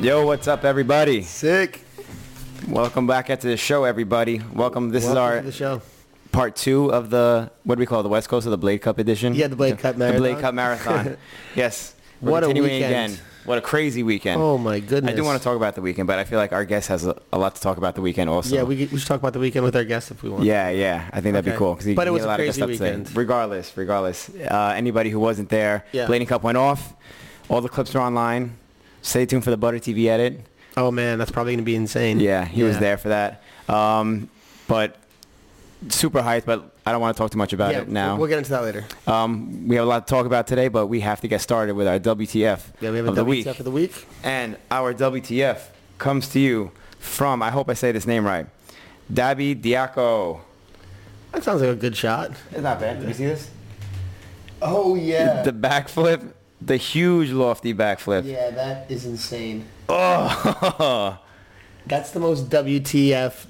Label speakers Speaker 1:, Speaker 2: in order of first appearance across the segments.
Speaker 1: Yo, what's up, everybody?
Speaker 2: Sick.
Speaker 1: Welcome back at the show, everybody. Welcome. This
Speaker 2: Welcome to the
Speaker 1: is our
Speaker 2: show.
Speaker 1: part two of the what do we call it, the West Coast of the Blade Cup edition?
Speaker 2: Yeah, the Blade Cup
Speaker 1: The Blade
Speaker 2: Marathon.
Speaker 1: Cup Marathon. yes. We're
Speaker 2: What a
Speaker 1: continuing
Speaker 2: weekend.
Speaker 1: again. What a crazy weekend.
Speaker 2: Oh my goodness.
Speaker 1: I do want to talk about the weekend, but I feel like our guest has a, a lot to talk about the weekend also.
Speaker 2: Yeah, we, could- we should talk about the weekend with our guests if we want.
Speaker 1: Yeah, yeah. I think that'd be
Speaker 2: Okay.
Speaker 1: cool. 'cause he-
Speaker 2: But it
Speaker 1: he
Speaker 2: was
Speaker 1: had
Speaker 2: a
Speaker 1: lot of good
Speaker 2: crazy
Speaker 1: stuff to say.
Speaker 2: weekend.
Speaker 1: Regardless, regardless. Uh, anybody who wasn't there,
Speaker 2: Yeah.
Speaker 1: Blading Cup went off. All the clips are online. Stay tuned for the Butter TV edit.
Speaker 2: Oh man, that's probably gonna be insane.
Speaker 1: Yeah, he was there for that. Um, but super hyped, but I don't want to talk too much about
Speaker 2: yeah,
Speaker 1: it now.
Speaker 2: We'll get into that later.
Speaker 1: um, we have a lot to talk about today, but we have to get started with our WTF
Speaker 2: Yeah, we have a
Speaker 1: of the
Speaker 2: WTF
Speaker 1: week.
Speaker 2: of the week.
Speaker 1: And our WTF comes to you from, I hope I say this name right, Dabi Diaco.
Speaker 2: That sounds like a good shot.
Speaker 1: It's not bad. Did you see this?
Speaker 2: Oh yeah.
Speaker 1: The backflip, the huge lofty backflip.
Speaker 2: yeah, that is insane.
Speaker 1: Oh,
Speaker 2: That's the most WTF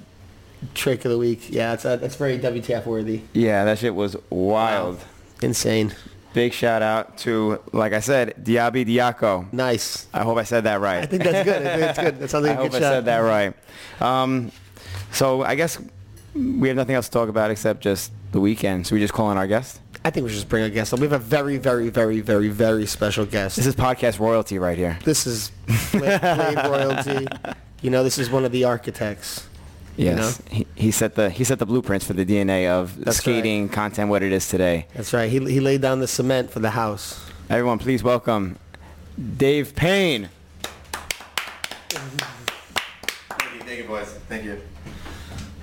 Speaker 2: trick of the week. Yeah, it's uh that's very WTF worthy.
Speaker 1: yeah, that shit was wild.
Speaker 2: Insane.
Speaker 1: Big shout out to, like I said, Diaby Diaco.
Speaker 2: Nice.
Speaker 1: I hope I said that right.
Speaker 2: I think that's good. I think that's good. That sounds like
Speaker 1: I
Speaker 2: a good
Speaker 1: hope
Speaker 2: shot.
Speaker 1: I said that right. Um, so I guess we have nothing else to talk about except just the weekend. So we just call in our guest.
Speaker 2: I think we should just bring a guest on. We have a very, very, very, very, very special guest.
Speaker 1: This is podcast royalty right here.
Speaker 2: this is Blade, Blade royalty. You know, this is one of the architects.
Speaker 1: Yes, he, he set the he set the blueprints for the DNA of
Speaker 2: That's
Speaker 1: skating content. What it is today.
Speaker 2: That's right. He, he laid down the cement for the house.
Speaker 1: Everyone, please welcome Dave Payne.
Speaker 3: Thank you, thank you, boys. Thank you.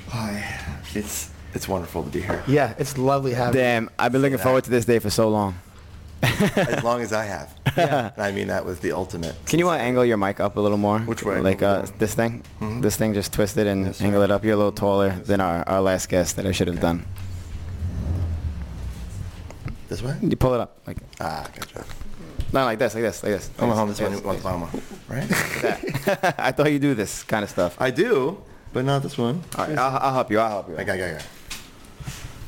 Speaker 3: Hi. It's it's wonderful to be here.
Speaker 2: Yeah, it's lovely having.
Speaker 1: Damn, I've been looking forward to this day for so long.
Speaker 3: As long as I have. Yeah. And I mean that was the ultimate.
Speaker 1: Can you uh, angle your mic up a little more?
Speaker 3: Which way?
Speaker 1: Like uh,
Speaker 3: Over there? Mm-hmm.
Speaker 1: this thing? This thing just twisted and
Speaker 3: Yes, sir.
Speaker 1: angle it up. You're a little taller than our, our last guest that I should have done.
Speaker 3: This way?
Speaker 1: You pull it up. Like,
Speaker 3: Ah, gotcha.
Speaker 1: not like this, like this, like this.
Speaker 3: I'm
Speaker 1: like
Speaker 3: home this
Speaker 1: like
Speaker 3: one. Well, Obama. Right?
Speaker 1: that. I thought you do this kind of stuff.
Speaker 3: I do, but not this one.
Speaker 1: All right, I'll, I'll help you. I'll help you.
Speaker 3: I got, got, got.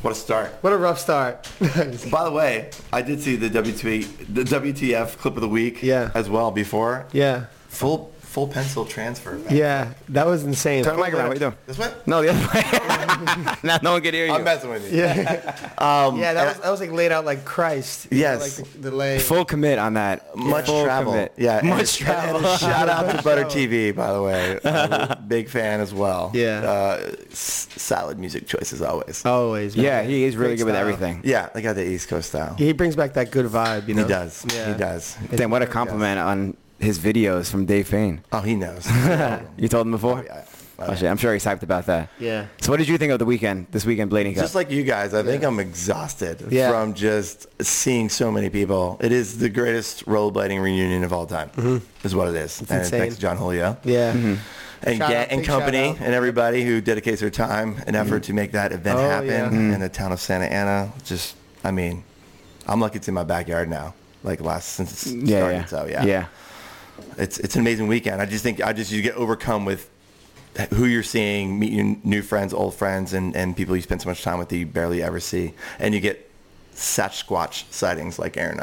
Speaker 3: What a start.
Speaker 2: What a rough start.
Speaker 3: By the way, I did see the WTF, the WTF clip of the week
Speaker 2: Yeah.
Speaker 3: as well before.
Speaker 2: yeah,
Speaker 3: Full full pencil transfer.
Speaker 2: yeah, that was insane.
Speaker 1: Turn the mic around. What you doing?
Speaker 3: This way?
Speaker 1: No, the other way. now no one can hear you.
Speaker 3: I'm messing with you.
Speaker 2: Yeah,
Speaker 3: Um,
Speaker 2: yeah, that was that was like laid out like Christ.
Speaker 3: Yes.
Speaker 2: like the, the lay.
Speaker 1: Full commit on that.
Speaker 3: Much
Speaker 1: Full
Speaker 3: travel.
Speaker 1: commit.
Speaker 3: Yeah. and
Speaker 1: Much
Speaker 3: a- and a
Speaker 1: travel.
Speaker 3: shout out to Butter TV, by the way. I'm a big fan as well.
Speaker 2: Yeah. Oh.
Speaker 3: Uh, s- solid music choices always.
Speaker 2: Always. man.
Speaker 1: Yeah, he is really
Speaker 2: Great
Speaker 1: good with
Speaker 2: style.
Speaker 1: everything.
Speaker 3: Yeah, they got the East Coast style.
Speaker 2: He brings back that good vibe. You know.
Speaker 3: He does. He does.
Speaker 1: Damn, what a compliment on his videos from Dave Payne.
Speaker 3: Oh, he knows.
Speaker 1: You told him before?
Speaker 3: yeah.
Speaker 1: Oh, shit. I'm sure he's hyped about that.
Speaker 2: Yeah.
Speaker 1: So what did you think of the weekend, this weekend Blading Cup?
Speaker 3: Just like you guys, I think I'm exhausted
Speaker 2: Yeah.
Speaker 3: from just seeing so many people. It is the greatest rollerblading reunion of all time, is what it is. and
Speaker 2: Mm-hmm. insane.
Speaker 3: thanks to John Julio.
Speaker 2: Yeah.
Speaker 3: and
Speaker 2: Shout
Speaker 3: Ga-
Speaker 2: out,
Speaker 3: and
Speaker 2: big shout
Speaker 3: company
Speaker 2: out.
Speaker 3: and everybody who dedicates their time and effort to make that event
Speaker 2: Oh,
Speaker 3: happen
Speaker 2: yeah.
Speaker 3: in the town of Santa Ana. Just, I mean, I'm lucky it's in my backyard now. Like last since it started,
Speaker 1: yeah, yeah.
Speaker 3: so yeah,
Speaker 1: Yeah.
Speaker 3: it's it's an amazing weekend. I just think I just you get overcome with who you're seeing, meet your new friends, old friends, and and people you spend so much time with that you barely ever see, and you get Sasquatch sightings like Aaron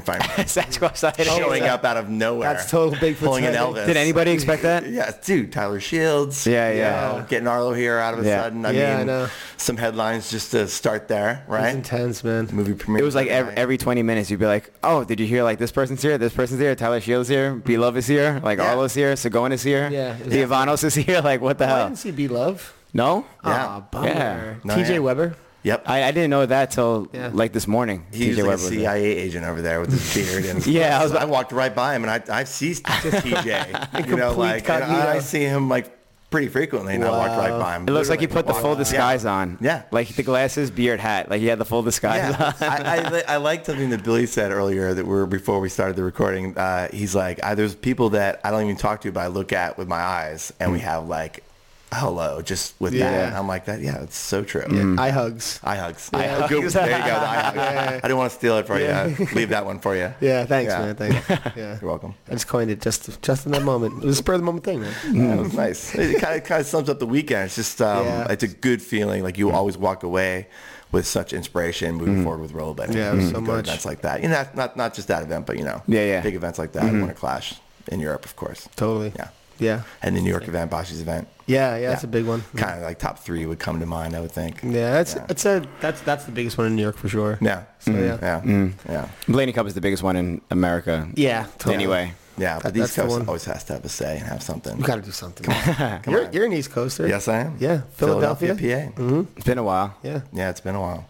Speaker 3: Feinberg
Speaker 1: Sasquatch sighting.
Speaker 3: showing up out of nowhere.
Speaker 2: That's total Bigfoot
Speaker 3: pulling an
Speaker 2: sighting.
Speaker 3: Elvis.
Speaker 1: Oh, Did anybody expect that?
Speaker 3: Yeah, dude, Tyler Shields.
Speaker 1: Yeah,
Speaker 3: you
Speaker 1: yeah.
Speaker 3: know, getting Arlo here out of a
Speaker 1: Yeah.
Speaker 3: sudden. I
Speaker 2: Yeah, I
Speaker 3: mean,
Speaker 2: know.
Speaker 3: some headlines just to start there,
Speaker 2: It's
Speaker 3: right?
Speaker 2: intense, man.
Speaker 3: Movie premiere.
Speaker 1: It was like every, every 20 minutes you'd be like, oh, did you hear like this person's here, this person's here, Tyler Shields here, Beloved is here, like
Speaker 3: Yeah.
Speaker 1: Arlo's here, Sagoin is here,
Speaker 2: Mm-hmm. Yeah.
Speaker 1: Diavanos is here, like what the
Speaker 2: I
Speaker 1: hell?
Speaker 2: didn't see B Love.
Speaker 1: No?
Speaker 3: Yeah.
Speaker 2: Ah, bummer.
Speaker 1: Yeah.
Speaker 3: No,
Speaker 2: T.J.
Speaker 3: yeah.
Speaker 2: Weber.
Speaker 3: Yep.
Speaker 1: I, I didn't know that till
Speaker 2: Yeah.
Speaker 1: like this morning.
Speaker 3: he was
Speaker 1: TJ Webb
Speaker 3: like a
Speaker 1: was there.
Speaker 3: CIA agent over there with his beard and
Speaker 1: Yeah, I was-
Speaker 3: So I walked right by him and I I see TJ, you know,
Speaker 2: Complete
Speaker 3: like and I
Speaker 2: cognito.
Speaker 3: see him like pretty frequently, and I walked right by him.
Speaker 1: It looks like he
Speaker 3: Literally
Speaker 1: put the
Speaker 3: walked
Speaker 1: full
Speaker 3: by.
Speaker 1: disguise on.
Speaker 3: Yeah.
Speaker 1: Like the glasses, beard, hat. Like he had the full disguise
Speaker 3: Yeah,
Speaker 1: on.
Speaker 3: I, I, li- I like something that Billy said earlier that we're before we started the recording. Uh, he's like, I, there's people that I don't even talk to, but I look at with my eyes, and we have like, hello, just with that.
Speaker 2: Mm. Yeah.
Speaker 3: And I'm like that. Yeah, it's so true.
Speaker 2: Eye hugs.
Speaker 3: Eye hugs.
Speaker 2: Yeah.
Speaker 3: Eye hugs. Good- There you go. The eye hugs. I didn't want to steal it for you. Leave that one for you.
Speaker 2: Yeah, thanks,
Speaker 3: Yeah.
Speaker 2: man. Thanks. Yeah.
Speaker 3: You're welcome.
Speaker 2: I just coined it just just in that moment. It was a spur of the moment thing, man.
Speaker 3: That was nice. It kind of, kind of sums up the weekend. It's just, um,
Speaker 2: Yeah.
Speaker 3: it's a good feeling. Like you always walk away with such inspiration moving forward with Mm-hmm. rollerblading.
Speaker 2: Mm-hmm. Yeah, it was so
Speaker 3: Good
Speaker 2: much.
Speaker 3: events like that. You know, not not not just that event, but you know,
Speaker 1: Yeah, yeah.
Speaker 2: Mm-hmm.
Speaker 3: big events like that want to clash. in Europe, of course.
Speaker 2: Totally.
Speaker 3: Yeah.
Speaker 2: Yeah. Mm-hmm.
Speaker 3: And the New York event, Boschi's event,
Speaker 2: Yeah. Yeah. That's
Speaker 3: Yeah.
Speaker 2: a big one.
Speaker 3: kind of like top three would come to mind, I would think.
Speaker 2: Yeah. That's
Speaker 3: Yeah.
Speaker 2: that's a that's that's the biggest one in New York for sure.
Speaker 3: Yeah.
Speaker 2: So, yeah. Mm-hmm.
Speaker 3: Yeah.
Speaker 1: Mm.
Speaker 3: Yeah.
Speaker 1: Blaney Cup is the biggest one in America.
Speaker 2: Yeah. Totally.
Speaker 1: Anyway,
Speaker 3: Yeah.
Speaker 2: That-
Speaker 3: But these
Speaker 2: that's the
Speaker 3: Coast
Speaker 2: one.
Speaker 3: always has to have a say and have something.
Speaker 2: You got to do something. you're,
Speaker 3: on.
Speaker 2: you're an East Coaster.
Speaker 3: Yes, I am.
Speaker 2: Yeah. Philadelphia. Mm-hmm.
Speaker 3: PA.
Speaker 1: it's been a while.
Speaker 2: Yeah.
Speaker 3: Yeah, it's been a while.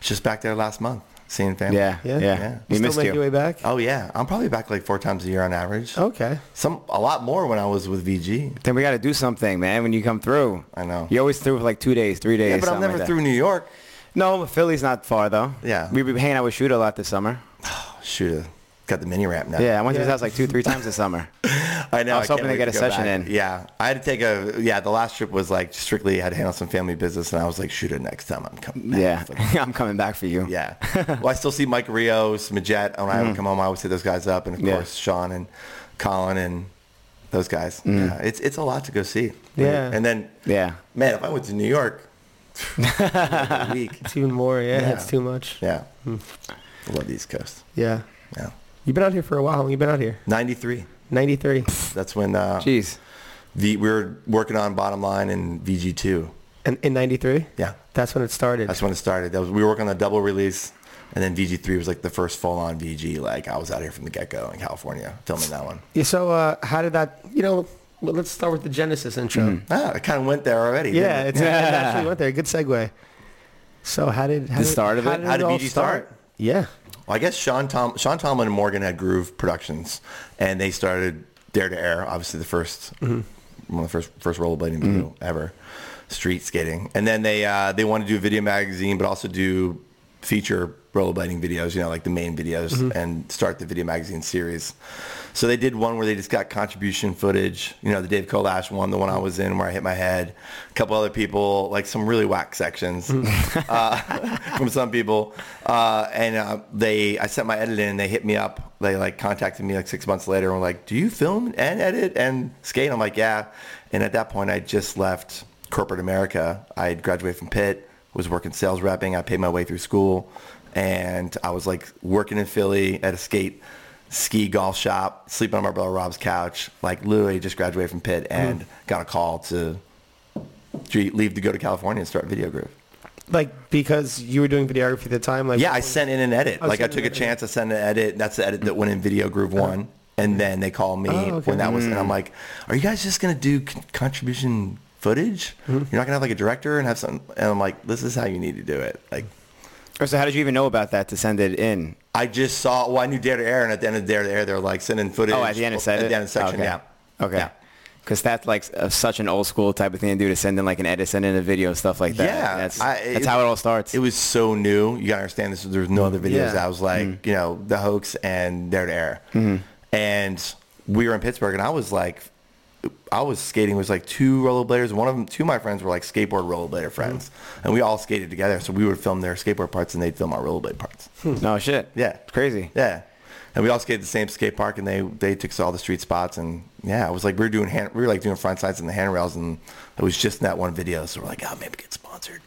Speaker 3: Just back there last month, seeing family.
Speaker 1: Yeah,
Speaker 2: Yeah.
Speaker 1: yeah.
Speaker 3: Yeah.
Speaker 1: We
Speaker 2: still
Speaker 1: missed
Speaker 2: make
Speaker 1: you.
Speaker 2: your way back.
Speaker 3: Oh yeah, I'm probably back like four times a year on average.
Speaker 2: Okay.
Speaker 3: Some a lot more when I was with VG.
Speaker 1: Then we got to do something, man. When you come through,
Speaker 3: I know.
Speaker 1: You're always through for like two days, three days.
Speaker 3: Yeah, but I'm
Speaker 1: something
Speaker 3: never
Speaker 1: like that.
Speaker 3: through New York.
Speaker 1: No, but Philly's not far though.
Speaker 3: Yeah.
Speaker 1: we be hanging out with Shoot a lot this summer.
Speaker 3: Oh, shoot, got the mini ramp now.
Speaker 1: Yeah, I went to his
Speaker 2: Yeah.
Speaker 1: house like two, three times this summer.
Speaker 3: I know.
Speaker 1: I was
Speaker 3: can't
Speaker 1: hoping to
Speaker 3: wait
Speaker 1: get a
Speaker 3: go
Speaker 1: session
Speaker 3: back.
Speaker 1: in.
Speaker 3: Yeah, I had to take a. Yeah, the last trip was like strictly I had to handle some family business, and I was like, shoot it next time I'm coming. back.
Speaker 1: yeah,
Speaker 3: It's like,
Speaker 1: I'm coming back for you.
Speaker 3: Yeah. well, I still see Mike Rios, Majet. When I would come home, I always hit those guys up, and of
Speaker 1: Yeah.
Speaker 3: course Sean and Colin and those guys. Yeah, it's it's a lot to go see.
Speaker 2: Yeah.
Speaker 3: And then,
Speaker 1: yeah.
Speaker 3: man, if I went to New York, a week.
Speaker 2: It's even more. Yeah.
Speaker 3: Yeah.
Speaker 2: It's too much.
Speaker 3: Yeah. I love the East Coast.
Speaker 2: Yeah.
Speaker 3: Yeah.
Speaker 2: You've been out here for a while. How long you been out here?
Speaker 3: 93.
Speaker 2: 93.
Speaker 3: That's when uh,
Speaker 1: Jeez.
Speaker 3: the, we were working on Bottom Line and VG2.
Speaker 2: And in 93?
Speaker 3: Yeah.
Speaker 2: That's when it started.
Speaker 3: That's when it started. That was, we were working on a double release. And then VG3 was like the first full-on VG. Like I was out here from the get-go in California filming that one.
Speaker 2: Yeah, so uh, how did that, you know, well, let's start with the Genesis intro.
Speaker 3: Ah, I kind of went there already. didn't
Speaker 2: Yeah,
Speaker 3: it?
Speaker 2: it's, it actually went there. Good segue. So how did, how
Speaker 1: The
Speaker 2: did
Speaker 1: start of
Speaker 2: how
Speaker 1: it?
Speaker 2: Did
Speaker 3: How did
Speaker 2: all
Speaker 3: BG start?
Speaker 2: Yeah.
Speaker 3: Well, I guess Sean Tom Sean Tomlin and Morgan had Groove Productions, and they started Dare to Air, obviously the 1st one of the first first rollerblading video ever, street skating, and then they uh, they wanted to do a video magazine, but also do feature rollerblading videos, you know, like the main videos, and start the video magazine series. So they did one where they just got contribution footage, you know, the Dave Kolash one, the one I was in where I hit my head, a couple other people, like some really whack sections Uh, from some people. Uh, and uh, they, I sent my edit in, and they hit me up. They like contacted me like six months later and were like, "Do you film and edit and skate?" I'm like, "Yeah." And at that point, I just left corporate America. I had graduated from Pitt, was working sales repping. I paid my way through school, and I was like working in Philly at a skate ski golf shop, sleeping on my brother Rob's couch. Like literally, just graduated from Pitt and got a call to. to Leave to go to California and start Video Groove.
Speaker 2: Like, because you were doing videography at the time? Like,
Speaker 3: Yeah, I sent in an edit.
Speaker 2: Oh,
Speaker 3: like I
Speaker 2: sent in
Speaker 3: took a
Speaker 2: an edit.
Speaker 3: chance. I sent an edit. And that's the edit that went in Video Groove One. And then they called me
Speaker 2: Oh, okay.
Speaker 3: when that was, and
Speaker 1: Mm.
Speaker 3: I'm like, "Are you guys just gonna do con- contribution footage?
Speaker 2: Mm-hmm.
Speaker 3: You're not gonna have like a director and have some?" And I'm like, "This is how you need to do it." Like,
Speaker 1: Or Oh, So how did you even know about that to send it in?
Speaker 3: I just saw. Well, I knew Dare to Air, and at the end of Dare to Air, they're like sending footage.
Speaker 1: Oh, at the end of
Speaker 3: At the end of section,
Speaker 1: okay.
Speaker 3: yeah.
Speaker 1: Okay.
Speaker 3: Yeah.
Speaker 1: Because that's like a, such an old school type of thing to do to send in like an edit, send in a video, stuff like that.
Speaker 3: Yeah,
Speaker 1: that's,
Speaker 3: I- it-
Speaker 1: that's how it all starts.
Speaker 3: It was so new. You gotta understand this. There's no other videos.
Speaker 2: Yeah.
Speaker 3: I was like, you know, the hoax and Dare to Air. And we were in Pittsburgh, and I was like, I was skating with like two rollerbladers. One of them, two of my friends were like skateboard rollerblader friends, and we all skated together. So we would film their skateboard parts, and they'd film our rollerblade parts.
Speaker 1: no shit.
Speaker 3: Yeah.
Speaker 1: Crazy.
Speaker 3: Yeah. And we all skated the same skate park, and they they took us to all the street spots, and yeah, it was like we were doing hand, we were like doing front sides and the handrails, and it was just in that one video. So we're like, oh, maybe get sponsored,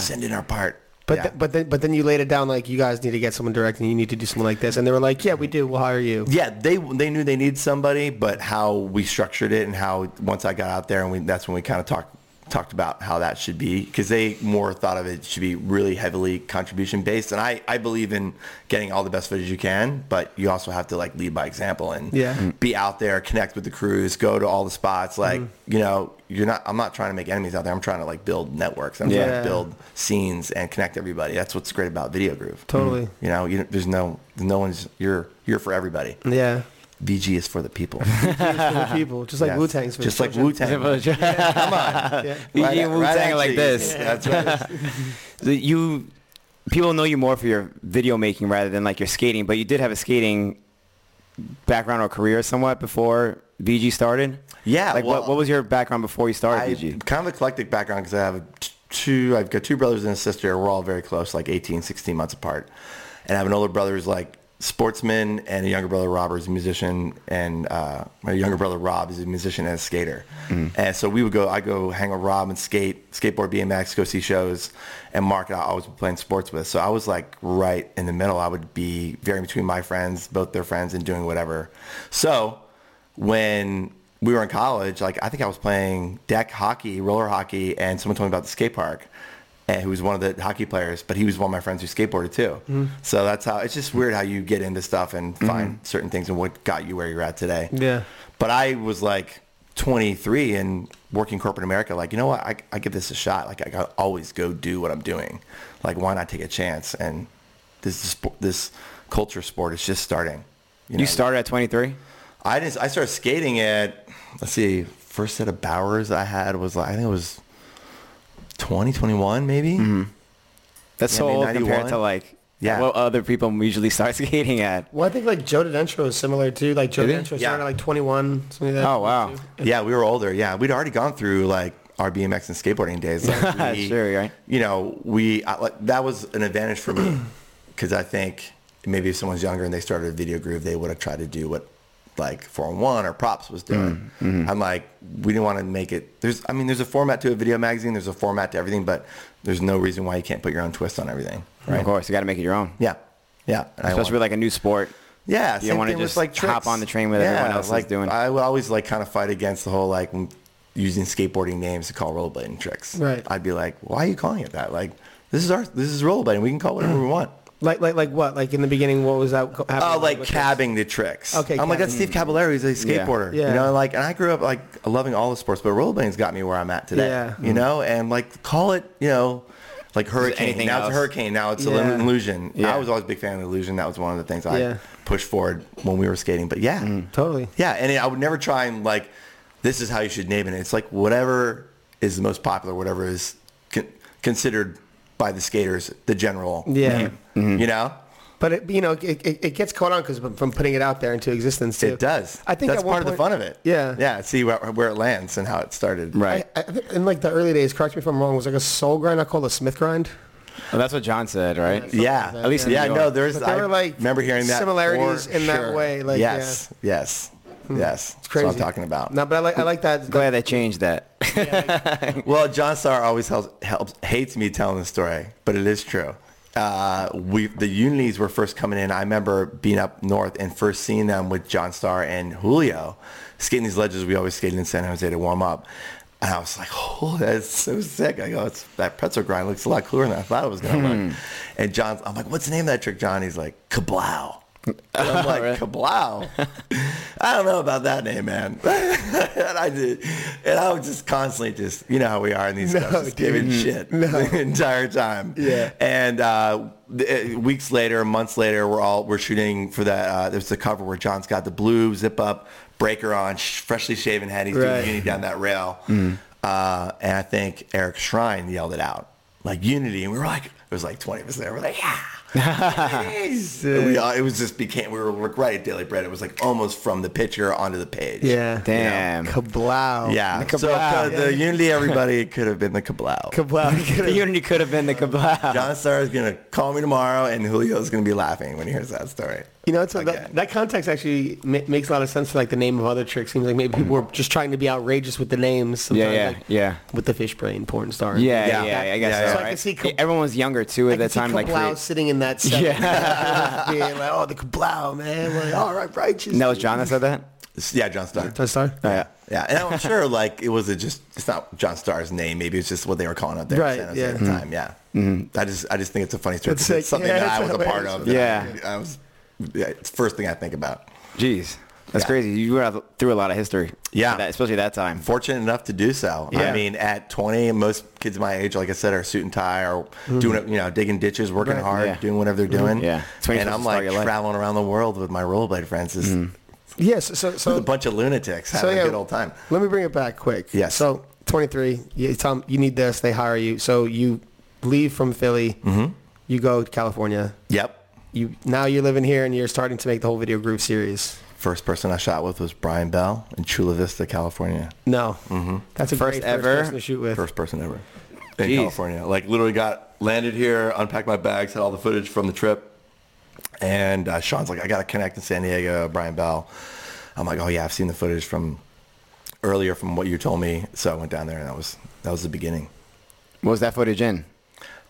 Speaker 3: send in our part.
Speaker 2: But,
Speaker 3: yeah.
Speaker 2: th- but, then, but then you laid it down like, you guys need to get someone directing. You need to do something like this. And they were like, yeah, we do. We'll hire you.
Speaker 3: yeah, they they knew they needed somebody, but how we structured it and how once I got out there, and we, that's when we kind of talked talked about how that should be because they more thought of it should be really heavily contribution based and I, I believe in getting all the best footage you can but you also have to like lead by example and
Speaker 2: Yeah. Mm. Mm-hmm.
Speaker 3: be out there, connect with the crews, go to all the spots. Like, you know, you're not, I'm not trying to make enemies out there. I'm trying to like build networks. I'm trying
Speaker 2: Yeah.
Speaker 3: to build scenes and connect everybody. That's what's great about Video Groove.
Speaker 2: Totally.
Speaker 3: You know, you, there's no, no one's, you're, you're for everybody.
Speaker 2: Yeah.
Speaker 3: VG is for the people.
Speaker 2: Just for the people. Just like
Speaker 3: Yes.
Speaker 2: Wu-Tang's. for the
Speaker 3: Just like
Speaker 2: children.
Speaker 3: Wu-Tang. Right
Speaker 1: uh, Come on. You
Speaker 3: at-
Speaker 1: Wu
Speaker 3: right
Speaker 1: Tang
Speaker 3: at
Speaker 1: like
Speaker 3: you.
Speaker 1: this.
Speaker 3: That's right.
Speaker 1: So you people know you more for your video making rather than like your skating, but you did have a skating background or career somewhat before VG started.
Speaker 3: Yeah,
Speaker 1: Like
Speaker 3: well-
Speaker 1: what, what was your background before you started
Speaker 3: I
Speaker 1: VG?
Speaker 3: kind of eclectic background because I have t- two, I've got two brothers and a sister. We're all very close, like 18, 16 months apart. And I have an older brother who's like sportsman and a younger brother, Rob, who's a musician. And uh, my younger brother, Rob, is a musician and a skater. And so we would go, I go hang with Rob and skate, skateboard BMX, go see shows. And Mark and I always been playing sports with. So I was like right in the middle. I would be very between my friends, both their friends and doing whatever. So when we were in college, like I think I was playing deck hockey, roller hockey, and someone told me about the skate park, and who was one of the hockey players, but he was one of my friends who skateboarded too. So that's how it's just weird how you get into stuff and find certain things and what got you where you're at today.
Speaker 2: Yeah.
Speaker 3: But I was like 23 and working corporate America, like, you know what? I, I give this a shot. Like, I got always go do what I'm doing. Like, why not take a chance? And this this sp- this culture sport is just starting.
Speaker 1: You started at 23?
Speaker 3: I didn't. I started skating at let's see, first set of Bowers I had was like I think it was 20, 21 maybe.
Speaker 1: That's
Speaker 3: Yeah,
Speaker 1: so
Speaker 3: I mean,
Speaker 1: old compared
Speaker 3: 91.
Speaker 1: to like
Speaker 3: Yeah.
Speaker 1: what other people usually start skating at.
Speaker 2: Well, I think like Joe Dentro is similar too. Like Joe
Speaker 1: Did he?
Speaker 2: Dentro started
Speaker 3: Yeah.
Speaker 2: at like 21, something like that.
Speaker 1: Oh, wow.
Speaker 3: Yeah, we were older. Yeah, we'd already gone through like our BMX and skateboarding days. Like, we-
Speaker 1: Sure, right.
Speaker 3: You know, we I, like, that was an advantage for me because I think maybe if someone's younger and they started a video groove, they would have tried to do what like four on one or props was doing.
Speaker 1: Mm, mm-hmm.
Speaker 3: I'm like, we didn't want to make it. There's, I mean, there's a format to a video magazine. There's a format to everything, but there's no reason why you can't put your own twist on everything, right?
Speaker 1: Of course, you got to make it your own.
Speaker 3: Yeah, yeah. And I
Speaker 1: Especially
Speaker 3: want-
Speaker 1: with like a new sport.
Speaker 3: yeah,
Speaker 1: You
Speaker 3: same
Speaker 1: wanna
Speaker 3: thing with,
Speaker 1: just
Speaker 3: like tricks.
Speaker 1: hop on the train with everyone else is
Speaker 3: like,
Speaker 1: doing.
Speaker 3: I would always like kind of fight against the whole like m- using skateboarding names to call rollerblading tricks.
Speaker 2: Right.
Speaker 3: I'd be like, why are you calling it that? Like, this is our this is rollerblading. We can call it whatever we want.
Speaker 2: Like like like what? Like in the beginning, what was that? co- Happening
Speaker 3: Oh, like
Speaker 2: with
Speaker 3: cabbing the tricks.
Speaker 2: Okay,
Speaker 3: I'm
Speaker 2: cabbing.
Speaker 3: like that's Steve Caballero. He's a skateboarder.
Speaker 2: Yeah.
Speaker 3: You know, like, and I grew up like loving all the sports, but rollerblading's got me where I'm at today.
Speaker 2: Yeah. Mm.
Speaker 3: You know, and like call it, you know. Like hurricane.
Speaker 1: anything
Speaker 3: Now
Speaker 1: else.
Speaker 3: it's a hurricane. Now it's
Speaker 2: Yeah.
Speaker 3: an illusion.
Speaker 1: Yeah.
Speaker 3: I was always a big fan of illusion. That was one of the things I
Speaker 2: Yeah.
Speaker 3: pushed forward when we were skating. But yeah,
Speaker 1: Mm.
Speaker 2: this? Totally.
Speaker 3: yeah, and I would never try and like, this is how you should name it. It's like whatever is the most popular, whatever is con- considered by the skaters, the general.
Speaker 2: Yeah. Mm-hmm.
Speaker 3: name, You know?
Speaker 2: But it, you know, it, it, it gets caught on because from putting it out there into existence too.
Speaker 3: It does.
Speaker 2: I think
Speaker 3: that's
Speaker 2: at one
Speaker 3: part of the
Speaker 2: point-
Speaker 3: fun of it.
Speaker 2: Yeah.
Speaker 3: Yeah. See where, where it lands and how it started.
Speaker 1: Right.
Speaker 2: I, I think in like the early days, correct me if I'm wrong, was like a soul grind I called a Smith grind.
Speaker 1: Well, that's what John said, right?
Speaker 3: Yeah.
Speaker 1: At least in
Speaker 3: Yeah.
Speaker 1: New
Speaker 3: No,
Speaker 1: York.
Speaker 3: there's.
Speaker 2: But there
Speaker 3: I
Speaker 2: were, like,
Speaker 3: remember hearing that for
Speaker 2: similarities in that
Speaker 3: sure.
Speaker 2: way, like, yeah. Hmm.
Speaker 3: yes. Yes. Yes. It's
Speaker 2: Crazy.
Speaker 3: That's what I'm talking about.
Speaker 2: No, but I like I like that.
Speaker 1: Glad they changed that.
Speaker 3: Well, John Starr always helps, helps hates me telling the story, but it is true. Uh, we the Unities were first coming in. I remember being up north and first seeing them with John Starr and Julio skating these ledges. We always skated in San Jose to warm up, and I was like, "Oh, that's so sick!" I go, it's, "That pretzel grind looks a lot cooler than I thought it was going to look." And John's, I'm like, "What's the name of that trick, John?" He's like, "Kablow." And I'm like, "Kablow." I don't know about that name, man. and I did, and I was just constantly just, you know how we are in these
Speaker 2: No,
Speaker 3: stuff, just giving shit the entire time.
Speaker 2: Yeah.
Speaker 3: And uh, th- uh, weeks later, months later, we're all we're shooting for that. Uh, there's the cover where John's got the blue zip up breaker on, sh- freshly shaven head. He's
Speaker 2: Right.
Speaker 3: doing uni down that rail. Uh, and I think Eric Shrine yelled it out like unity, and we were like, it was like 20 of us there. We're like, yeah. Yes. And we all, it was just became we were like right at Daily Bread. It was like almost from the picture onto the page.
Speaker 2: Yeah.
Speaker 1: Damn.
Speaker 2: Kablow.
Speaker 3: Yeah.
Speaker 1: The
Speaker 3: so
Speaker 1: kablow.
Speaker 3: uh, the Unity everybody it could have been the Kablow.
Speaker 1: The
Speaker 2: Kablow.
Speaker 1: Unity could have been the kablow.
Speaker 3: John Star is gonna call me tomorrow and Julio's gonna be laughing when he hears that story.
Speaker 2: You know, it's a,
Speaker 3: Okay.
Speaker 2: that, that context actually ma- makes a lot of sense for like the name of other tricks. Seems like maybe people were just trying to be outrageous with the names.
Speaker 1: Yeah,
Speaker 2: sometimes,
Speaker 1: yeah,
Speaker 2: like,
Speaker 1: yeah.
Speaker 2: With the fish brain porn star.
Speaker 1: Yeah, yeah,
Speaker 3: Yeah.
Speaker 1: yeah, I guess
Speaker 3: Yeah,
Speaker 1: so.
Speaker 3: yeah.
Speaker 2: So I
Speaker 1: right?
Speaker 2: can see Ka-
Speaker 1: Everyone was younger too
Speaker 2: I
Speaker 1: at
Speaker 2: can
Speaker 1: that
Speaker 2: see
Speaker 1: time. Like,
Speaker 2: Kablow
Speaker 1: create-
Speaker 2: sitting in that set. being like, oh, the Kablow, man. Like, all right, righteous.
Speaker 1: and that was John that said that.
Speaker 3: S- Yeah, John Star.
Speaker 2: Toy Star?
Speaker 1: Yeah.
Speaker 3: Yeah, and I'm sure like it was a just it's not John Starr's name. Maybe it's just what they were calling out there
Speaker 2: Right,
Speaker 3: in San Jose
Speaker 2: yeah.
Speaker 3: at the time. Yeah, I just I just think it's a funny story.
Speaker 2: That's
Speaker 3: 'cause It's
Speaker 2: sick.
Speaker 3: something
Speaker 2: Yeah,
Speaker 3: that I
Speaker 2: it's
Speaker 3: was a part
Speaker 2: hilarious.
Speaker 3: of.
Speaker 1: Yeah.
Speaker 3: that I, I was. Yeah, it's the first thing I think about.
Speaker 1: Jeez, that's
Speaker 3: Yeah.
Speaker 1: crazy. You went through a lot of history.
Speaker 3: Yeah.
Speaker 1: That- especially that time.
Speaker 3: fortunate enough to do so.
Speaker 2: Yeah.
Speaker 3: I mean, at 20, most kids my age, like I said, are suit and tie or doing it, you know, digging ditches, working
Speaker 2: Right.
Speaker 3: hard,
Speaker 1: Mm-hmm. Yeah. Mm-hmm.
Speaker 3: doing whatever they're doing.
Speaker 1: Yeah. It's when you're
Speaker 3: And I'm
Speaker 1: supposed to start
Speaker 3: like
Speaker 1: your life. Mm-hmm.
Speaker 3: traveling around the world with my rollerblade friends. It's
Speaker 2: Yes. So, so
Speaker 3: a bunch of lunatics having a good old time.
Speaker 2: Let me bring it back quick.
Speaker 3: Yes.
Speaker 2: So 23, you tell 'em, you need this, they hire you. So you leave from Philly,
Speaker 3: Mm-hmm.
Speaker 2: you go to California.
Speaker 3: Yep.
Speaker 2: You now you're living here and you're starting to make the whole video groove series.
Speaker 3: First person I shot with was Brian Bell in Chula Vista, California.
Speaker 2: No, mm-hmm. that's a
Speaker 1: First
Speaker 2: great
Speaker 1: ever.
Speaker 2: first person to shoot with.
Speaker 3: First person ever in
Speaker 1: Jeez.
Speaker 3: California. Like literally got landed here, unpacked my bags, had all the footage from the trip. And uh, Sean's like, I got to connect in San Diego, Brian Bell. I'm like, oh yeah, I've seen the footage from earlier from what you told me. So I went down there and that was, that was the beginning.
Speaker 1: What was that footage in?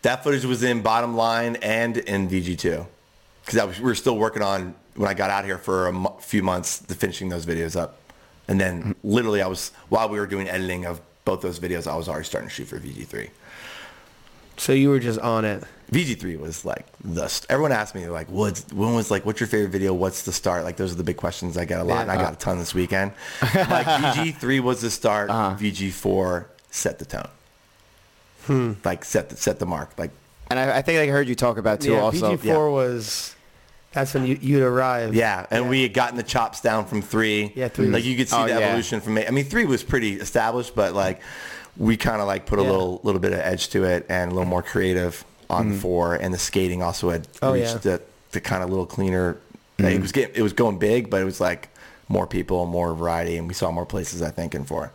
Speaker 3: That footage was in Bottom Line and in VG2. Because we were still working on, when I got out here for a mo- few months, the finishing those videos up. And then literally, I was while we were doing editing of both those videos, I was already starting to shoot for VG3.
Speaker 2: So you were just on it.
Speaker 3: VG3 was like the st- everyone asked me like what's when was like what's your favorite video what's the start like those are the big questions I get a lot and I got a ton this weekend like VG3 was the start VG4 set the tone like set the, set the mark like
Speaker 1: And I, I think I heard you talk about it too.
Speaker 2: yeah,
Speaker 1: also,
Speaker 2: PG4
Speaker 3: yeah.
Speaker 2: was. That's when you, you'd arrive.
Speaker 3: yeah and we had gotten the chops down from three
Speaker 2: Yeah, three
Speaker 3: like
Speaker 2: was-
Speaker 3: you could see
Speaker 1: Oh,
Speaker 3: the
Speaker 1: yeah.
Speaker 3: evolution from eight. I mean three was pretty established but like we kind of like put a
Speaker 2: Yeah.
Speaker 3: little little bit of edge to it and a little more creative on four and the skating also had
Speaker 2: Mm-hmm. Oh,
Speaker 3: reached
Speaker 2: yeah. Mm-hmm.
Speaker 3: the, the kind of little cleaner it was getting it was going big but it was like more people more variety and we saw more places I think in four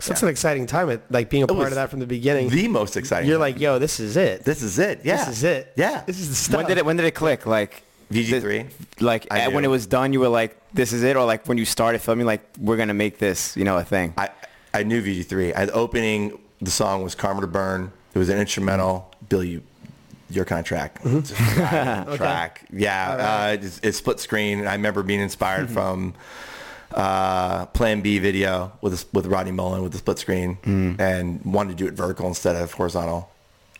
Speaker 2: So it's an exciting time. At, like being a part
Speaker 3: was
Speaker 2: of that from the beginning.
Speaker 3: the most exciting
Speaker 2: you're like, yo, this is it.
Speaker 3: this is it yeah
Speaker 2: This is it.
Speaker 3: yeah
Speaker 2: This is the stuff.
Speaker 1: when did it when did it click? Like
Speaker 3: VG3?
Speaker 1: the- like
Speaker 3: I
Speaker 1: at- when
Speaker 3: knew.
Speaker 1: it was done, you were like, "This is it," or like when you started filming, like, "We're gonna make this," you know, a thing.
Speaker 3: I I knew VG3. At the opening, the song was Karma to Burn. It was an instrumental. Bill, you, your kind of track. It's a track. track. Yeah, uh, it's, it's split screen. And I remember being inspired from uh, Plan B video with a s with Rodney Mullen with the split screen and wanted to do it vertical instead of horizontal,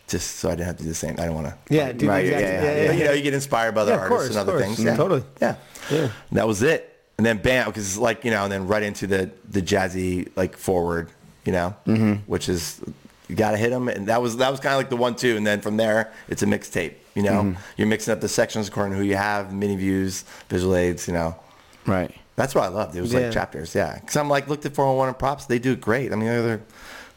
Speaker 3: just so I didn't have to do the same. I didn't want to.
Speaker 2: Yeah, dude.
Speaker 1: Right, yeah,
Speaker 2: exactly.
Speaker 1: yeah,
Speaker 2: Yeah, yeah,
Speaker 3: But,
Speaker 2: yeah.
Speaker 3: you know, you get inspired by other
Speaker 2: Yeah, of
Speaker 3: artists
Speaker 2: course,
Speaker 3: and
Speaker 2: of
Speaker 3: other
Speaker 2: course.
Speaker 3: things.
Speaker 2: Mm, totally.
Speaker 3: Yeah.
Speaker 2: Yeah.
Speaker 3: And that was it. And then bam, because it's like you know, and then right into the the jazzy like forward, you know,
Speaker 2: Mm-hmm.
Speaker 3: which is you gotta hit them. And that was that was kind of like the one two. And then from there, it's a mixtape. You know,
Speaker 2: Mm-hmm.
Speaker 3: you're mixing up the sections according to who you have, mini views, visual aids. You know,
Speaker 1: Right.
Speaker 3: that's what I loved. It was
Speaker 2: Yeah.
Speaker 3: like chapters. Yeah, because I'm like looked at 401 and props. They do great. I mean, they're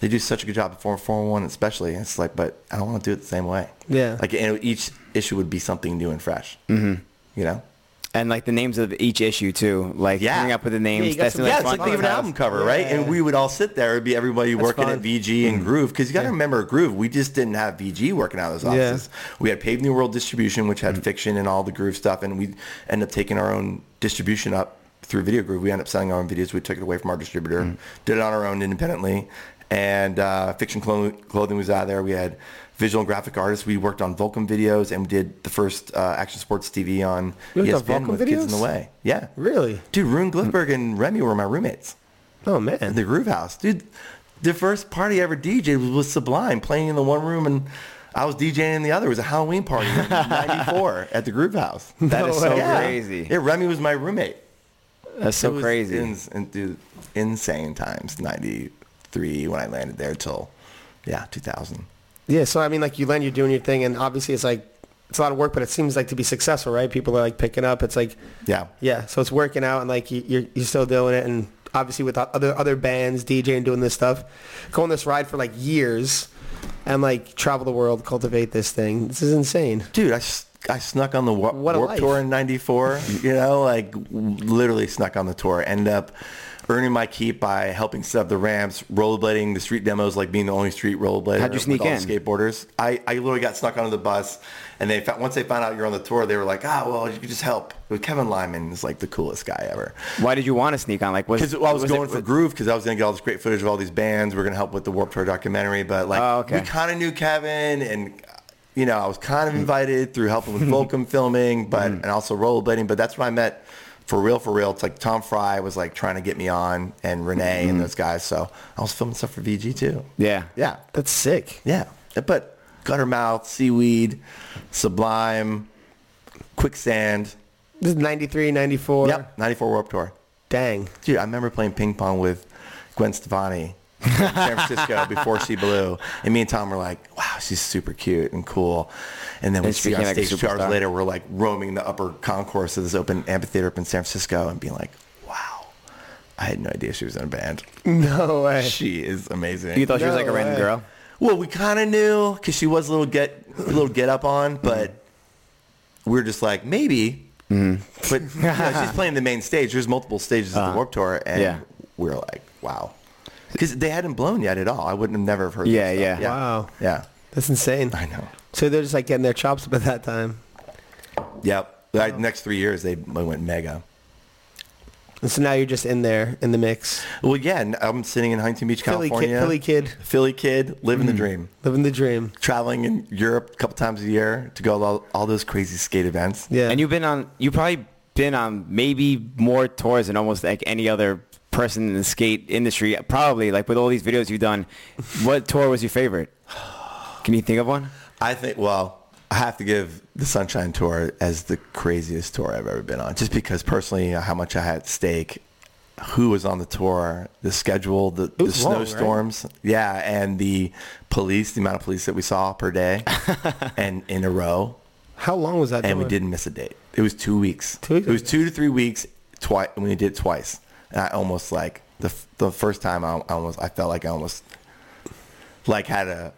Speaker 3: they do such a good job at 401 especially. It's like, but I don't want to do it the same way.
Speaker 2: Yeah.
Speaker 3: Like and each issue would be something new and fresh. Mm-hmm. You know.
Speaker 1: And like the names of each issue too, like
Speaker 3: Yeah.
Speaker 1: coming up with the
Speaker 2: Yeah,
Speaker 1: names.
Speaker 2: you got
Speaker 1: that's
Speaker 2: some-
Speaker 1: the
Speaker 3: yeah,
Speaker 1: next one.
Speaker 3: it's like leaving an album cover, right? And
Speaker 2: Yeah.
Speaker 3: we would all sit there. It'd be everybody working
Speaker 2: fun. Mm-hmm.
Speaker 3: at VG and Groove because you got to remember Groove. We just didn't have VG working out of those
Speaker 2: Yeah. Mm-hmm.
Speaker 3: offices. We had Paved New World Distribution, which had fiction and all the Groove stuff, and we ended up taking our own distribution up through Video Groove. We ended up selling our own videos. We took it away from our distributor,
Speaker 2: Mm-hmm.
Speaker 3: did it on our own independently, and uh, Fiction Clo- Clothing was out of there. We had visual and graphic artists. We worked on Volcom videos, and we did the first uh, Action Sports TV on E
Speaker 2: You worked on
Speaker 3: ESPN
Speaker 2: Volcom
Speaker 3: with Kids in the
Speaker 2: videos?
Speaker 3: Way. Yeah,
Speaker 2: Really?
Speaker 3: Dude, Rune Glifberg and Remy were my roommates
Speaker 2: Oh
Speaker 3: at
Speaker 2: man.
Speaker 3: the Groove House. Dude, the first party I ever DJ was with Sublime, playing in the one room and I was DJing in the other. It was a Halloween party in 94 at the Groove House.
Speaker 1: That is so
Speaker 2: way.
Speaker 3: Yeah.
Speaker 1: crazy.
Speaker 3: Yeah, Remy was my roommate.
Speaker 1: That's
Speaker 3: It
Speaker 1: so
Speaker 3: was
Speaker 1: crazy.
Speaker 3: ins- and dude, insane times, 93 when I landed there till, yeah, 2000.
Speaker 2: Yeah. So I mean, like you learn, you're doing your thing, and obviously it's like it's a lot of work, but it seems like to be successful, right? People are like picking up. It's like
Speaker 3: Yeah.
Speaker 2: yeah. So it's working out, and like you, you're you're still doing it, and obviously with other other bands, DJing, doing this stuff, go on this ride for like years, and like travel the world, cultivate this thing. This is insane.
Speaker 3: dude, I, s- I snuck on the wa-
Speaker 2: What a
Speaker 3: Warped
Speaker 2: life.
Speaker 3: Tour in '94. you know, like w- literally snuck on the tour. Ended up earning my keep by helping set up the ramps, rollerblading the street demos, like being the only street rollerblader.
Speaker 1: How'd you
Speaker 3: with
Speaker 1: sneak
Speaker 3: all the
Speaker 1: in?
Speaker 3: skateboarders. I, I literally got snuck onto the bus, and they found, once they found out you're on the tour, they were like, ah, well, you could just help. Kevin Lyman is like the coolest guy ever.
Speaker 1: Why did you want to sneak on? Like, was
Speaker 3: Because I was,
Speaker 1: it-
Speaker 3: going for groove because I was going to get all this great footage of all these bands. We're going to help with the Warped Tour documentary, but like
Speaker 1: Oh, okay.
Speaker 3: we kind of knew Kevin, and you know I was kind of invited through helping with Volcom filming, but and also rollerblading. But that's when I met for real, for real. It's like Tom Fry was like trying to get me on, and Renee and those guys. So I was filming stuff for VG too.
Speaker 1: Yeah.
Speaker 3: yeah,
Speaker 2: That's sick.
Speaker 3: yeah. But Guttermouth, Seaweed, Sublime, Quicksand.
Speaker 2: This is 93, 94.
Speaker 3: Yep, '94 Warped Tour.
Speaker 2: Dang.
Speaker 3: Dude, I remember playing ping pong with Gwen Stefani in San Francisco before she blew. And me and Tom were like, wow, she's super cute and cool. And then we
Speaker 1: And she
Speaker 3: see her on
Speaker 1: became like a
Speaker 3: stage two hours
Speaker 1: superstar.
Speaker 3: later, we're like roaming the upper concourse of this open amphitheater up in San Francisco and being like, wow, I had no idea she was in a band.
Speaker 2: No way.
Speaker 3: She is amazing.
Speaker 1: You thought she was like a
Speaker 2: No
Speaker 1: random
Speaker 2: way.
Speaker 1: girl.
Speaker 3: Well, we kind of knew because she was a little get a little get up on, but we were just like maybe.
Speaker 1: Mm-hmm.
Speaker 3: But you know, she's playing the main stage. There's multiple stages of the Warp Tour, and
Speaker 1: Uh-huh. yeah.
Speaker 3: we were like, wow, because they hadn't blown yet at all. I wouldn't have never have heard.
Speaker 1: Yeah,
Speaker 3: that
Speaker 1: yeah.
Speaker 3: stuff.
Speaker 2: Wow.
Speaker 3: yeah,
Speaker 2: That's insane.
Speaker 3: I know.
Speaker 2: So they're just like getting their chops up at that time.
Speaker 3: Yep. Like, next three years, they went mega.
Speaker 2: And so now you're just in there in the mix.
Speaker 3: Well, yeah, and I'm sitting in Huntington Beach,
Speaker 2: Philly kid-
Speaker 3: California.
Speaker 2: Philly kid.
Speaker 3: Philly kid,
Speaker 1: Mm-hmm.
Speaker 3: living the dream.
Speaker 2: Living the dream.
Speaker 3: Traveling in Europe a couple times a year to go to all, all those crazy skate events.
Speaker 2: Yeah.
Speaker 1: And you've been on. You've probably been on maybe more tours than almost like any other person in the skate industry, probably like with all these videos you've done, what tour was your favorite? Can you think of one?
Speaker 3: I think, well, I have to give the Sunshine Tour as the craziest tour I've ever been on, just because personally, you know, how much I had at stake, who was on the tour, the schedule, the, the
Speaker 2: was long, right?
Speaker 3: snowstorms, yeah, and the police, the amount of police that we saw per day, and in a row,
Speaker 2: How long was that?
Speaker 3: and we
Speaker 2: tour?
Speaker 3: didn't miss a date. It was two weeks.
Speaker 2: Two weeks?
Speaker 3: It was two to three weeks. Twice, and we did it twice. And I almost like the f- the first time, I, I almost I felt like I almost like had a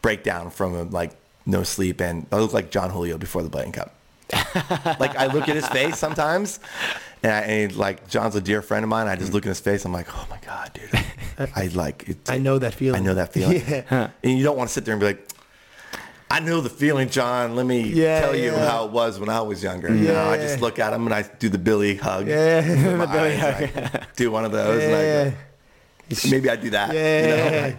Speaker 3: breakdown from a, like no sleep, and I looked like John Julio before the Playing Cup. like I look at his face sometimes, and, I, and like John's a dear friend of mine. I
Speaker 2: Mm.
Speaker 3: just look in his face. I'm like, oh my god, dude. I like it.
Speaker 2: I know that feeling.
Speaker 3: I know that feeling.
Speaker 2: Yeah.
Speaker 3: And you don't want to sit there and be like, I know the feeling, John. Let me
Speaker 2: Yeah,
Speaker 3: tell you
Speaker 2: yeah.
Speaker 3: how it was when I was younger. you know, I just
Speaker 2: Yeah.
Speaker 3: look at him and I do the Billy hug.
Speaker 2: Yeah.
Speaker 3: with my eyes. I do one of those. and I go,
Speaker 2: Yeah.
Speaker 3: Maybe I do that.
Speaker 2: Yeah.
Speaker 3: You know?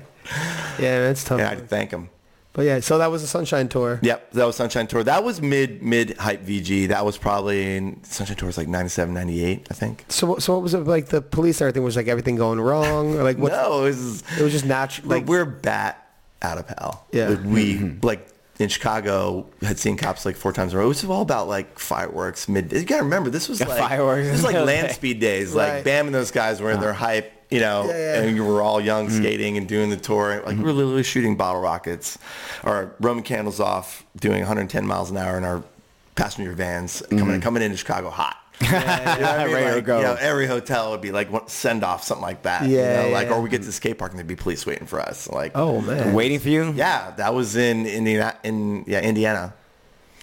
Speaker 2: Yeah, that's tough.
Speaker 3: And I thank him.
Speaker 2: But yeah, so that was the Sunshine Tour.
Speaker 3: Yep, that was Sunshine Tour. That was mid mid hype VG. That was probably in, Sunshine Tour was like 97, 98, I think.
Speaker 2: So, what- so what was it like? The police and everything was like everything going wrong, or like what?
Speaker 3: no, it was
Speaker 2: It was just natural.
Speaker 3: like
Speaker 2: Like
Speaker 3: we're bat out of hell.
Speaker 2: Yeah.
Speaker 3: Like we
Speaker 1: Mm-hmm.
Speaker 3: like in Chicago had seen cops like four times in a row. It was all about like fireworks mid. You gotta remember this was like
Speaker 1: fireworks.
Speaker 3: This was like
Speaker 1: Okay.
Speaker 3: land speed days. Like
Speaker 2: Right.
Speaker 3: Bam and those guys were in their hype. You know,
Speaker 2: Yeah, yeah.
Speaker 3: and we were all young,
Speaker 1: Mm-hmm.
Speaker 3: skating and doing the tour. Like we were literally shooting bottle rockets, or Roman candles off, doing 110 miles an hour in our passenger vans, coming coming into Chicago hot. You know what I
Speaker 1: Ready to
Speaker 3: mean? Like,
Speaker 1: Mm-hmm. go.
Speaker 3: you know, every hotel would be like send off something like that.
Speaker 2: Yeah,
Speaker 3: you know? like
Speaker 2: yeah.
Speaker 3: or we get to the skate park and there'd be police waiting for us. Like
Speaker 2: oh man,
Speaker 1: Waiting for you?
Speaker 3: yeah, that was in Indiana, in yeah Indiana,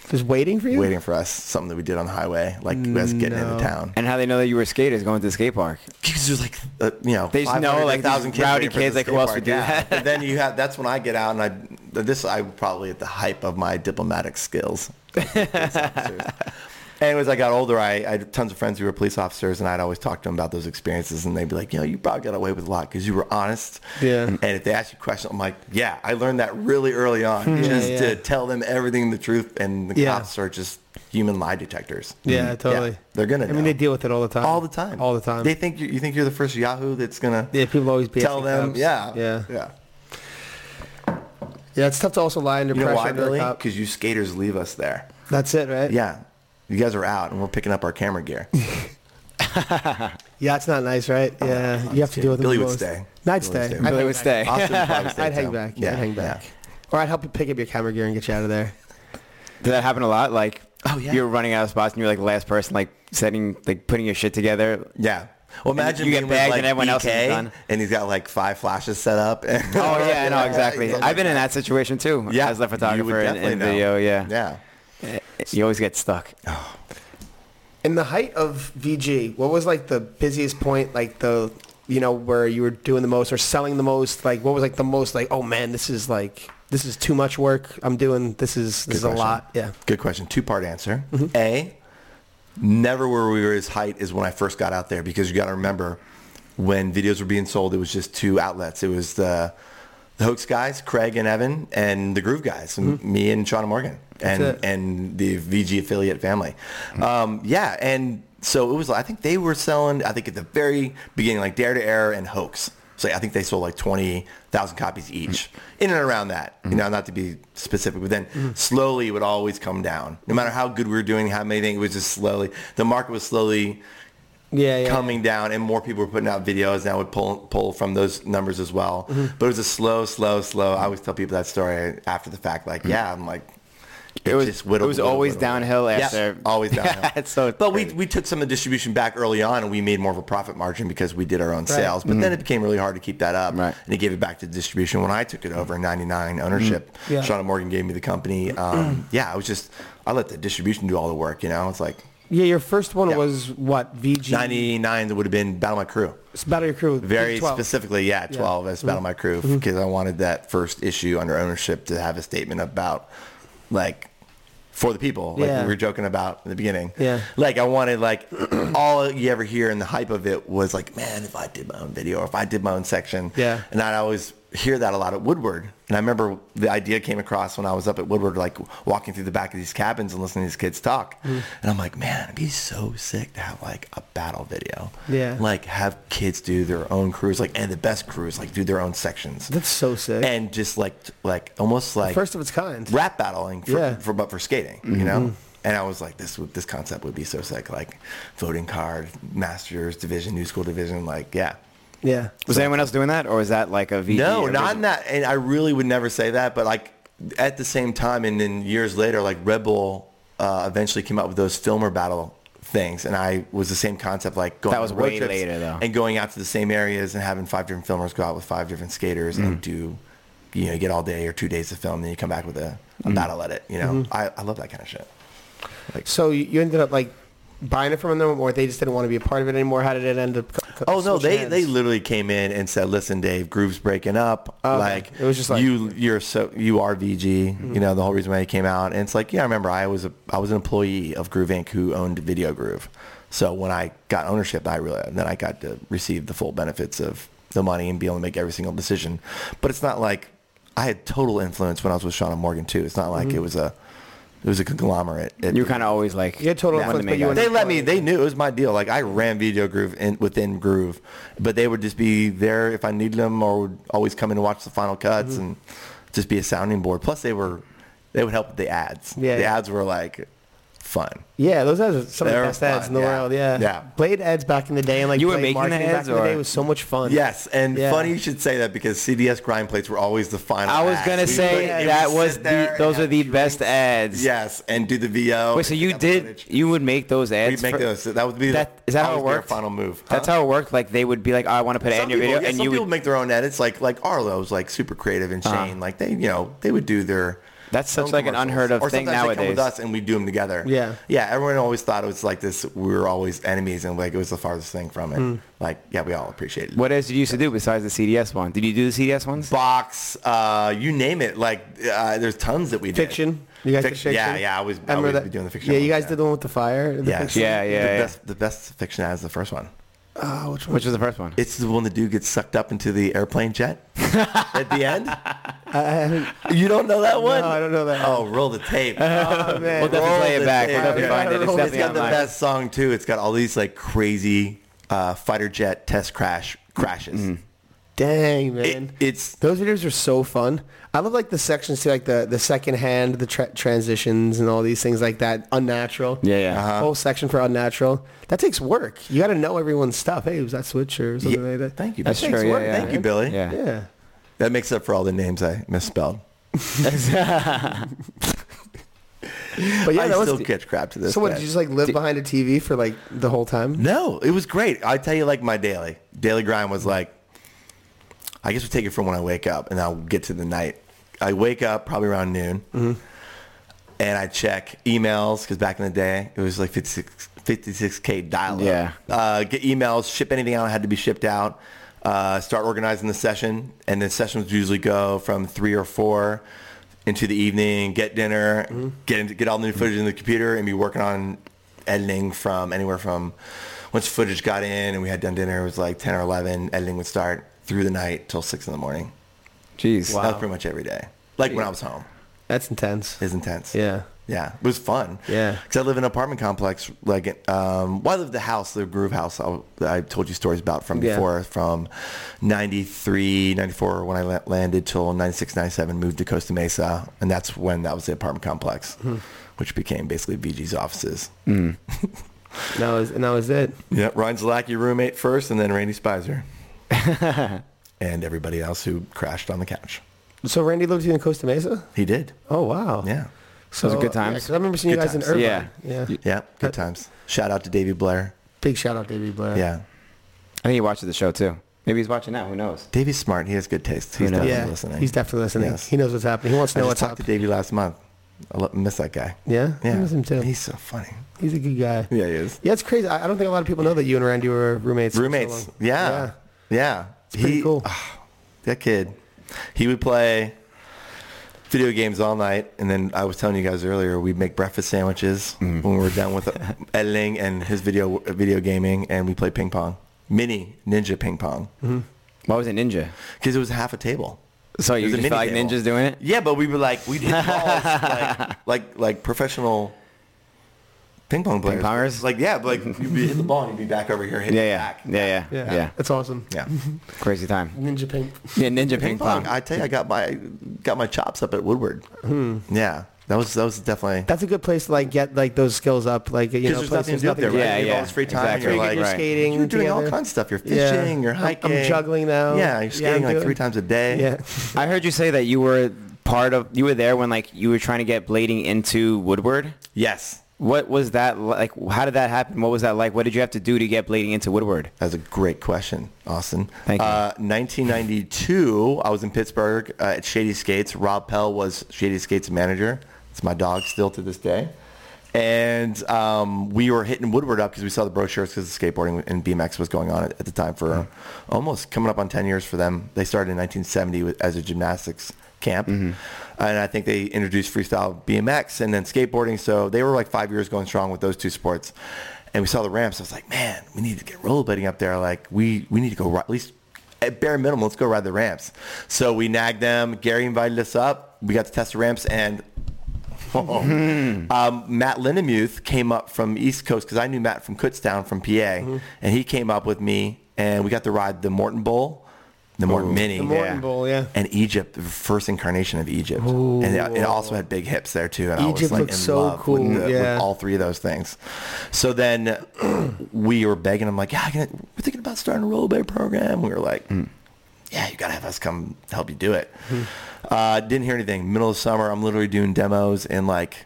Speaker 2: just waiting for you.
Speaker 3: waiting for us. Something that we did on the highway, like as getting
Speaker 2: No.
Speaker 3: into town.
Speaker 1: And how they know that you were skaters going to the skate park?
Speaker 3: Because there's like uh, you know
Speaker 1: They just know, like,
Speaker 3: 500,000
Speaker 1: these rowdy
Speaker 3: waiting for
Speaker 1: kids,
Speaker 3: the
Speaker 1: like, who
Speaker 3: skate
Speaker 1: else
Speaker 3: park,
Speaker 1: would do that?
Speaker 3: But then you have that's when I get out and I this I probably at the hype of my diplomatic skills. Anyways, I got older. I, I had tons of friends who were police officers, and I'd always talk to them about those experiences, and they'd be like, "You know, you probably got away with a lot because you were honest."
Speaker 2: Yeah.
Speaker 3: And if they ask you questions, I'm like, "Yeah, I learned that really early on, just
Speaker 2: yeah.
Speaker 3: to tell them everything the truth." And the
Speaker 2: Yeah.
Speaker 3: cops are just human lie detectors. Hmm.
Speaker 2: Yeah, totally.
Speaker 3: they're gonna.
Speaker 2: I mean,
Speaker 3: know.
Speaker 2: they deal with it all the time.
Speaker 3: All the time.
Speaker 2: All the time.
Speaker 3: They think you, you think you're the first Yahoo that's gonna
Speaker 2: yeah, people always be
Speaker 3: tell
Speaker 2: asking
Speaker 3: them.
Speaker 2: cops.
Speaker 3: Yeah.
Speaker 2: yeah,
Speaker 3: Yeah.
Speaker 2: yeah. It's tough to also lie under
Speaker 3: You know
Speaker 2: pressure
Speaker 3: why,
Speaker 2: under
Speaker 3: Billy?
Speaker 2: a cop.
Speaker 3: Because you skaters leave us there.
Speaker 2: That's it, right?
Speaker 3: Yeah. You guys are out, and we're picking up our camera gear.
Speaker 2: yeah. It's not nice, right? Yeah, you have to deal with it.
Speaker 3: Billy would stay.
Speaker 2: I'd
Speaker 3: Billy
Speaker 2: stay.
Speaker 3: would stay.
Speaker 1: Billy would stay.
Speaker 2: I'd hang back.
Speaker 3: Austin would probably stay
Speaker 2: I'd hang
Speaker 3: too.
Speaker 2: back. Yeah, I'd hang
Speaker 3: yeah.
Speaker 2: back. Or I'd help you pick up your camera gear and get you out of there.
Speaker 1: Did that happen a lot? Like,
Speaker 3: Oh, yeah.
Speaker 1: you were running out of spots and you were like the last person, like setting, like putting your shit together.
Speaker 3: Yeah. Well, imagine
Speaker 1: you get
Speaker 3: being with,
Speaker 1: bagged
Speaker 3: like,
Speaker 1: and everyone else is
Speaker 3: BK,
Speaker 1: done.
Speaker 3: and he's got like five flashes set up. oh
Speaker 1: Oh yeah, no, exactly.
Speaker 3: Yeah,
Speaker 1: I've been in that situation too.
Speaker 3: Yeah,
Speaker 1: as the
Speaker 3: you would
Speaker 1: photographer and,
Speaker 3: definitely
Speaker 1: and
Speaker 3: know.
Speaker 1: video. Yeah.
Speaker 3: yeah.
Speaker 1: you always get stuck.
Speaker 2: In the height of VG, what was like the busiest point, like the, you know, where you were doing the most or selling the most? Like, what was like the most, like, oh man, this is like, this is too much work. I'm doing, this is, this is a
Speaker 3: question.
Speaker 2: lot. Yeah.
Speaker 3: Good question. Two part answer. A, never were we were as height as when I first got out there because you got to remember when videos were being sold, it was just two outlets. It was the the Hoax guys, Craig and Evan, and the Groove guys, and me and Shauna Morgan, and
Speaker 2: it.
Speaker 3: and the VG affiliate family. Um, yeah, and so it was. I think they were selling. I think at the very beginning, like Dare to Error and Hoax. So I think they sold like twenty thousand copies each, in and around that. You know, not to be specific, but then slowly it would always come down. No matter how good we were doing, how many things, it was just slowly. The market was slowly
Speaker 2: Yeah. yeah.
Speaker 3: coming down and more people were putting out videos and I would pull pull from those numbers as well.
Speaker 1: Mm-hmm.
Speaker 3: But it was a slow, slow, slow. I always tell people that story after the fact, like, yeah, I'm like
Speaker 1: Mm-hmm. It was-
Speaker 3: just
Speaker 1: it
Speaker 3: whittled,
Speaker 1: was
Speaker 3: whittled,
Speaker 1: always
Speaker 3: whittled.
Speaker 1: downhill
Speaker 3: Yeah,
Speaker 1: after-
Speaker 3: always downhill.
Speaker 1: It's so
Speaker 3: but we,
Speaker 1: crazy.
Speaker 3: we took some of the distribution back early on and we made more of a profit margin because we did our own sales. But then it became really hard to keep that up.
Speaker 1: Mm-hmm. Right.
Speaker 3: And it gave it back to distribution when I took it over in 99 ownership.
Speaker 1: Mm-hmm.
Speaker 2: Yeah.
Speaker 3: Shauna Morgan gave me the company. Um, yeah, I was just, I let the distribution do all the work, you know? It's like
Speaker 2: Yeah. Your first one
Speaker 3: Yeah.
Speaker 2: was what? VG?
Speaker 3: 99 that would have been Battle My Crew.
Speaker 2: It's Battle Your Crew.
Speaker 3: Very
Speaker 2: 12.
Speaker 3: specifically, yeah, 12 as Battle My Crew
Speaker 2: Mm-hmm.
Speaker 3: because I wanted that first issue under ownership to have a statement about like for the people, like
Speaker 2: Yeah.
Speaker 3: we were joking about in the beginning.
Speaker 2: Yeah.
Speaker 3: Like I wanted like all you ever hear in the hype of it was like, man, if I did my own video or if I did my own section.
Speaker 2: Yeah.
Speaker 3: And I'd always hear that a lot at Woodward. And I remember the idea came across when I was up at Woodward, like walking through the back of these cabins and listening to these kids talk.
Speaker 2: Mm.
Speaker 3: And I'm like, man, it'd be so sick to have like a battle video.
Speaker 2: Yeah.
Speaker 3: Like have kids do their own crews, like, and the best crews, like do their own sections.
Speaker 2: That's so sick.
Speaker 3: and just like, t- like almost like
Speaker 2: First of its kind.
Speaker 3: rap battling for,
Speaker 2: Yeah. Mm-hmm.
Speaker 3: for but for skating, you know. And I was like, this would this concept would be so sick, like voting card, masters division, new school division, like yeah.
Speaker 2: Yeah.
Speaker 1: Was anyone else doing that, or was that like a VD?
Speaker 3: No,
Speaker 1: original-
Speaker 3: not in that. And I really would never say that, but like at the same time, and then years later, like Red Bull uh, eventually came up with those filmer battle things, and I was the same concept, like going
Speaker 1: That was
Speaker 3: on road
Speaker 1: way
Speaker 3: trips
Speaker 1: later, though.
Speaker 3: and going out to the same areas and having five different filmers go out with five different skaters
Speaker 1: Mm.
Speaker 3: and do, you know, you get all day or two days to film, then you come back with a, a
Speaker 1: Mm.
Speaker 3: battle at it. You know,
Speaker 1: Mm-hmm.
Speaker 3: I, I love that kind of shit.
Speaker 2: So you- you ended up like buying it from them, or they just didn't want to be a part of it anymore. How did it end up? co- co-
Speaker 3: Oh no,
Speaker 2: switching
Speaker 3: they
Speaker 2: hands?
Speaker 3: they literally came in and said, "Listen, Dave, Groove's breaking up.
Speaker 2: Okay.
Speaker 3: Like
Speaker 2: It was just like- Mm-hmm.
Speaker 3: you you're so you are VG. You know the whole reason why he came out. And it's like yeah, I remember I was a I was an employee of Groove Inc. who owned Video Groove. So when I got ownership, I really then I got to receive the full benefits of the money and be able to make every single decision. But it's not like I had total influence when I was with Sean and Morgan too. It's not like it was a it was a conglomerate. It-
Speaker 1: You were kind of always like
Speaker 2: Mm-hmm. You had total
Speaker 1: one of the
Speaker 2: influence,
Speaker 1: main
Speaker 2: but you were
Speaker 1: guys.
Speaker 3: they let me. They knew it was my deal. Like I ran Video Groove in, within Groove, but they would just be there if I needed them, or would always come in and watch the final cuts
Speaker 1: Mm-hmm.
Speaker 3: and just be a sounding board. Plus, they were they would help with the ads.
Speaker 2: Yeah,
Speaker 3: the
Speaker 2: yeah.
Speaker 3: ads were like fun.
Speaker 2: Yeah, those ads are some of the
Speaker 3: They were
Speaker 2: best ads in the
Speaker 3: fun, yeah.
Speaker 2: world. Yeah.
Speaker 3: Yeah.
Speaker 2: Blade ads back in the day and like
Speaker 1: You were
Speaker 2: Blade
Speaker 1: making the
Speaker 2: marketing
Speaker 1: ads,
Speaker 2: back in the day
Speaker 1: or-
Speaker 2: was so much fun.
Speaker 3: Yes, and
Speaker 2: Yeah.
Speaker 3: funny you should say that because CDS grind plates were always the final.
Speaker 1: I was
Speaker 3: ads.
Speaker 1: gonna
Speaker 3: We
Speaker 1: say
Speaker 3: would- it would
Speaker 1: that
Speaker 3: sit
Speaker 1: was
Speaker 3: there
Speaker 1: the,
Speaker 3: and
Speaker 1: those
Speaker 3: have
Speaker 1: are the
Speaker 3: drinks.
Speaker 1: best ads.
Speaker 3: Yes, and do the VO.
Speaker 1: Wait, so
Speaker 3: and
Speaker 1: you
Speaker 3: pick up
Speaker 1: did
Speaker 3: footage.
Speaker 1: you would make those ads?
Speaker 3: We'd make
Speaker 1: for-
Speaker 3: those. That would be
Speaker 1: That is that how it
Speaker 3: always their
Speaker 1: worked?
Speaker 3: Final move.
Speaker 1: That's
Speaker 3: Huh?
Speaker 1: how it worked. Like they would be like, oh, I want to put it in your
Speaker 3: people,
Speaker 1: video,
Speaker 3: yeah,
Speaker 1: and
Speaker 3: some
Speaker 1: you
Speaker 3: people
Speaker 1: would. Uh-huh.
Speaker 3: make their own edits. Like like Arlo's like super creative and Shane like they you know they would do their.
Speaker 1: That's such
Speaker 3: own
Speaker 1: like an
Speaker 3: commercials.
Speaker 1: unheard of
Speaker 3: or
Speaker 1: thing
Speaker 3: sometimes They come with
Speaker 1: nowadays.
Speaker 3: us and we do them together.
Speaker 2: Yeah.
Speaker 3: yeah. Everyone always thought it was like this. We were always enemies and like it was the farthest thing from it.
Speaker 2: Hmm.
Speaker 3: Like yeah, we all appreciate it.
Speaker 1: What else did you used to do besides the CDS one? Did you do the CDS ones?
Speaker 3: Box, uh, you name it. Like uh, there's tons that we did.
Speaker 2: Fiction. You guys did
Speaker 3: Fiction,
Speaker 2: fiction.
Speaker 3: Yeah, yeah. I was I
Speaker 2: remember
Speaker 3: always
Speaker 2: that-
Speaker 3: be doing the fiction.
Speaker 2: Yeah,
Speaker 3: ones,
Speaker 2: you guys did the one with the fire. The
Speaker 3: Yeah.
Speaker 2: fiction?
Speaker 1: Yeah,
Speaker 3: the
Speaker 1: yeah, yeah.
Speaker 3: best the best fiction ad is the first one.
Speaker 2: Oh, which one?
Speaker 1: Which was the first one?
Speaker 3: It's the one the dude gets sucked up into the airplane jet at the end.
Speaker 2: I-
Speaker 3: You don't know that one?
Speaker 2: No, I don't know that
Speaker 3: Oh, roll the tape.
Speaker 2: I- man.
Speaker 1: We'll definitely play
Speaker 3: Oh, the
Speaker 1: it back.
Speaker 3: tape.
Speaker 1: We'll definitely
Speaker 2: Yeah.
Speaker 1: find it. It's
Speaker 2: Roll the
Speaker 3: it's
Speaker 1: definitely
Speaker 3: got the
Speaker 1: online.
Speaker 3: best song too. It's got all these like crazy uh, fighter jet test crash crashes.
Speaker 1: Mm-hmm.
Speaker 2: Dang,
Speaker 3: It-
Speaker 2: man.
Speaker 3: it's
Speaker 2: Those videos are so fun. I love like the sections too, like the the second hand, the tra- transitions, and all these things like that. Unnatural.
Speaker 1: Yeah, yeah.
Speaker 2: Whole section for unnatural. That takes work. You got to know everyone's stuff. Hey, was that switch or something like that?
Speaker 3: thank you.
Speaker 1: That's
Speaker 3: Billy.
Speaker 1: true, yeah,
Speaker 3: Thanks,
Speaker 1: yeah.
Speaker 3: Thank you, Billy.
Speaker 1: Yeah.
Speaker 2: Yeah.
Speaker 3: That makes up for all the names I misspelled.
Speaker 2: But yeah,
Speaker 3: I
Speaker 2: that was.
Speaker 3: still catch crap to this.
Speaker 2: so what?
Speaker 3: day.
Speaker 2: Did you just like live behind a TV for like the whole time?
Speaker 3: No, it was great. I tell you, like my daily daily grind was like. I guess we take it from when I wake up, and I'll get to the night. I wake up probably around noon,
Speaker 1: Mm-hmm.
Speaker 3: and I check emails because back in the day it was like 56 k dial up.
Speaker 1: Yeah.
Speaker 3: Uh, get emails, ship anything out that had to be shipped out. Uh, start organizing the session, and the sessions would usually go from three or four into the evening. Get dinner, get into, get all the new footage in the computer, and be working on editing from anywhere from once footage got in and we had done dinner. It was like ten or eleven. Editing would start through the night till six in the morning.
Speaker 1: Jeez.
Speaker 3: That was pretty much every day. Like when I was home,
Speaker 2: That's intense.
Speaker 3: it was intense.
Speaker 2: Yeah.
Speaker 3: Yeah, it was fun.
Speaker 2: Yeah.
Speaker 3: because I live in an apartment complex. Like, um, well, I lived the house, the Groove House. I, I told you stories about from
Speaker 2: Yeah.
Speaker 3: before, from 93, 94 when I la- landed till 96, 97, moved to Costa Mesa, and that's when that was the apartment complex,
Speaker 2: Mm-hmm.
Speaker 3: which became basically VG's offices.
Speaker 2: And that was and that was it.
Speaker 3: Yeah, Ryan Zalaki, roommate first, and then Randy Spicer, and everybody else who crashed on the couch.
Speaker 2: So Randy lived here in Costa Mesa.
Speaker 3: He did.
Speaker 2: Oh wow.
Speaker 3: Yeah,
Speaker 2: So
Speaker 1: Those are good
Speaker 2: yeah,
Speaker 1: times.
Speaker 2: 'cause I remember seeing
Speaker 3: Good
Speaker 2: you guys
Speaker 3: times.
Speaker 2: in Irvine.
Speaker 1: Yeah.
Speaker 2: Yeah.
Speaker 3: yeah. Good times. Shout out to Davey Blair.
Speaker 2: Big shout out, Davey Blair.
Speaker 3: Yeah.
Speaker 1: I think he watches the show too. Maybe he's watching now. Who knows?
Speaker 3: Davey's smart. He has good taste. He's
Speaker 1: knows?
Speaker 3: definitely
Speaker 2: Yeah.
Speaker 3: listening.
Speaker 2: He's definitely listening.
Speaker 3: Yes.
Speaker 2: He knows what's happening. He wants to
Speaker 3: I
Speaker 2: know
Speaker 3: just
Speaker 2: what's
Speaker 3: talked
Speaker 2: up.
Speaker 3: to Davey last month. I lo- miss that guy.
Speaker 2: Yeah.
Speaker 3: Yeah.
Speaker 2: I miss him too.
Speaker 3: He's so funny.
Speaker 2: He's a good guy.
Speaker 3: Yeah, he is.
Speaker 2: Yeah, it's crazy. I I don't think a lot of people know that you and Randy were roommates. for so long.
Speaker 3: Roommates. yeah. Yeah. ah,
Speaker 2: pretty cool.
Speaker 3: that kid. He would play video games all night. And then I was telling you guys earlier, we'd make breakfast sandwiches
Speaker 2: Mm.
Speaker 3: when we were done with uh, editing and his video video gaming. And we played ping pong. Mini Ninja Ping Pong.
Speaker 1: Why was it ninja?
Speaker 3: because it was half a table.
Speaker 1: So
Speaker 3: It
Speaker 1: you
Speaker 3: was a
Speaker 1: just felt like
Speaker 3: mini table.
Speaker 1: ninjas doing it?
Speaker 3: Yeah, but we were like we did balls like, like like professional ping pong players.
Speaker 1: pongers?
Speaker 3: Like yeah, but like you'd be hit the ball and you'd be back over here hitting
Speaker 1: Yeah,
Speaker 3: it
Speaker 1: yeah,
Speaker 3: back.
Speaker 1: yeah, yeah, yeah,
Speaker 2: That's awesome.
Speaker 3: Yeah.
Speaker 1: Crazy time.
Speaker 2: Ninja Pink.
Speaker 1: Yeah, ninja ping,
Speaker 3: Ping
Speaker 1: pong.
Speaker 3: pong. I tell you, I got my got my chops up at Woodward. Yeah, that was that was definitely
Speaker 2: That's a good place to like get like those skills up. Like you know,
Speaker 3: because there's
Speaker 2: place-
Speaker 3: nothing to do up there, right?
Speaker 1: Yeah,
Speaker 3: you have
Speaker 1: yeah,
Speaker 3: all this free time.
Speaker 1: exactly.
Speaker 3: And you're
Speaker 1: Right,
Speaker 3: like,
Speaker 2: You're
Speaker 1: right.
Speaker 2: skating.
Speaker 3: you're doing all
Speaker 2: together.
Speaker 3: kinds of stuff. You're
Speaker 2: Yeah.
Speaker 3: fishing. You're
Speaker 2: I'm-
Speaker 3: hiking.
Speaker 2: I'm juggling now.
Speaker 3: Yeah, you're skating like
Speaker 2: doing-
Speaker 3: three times a day.
Speaker 2: Yeah.
Speaker 1: I heard you say that you were part of, you were there when like you were trying to get blading into Woodward.
Speaker 3: Yes,
Speaker 1: What was that like? How did that happen? What was that like? What did you have to do to get blading into Woodward?
Speaker 3: That's a great question, Austin.
Speaker 1: Thank you.
Speaker 3: Uh, 1992, I was in Pittsburgh uh, at Shady Skates. Rob Pell was Shady Skates manager. It's my dog still to this day. And um, we were hitting Woodward up because we saw the brochures because skateboarding and BMX was going on at, at the time for uh, almost coming up on 10 years for them. They started in 1970 with, as a gymnastics camp. And I think they introduced freestyle BMX and then skateboarding. So they were like five years going strong with those two sports. And we saw the ramps. I was like, man, we need to get rollerblading up there. Like we, we need to go ri- at least at bare minimum, let's go ride the ramps. So we nagged them. Gary invited us up. We got to test the ramps and um, Matt Lindemuth came up from East Coast because I knew Matt from Kutztown from PA,
Speaker 2: Mm-hmm.
Speaker 3: and he came up with me, and we got to ride the Morton Bowl, the Morton Mini,
Speaker 2: The Morton Bowl, yeah.
Speaker 3: and Egypt, the first incarnation of Egypt, and it, it also had big hips there too. And I was
Speaker 2: Egypt
Speaker 3: like
Speaker 2: looks
Speaker 3: in
Speaker 2: so
Speaker 3: love
Speaker 2: cool,
Speaker 3: with, the- with
Speaker 2: yeah.
Speaker 3: all three of those things. So then we were begging him like, yeah, I can, we're thinking about starting a rollerblading program. We were like
Speaker 2: Hmm.
Speaker 3: yeah, you gotta have us come help you do it. Uh, didn't hear anything. Middle of summer, I'm literally doing demos in like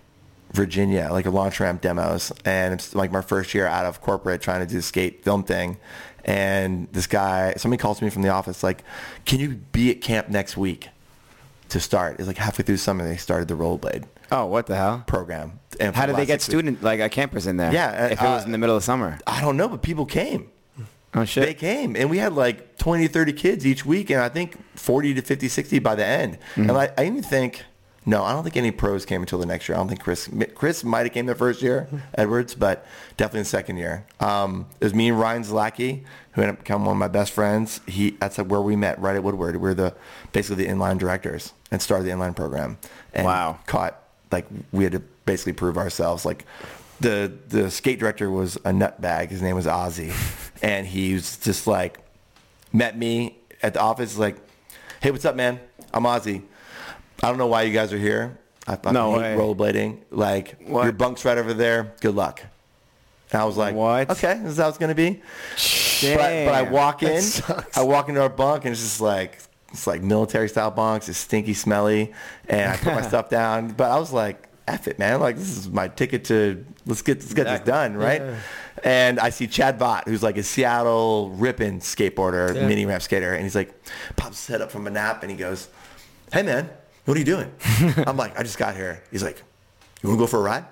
Speaker 3: Virginia, like a launch ramp demos, and it's like my first year out of corporate trying to do the skate film thing. And this guy, somebody calls me from the office, like, "Can you be at camp next week to start?" It's like halfway through summer they started the rollerblade
Speaker 1: Oh, what the hell?
Speaker 3: program. And for
Speaker 1: How
Speaker 3: the
Speaker 1: did they
Speaker 3: last
Speaker 1: get
Speaker 3: six weeks-
Speaker 1: student like uh, campers in there?
Speaker 3: Yeah, uh,
Speaker 1: if it was
Speaker 3: uh,
Speaker 1: in the middle of summer.
Speaker 3: I don't know, but people came.
Speaker 1: Oh
Speaker 3: They
Speaker 1: shit.
Speaker 3: came and we had like 20, 30 kids each week and I think 40 to 50, 60 by the end.
Speaker 1: Mm-hmm.
Speaker 3: And I, I even think, no, I don't think any pros came until the next year. I don't think Chris, Chris might have came the first year, Edwards, but definitely the second year. Um, it was me and Ryan Zlacki, who ended up becoming one of my best friends. He, that's where we met right at Woodward. We were the, basically the inline directors and started the inline program. And
Speaker 1: Wow.
Speaker 3: caught like we had to basically prove ourselves like the the skate director was a nutbag his name was ozzy and he was just like met me at the office like hey what's up man i'm ozzy i don't know why you guys are here i fucking
Speaker 1: No way.
Speaker 3: hate rollerblading like
Speaker 1: What?
Speaker 3: your bunk's right over there good luck and i was like
Speaker 1: What?
Speaker 3: okay this is how it's gonna be but, I- but I
Speaker 1: Damn.
Speaker 3: walk
Speaker 2: That
Speaker 3: in,
Speaker 2: sucks.
Speaker 3: I walk into our bunk and it's just like it's like military style bunks. It's stinky, smelly, and I put my stuff down. But I was like, "F it, man! Like this is my ticket to let's get let's get this done, right?" And I see Chad Vott, who's like a Seattle ripping skateboarder,
Speaker 2: Yeah.
Speaker 3: mini ramp skater, and he's like, pops his head up from a nap, and he goes, "Hey, man, what are you doing?" I'm like, "I just got here." He's like, "You want to go for a ride?"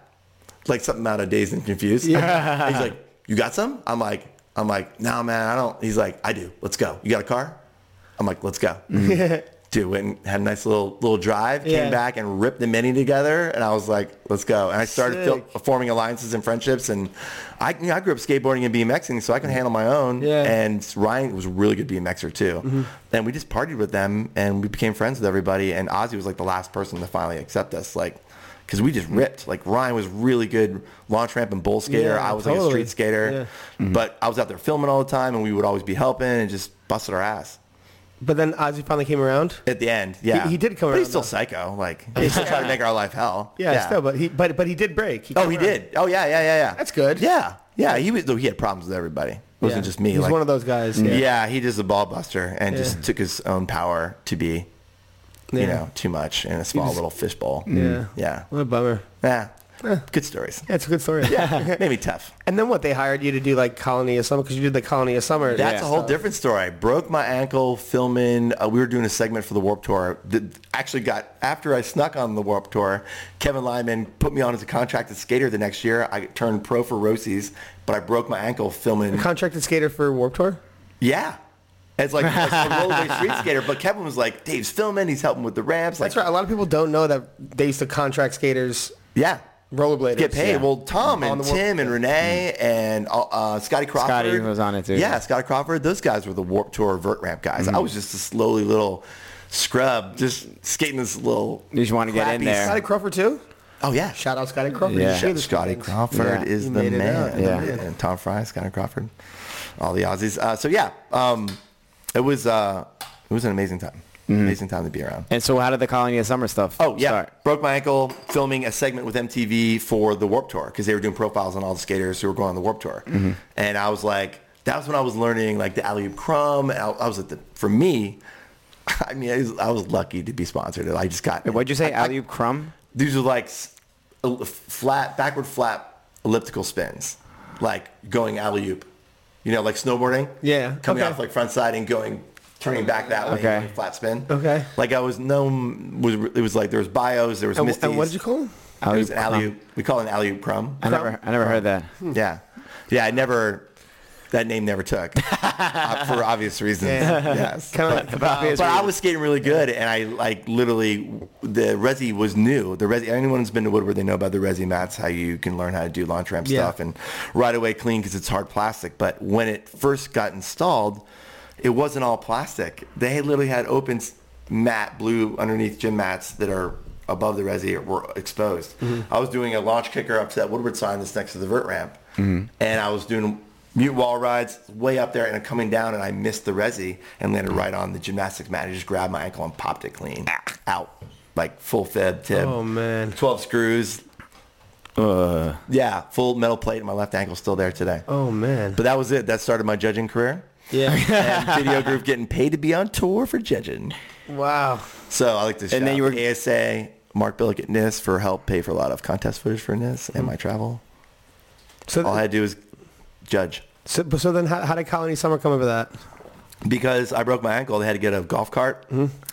Speaker 3: like something out of Dazed and Confused. Yeah. he's like, "You got some?" I'm like, "I'm like, no, man, I don't." He's like, "I do. Let's go. You got a car?" I'm like, "Let's go." Dude, went and had a nice little little drive. Came
Speaker 2: Yeah.
Speaker 3: back and ripped the mini together, and I was like, "Let's go!" And I started fil-
Speaker 2: Sick.
Speaker 3: forming alliances and friendships. And I, you know, I grew up skateboarding and BMXing, so I can handle my own.
Speaker 2: Mm-hmm. Yeah. Mm-hmm.
Speaker 3: And Ryan was a really good BMXer too. And we just partied with them, and we became friends with everybody. And Ozzy was like the last person to finally accept us, like because we just ripped. Like Ryan was really good launch ramp and bowl skater.
Speaker 2: Mm. Yeah,
Speaker 3: I was like a
Speaker 2: totally.
Speaker 3: street skater, but I was out there filming all the time, and we would always be helping and just busted our ass.
Speaker 2: But then Ozzy finally came around.
Speaker 3: At the end, yeah,
Speaker 2: He- he did come
Speaker 3: but he's
Speaker 2: around,
Speaker 3: still
Speaker 2: though.
Speaker 3: psycho. Like he still tried to make our life hell.
Speaker 2: Yeah, still, but he but but he did break.
Speaker 3: Oh,
Speaker 2: came
Speaker 3: he
Speaker 2: around.
Speaker 3: did. Oh, yeah, yeah, yeah, yeah.
Speaker 2: That's good.
Speaker 3: Yeah, yeah. He was though. He had problems with everybody. It wasn't
Speaker 2: Yeah.
Speaker 3: just me.
Speaker 2: He's
Speaker 3: like- Mm.
Speaker 2: one of those guys.
Speaker 3: Yeah.
Speaker 2: Yeah.
Speaker 3: he just a ball buster and
Speaker 2: Yeah.
Speaker 3: just took his own power to be,
Speaker 2: Yeah. Mm.
Speaker 3: you know, too much in a small little fishbowl.
Speaker 2: Yeah.
Speaker 3: Yeah.
Speaker 2: What a bummer.
Speaker 3: Yeah.
Speaker 2: Eh.
Speaker 3: Good stories.
Speaker 2: Yeah, it's a good story.
Speaker 3: Maybe tough.
Speaker 2: And then what? They hired you to do like Colony of Summer because you did the Colony of Summer.
Speaker 3: That's
Speaker 2: Yeah.
Speaker 3: a whole different story. I broke my ankle filming. Uh, we were doing a segment for the Warp Tour. That actually got after I snuck on the Warp Tour. Kevin Lyman put me on as a contracted skater the next year. I turned pro for Rosie's, but I broke my ankle filming.
Speaker 2: Contracted skater for Warp Tour.
Speaker 3: Yeah. It's like, like a rollerblade street skater. But Kevin was like, Dave's filming. He's helping with the ramps. Like,
Speaker 2: That's right. A lot of people don't know that they used to contract skaters
Speaker 3: Yeah.
Speaker 2: rollerbladers.
Speaker 3: get paid.
Speaker 1: Yeah.
Speaker 3: Well, Tom
Speaker 2: On
Speaker 3: and
Speaker 2: the warp-
Speaker 3: Tim and Renee and uh, uh, Scotty Crawford.
Speaker 1: Hmm. Scotty was on it, too. Hmm.
Speaker 3: Yeah, Scotty Crawford. Those guys were the Warp Tour vert ramp guys. I was just this lowly little scrub, just skating this little.
Speaker 1: You just wanna get in
Speaker 3: crappy-
Speaker 1: there.
Speaker 2: Scotty Crawford too.
Speaker 3: Oh yeah,
Speaker 2: Shout out Scotty Crawford.
Speaker 1: Yeah.
Speaker 2: You should have this
Speaker 3: Scotty
Speaker 2: thing.
Speaker 3: Crawford
Speaker 1: Yeah.
Speaker 3: is
Speaker 2: He
Speaker 3: the
Speaker 2: made it
Speaker 3: man.
Speaker 2: up.
Speaker 1: Yeah.
Speaker 3: And Tom Fry, Scotty Crawford, all the Aussies. Uh, so yeah, um, it was uh, it was an amazing time.
Speaker 1: Hmm.
Speaker 3: Amazing time to be around.
Speaker 1: And so how did the Colony of Summer stuff
Speaker 3: Oh yeah,
Speaker 1: start?
Speaker 3: broke my ankle filming a segment with MTV for the Warp Tour because they were doing profiles on all the skaters who were going on the Warp Tour,
Speaker 1: Mm-hmm.
Speaker 3: and I was like, that was when I was learning like the alley oop crumb. and I, I was at the for me, I mean, I was, I was lucky to be sponsored. I just got
Speaker 1: What'd you say,
Speaker 3: I- I-
Speaker 1: Alley-oop Crumb?
Speaker 3: these are like s- el- flat backward flap elliptical spins, like going alley oop, you know, like snowboarding.
Speaker 2: Yeah,
Speaker 3: coming
Speaker 2: okay.
Speaker 3: off like front side and going turning back that way,
Speaker 1: Okay.
Speaker 3: okay. flat spin.
Speaker 2: Okay.
Speaker 3: like I was no was it was like there was bios, there was
Speaker 2: And,
Speaker 3: misties.
Speaker 2: and what did you call him?
Speaker 3: It was an
Speaker 1: Alley-oop
Speaker 3: alley oop. We call it an alley oop crumb.
Speaker 1: I never, I never heard that.
Speaker 3: Yeah, yeah. I never. That name never took uh, for obvious reasons.
Speaker 2: Yeah.
Speaker 3: Yes.
Speaker 2: Kind of like
Speaker 3: But I was skating really good, and I like literally the resi was new. The resi, anyone who's been to Woodward, they know about the resi mats, how you can learn how to do launch ramp
Speaker 2: Yeah.
Speaker 3: stuff and right away clean because it's hard plastic. But when it first got installed, it wasn't all plastic. They literally had open s- matte blue underneath gym mats that are above the resi or were exposed. I was doing a launch kicker up to that Woodward sign that's next to the vert ramp, and I was doing mute wall rides way up there and I'm coming down and I missed the resi and landed right on the gymnastics mat. I just grabbed my ankle and popped it clean out like full fib tib.
Speaker 2: Oh, man.
Speaker 3: 12 screws. Yeah, full metal plate in my left ankle still there today.
Speaker 2: Oh man.
Speaker 3: But that was it. That started my judging career.
Speaker 2: yeah.
Speaker 3: And video group getting paid to be on tour for judging.
Speaker 2: wow.
Speaker 3: So I like to shout
Speaker 1: then
Speaker 3: out
Speaker 1: you were-
Speaker 3: the ASA, Mark Billick at NIST for help pay for a lot of contest footage for NIST and
Speaker 2: Mm-hmm.
Speaker 3: my travel.
Speaker 2: So,
Speaker 3: All I had to do was judge.
Speaker 2: so, but so then how, how did Colony Summer come over that?
Speaker 3: because I broke my ankle, they had to get a golf cart,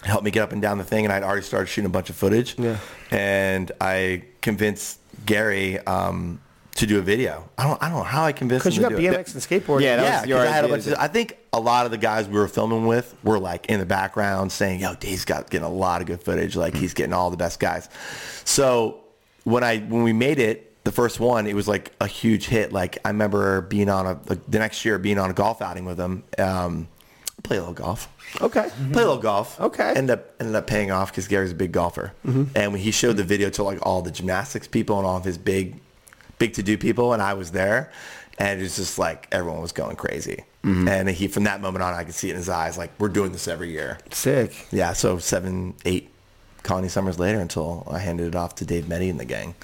Speaker 3: help me get up and down the thing, and I'd already started shooting a bunch of footage.
Speaker 2: Mm-hmm. Yeah.
Speaker 3: And I convinced Gary um, to do a video. I don't, I don't know how I convinced him
Speaker 2: Because you
Speaker 3: to
Speaker 2: got
Speaker 3: do it.
Speaker 2: BMX and skateboarding.
Speaker 1: Yeah, that
Speaker 3: yeah,
Speaker 1: was your
Speaker 3: 'cause I had a
Speaker 1: idea,
Speaker 3: bunch
Speaker 1: is
Speaker 3: of, I think a lot of the guys we were filming with were like in the background saying, "Yo, Dave's got getting a lot of good footage. Like he's getting all the best guys." So when I when we made it the first one, it was like a huge hit. Like I remember being on a like, the next year being on a golf outing with him. Um, play a little golf
Speaker 2: Okay.
Speaker 3: play a little golf.
Speaker 2: Okay.
Speaker 3: Ended up ended up paying off because Gary's a big golfer, and when he showed the video to like all the gymnastics people and all of his big, big to do people, and I was there, and it was just like everyone was going crazy, and he from that moment on I could see it in his eyes like we're doing this every year.
Speaker 2: Sick.
Speaker 3: Yeah, so seven, eight, colony summers later until I handed it off to Dave Meddy and the gang.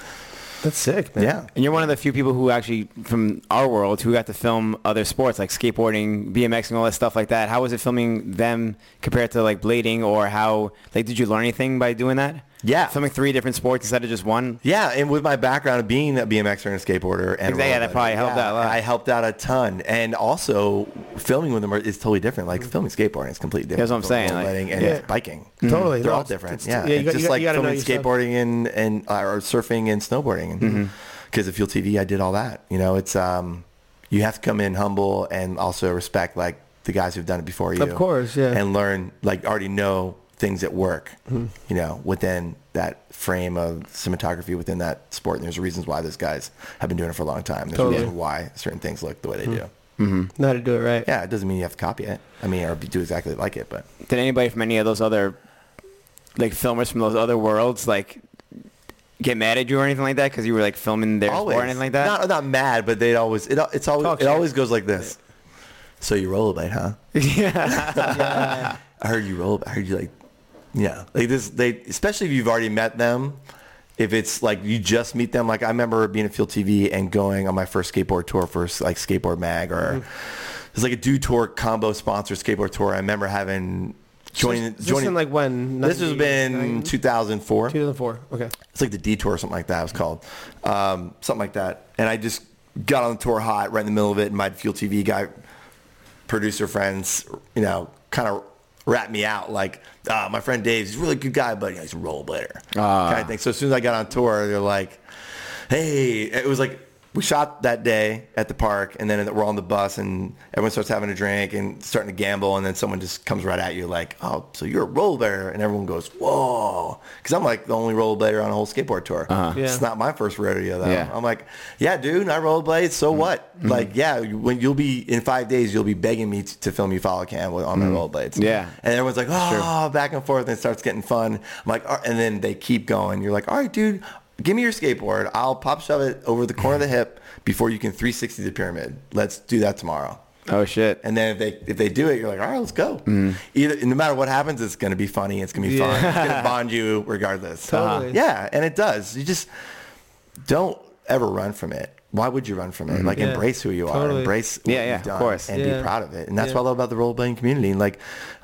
Speaker 2: That's sick, man.
Speaker 3: Yeah. Mm-hmm.
Speaker 1: And you're one of the few people who actually, from our world, who got to film other sports like skateboarding, BMX, and all that stuff like that. How was it filming them compared to like blading, or how like did you learn anything by doing that?
Speaker 3: Yeah.
Speaker 1: filming three different sports instead of just one.
Speaker 3: Yeah, and with my background of being a BMXer and a skateboarder, and
Speaker 1: Exactly, yeah, that
Speaker 3: rollerblader,
Speaker 1: probably helped out a lot.
Speaker 3: I helped out a ton, and also filming with them are- is totally different. Like filming skateboarding is completely different.
Speaker 1: Mm-hmm. That's what I'm
Speaker 3: from
Speaker 1: saying, like-
Speaker 3: rollerblading and
Speaker 2: Yeah.
Speaker 3: biking,
Speaker 2: Totally.
Speaker 3: they're
Speaker 2: No,
Speaker 3: all
Speaker 2: it's-
Speaker 3: different.
Speaker 2: it's-
Speaker 3: yeah,
Speaker 2: yeah, you
Speaker 3: it's
Speaker 2: got-
Speaker 3: just
Speaker 2: you got-
Speaker 3: like
Speaker 2: you gotta know your
Speaker 3: filming
Speaker 2: stuff.
Speaker 3: skateboarding and and uh, or surfing and snowboarding,
Speaker 2: Mm-hmm.
Speaker 3: and because of Fuel TV, I did all that. You know, it's um, you have to come in humble and also respect like the guys who've done it before you,
Speaker 2: Of course, yeah. Mm-hmm.
Speaker 3: and learn like already know things that work, you know, within that frame of cinematography within that sport. And there's reasons why those guys have been doing it for a long time. There's
Speaker 2: Totally. Mm-hmm.
Speaker 3: a reason why certain things look the way they do.
Speaker 2: Know how to do it right.
Speaker 3: Yeah, it doesn't mean you have to copy it. I mean, or be- do exactly like it, but
Speaker 1: Did anybody from any of those other like filmers from those other worlds like get mad at you or anything like that because you were like filming their sport or anything like that?
Speaker 3: Not, not mad, but they always it, al- it's always
Speaker 2: Talk
Speaker 3: it
Speaker 2: shit.
Speaker 3: always goes like this. So you rollerblade, huh?
Speaker 1: yeah,
Speaker 3: I heard you roll. I heard you like, yeah, like this. They especially if you've already met them. If it's like you just meet them, like I remember being at Field TV and going on my first skateboard tour for like Skateboard Mag or
Speaker 2: Mm-hmm.
Speaker 3: it was like a do tour combo sponsor skateboard tour. I remember having joining
Speaker 2: Is this
Speaker 3: joining
Speaker 2: in like when?
Speaker 3: this has
Speaker 2: 90s,
Speaker 3: been
Speaker 2: 90s?
Speaker 3: 2004
Speaker 2: 2004. Okay.
Speaker 3: it's like the detour or something like that it was called um, something like that and i just got on the tour hot right in the middle of it and my fuel tv guy producer friends you know kind of rat me out like ah, my friend Dave's he's a really good guy but you know, he's a rollerblader kind of thing so as soon as i got on tour they're like hey it was like we shot that day at the park, and then we're on the bus, and everyone starts having a drink and starting to gamble, and then someone just comes right at you like, "Oh, so you're a rollerblader," and everyone goes, "Whoa!" Because I'm like the only rollerblader on a whole skateboard tour. It's
Speaker 2: Yeah.
Speaker 3: not my first rodeo though.
Speaker 1: Yeah. Mm-hmm.
Speaker 3: I'm like, "Yeah, dude, I rollerblade. So what? Like, yeah, you- when you'll be in five days, you'll be begging me to, to film you follow cam with- on my rollerblades."
Speaker 1: Mm-hmm. Yeah.
Speaker 3: and everyone's like, "Oh, back and forth," and it starts getting fun. I'm like, "All right," and then they keep going. You're like, "All right, dude." Give me your skateboard. I'll pop shove it over the corner of the hip before you can 360 the pyramid. Let's do that tomorrow.
Speaker 1: Oh shit.
Speaker 3: And then if they if they do it, you're like, all right, let's go. Either no matter what happens, it's gonna be funny. It's gonna be fun. It's gonna bond you regardless. Uh-huh.
Speaker 2: Totally.
Speaker 3: Yeah, and it does. You just don't ever run from it. Why would you run from it? Like
Speaker 2: Yeah,
Speaker 3: embrace who you are,
Speaker 2: totally.
Speaker 3: embrace what
Speaker 1: Yeah, yeah,
Speaker 3: you've
Speaker 1: of
Speaker 3: done,
Speaker 1: course.
Speaker 3: and
Speaker 2: Yeah.
Speaker 3: be proud of it. And that's
Speaker 2: Yeah.
Speaker 3: what I love about the role playing community. And, Like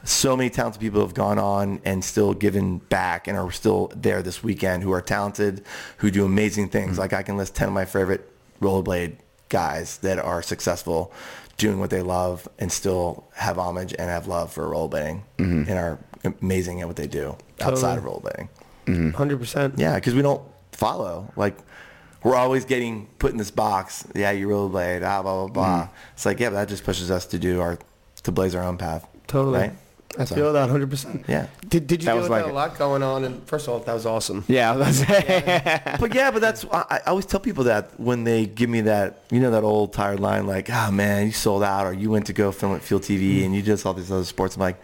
Speaker 3: so many talented people have gone on and still given back and are still there this weekend who are talented, who do amazing things. Like I can list 10 of my favorite rollerblade guys that are successful doing what they love and still have homage and have love for rollerblading and are amazing at what they do outside of rollerblading.
Speaker 2: Hundred percent.
Speaker 3: Mm. Yeah, because we don't follow. Like, we're always getting put in this box. Yeah, you rollerblade, ah, blah, blah, blah. It's like, yeah, but that just pushes us to do our, to blaze our own path.
Speaker 2: Totally.
Speaker 3: Right?
Speaker 2: I
Speaker 3: So,
Speaker 2: feel that hundred percent.
Speaker 3: Yeah.
Speaker 2: Did, did you
Speaker 1: That
Speaker 2: deal
Speaker 1: was
Speaker 2: with
Speaker 1: like
Speaker 2: that
Speaker 1: it.
Speaker 2: a lot going on? And first of all, that was awesome.
Speaker 1: Yeah, I was about to say.
Speaker 3: But yeah, but that's, I, I always tell people that when they give me that, you know, that old tired line, like, oh man, you sold out or you went to go film at Field TV and you did all these other sports. I'm like,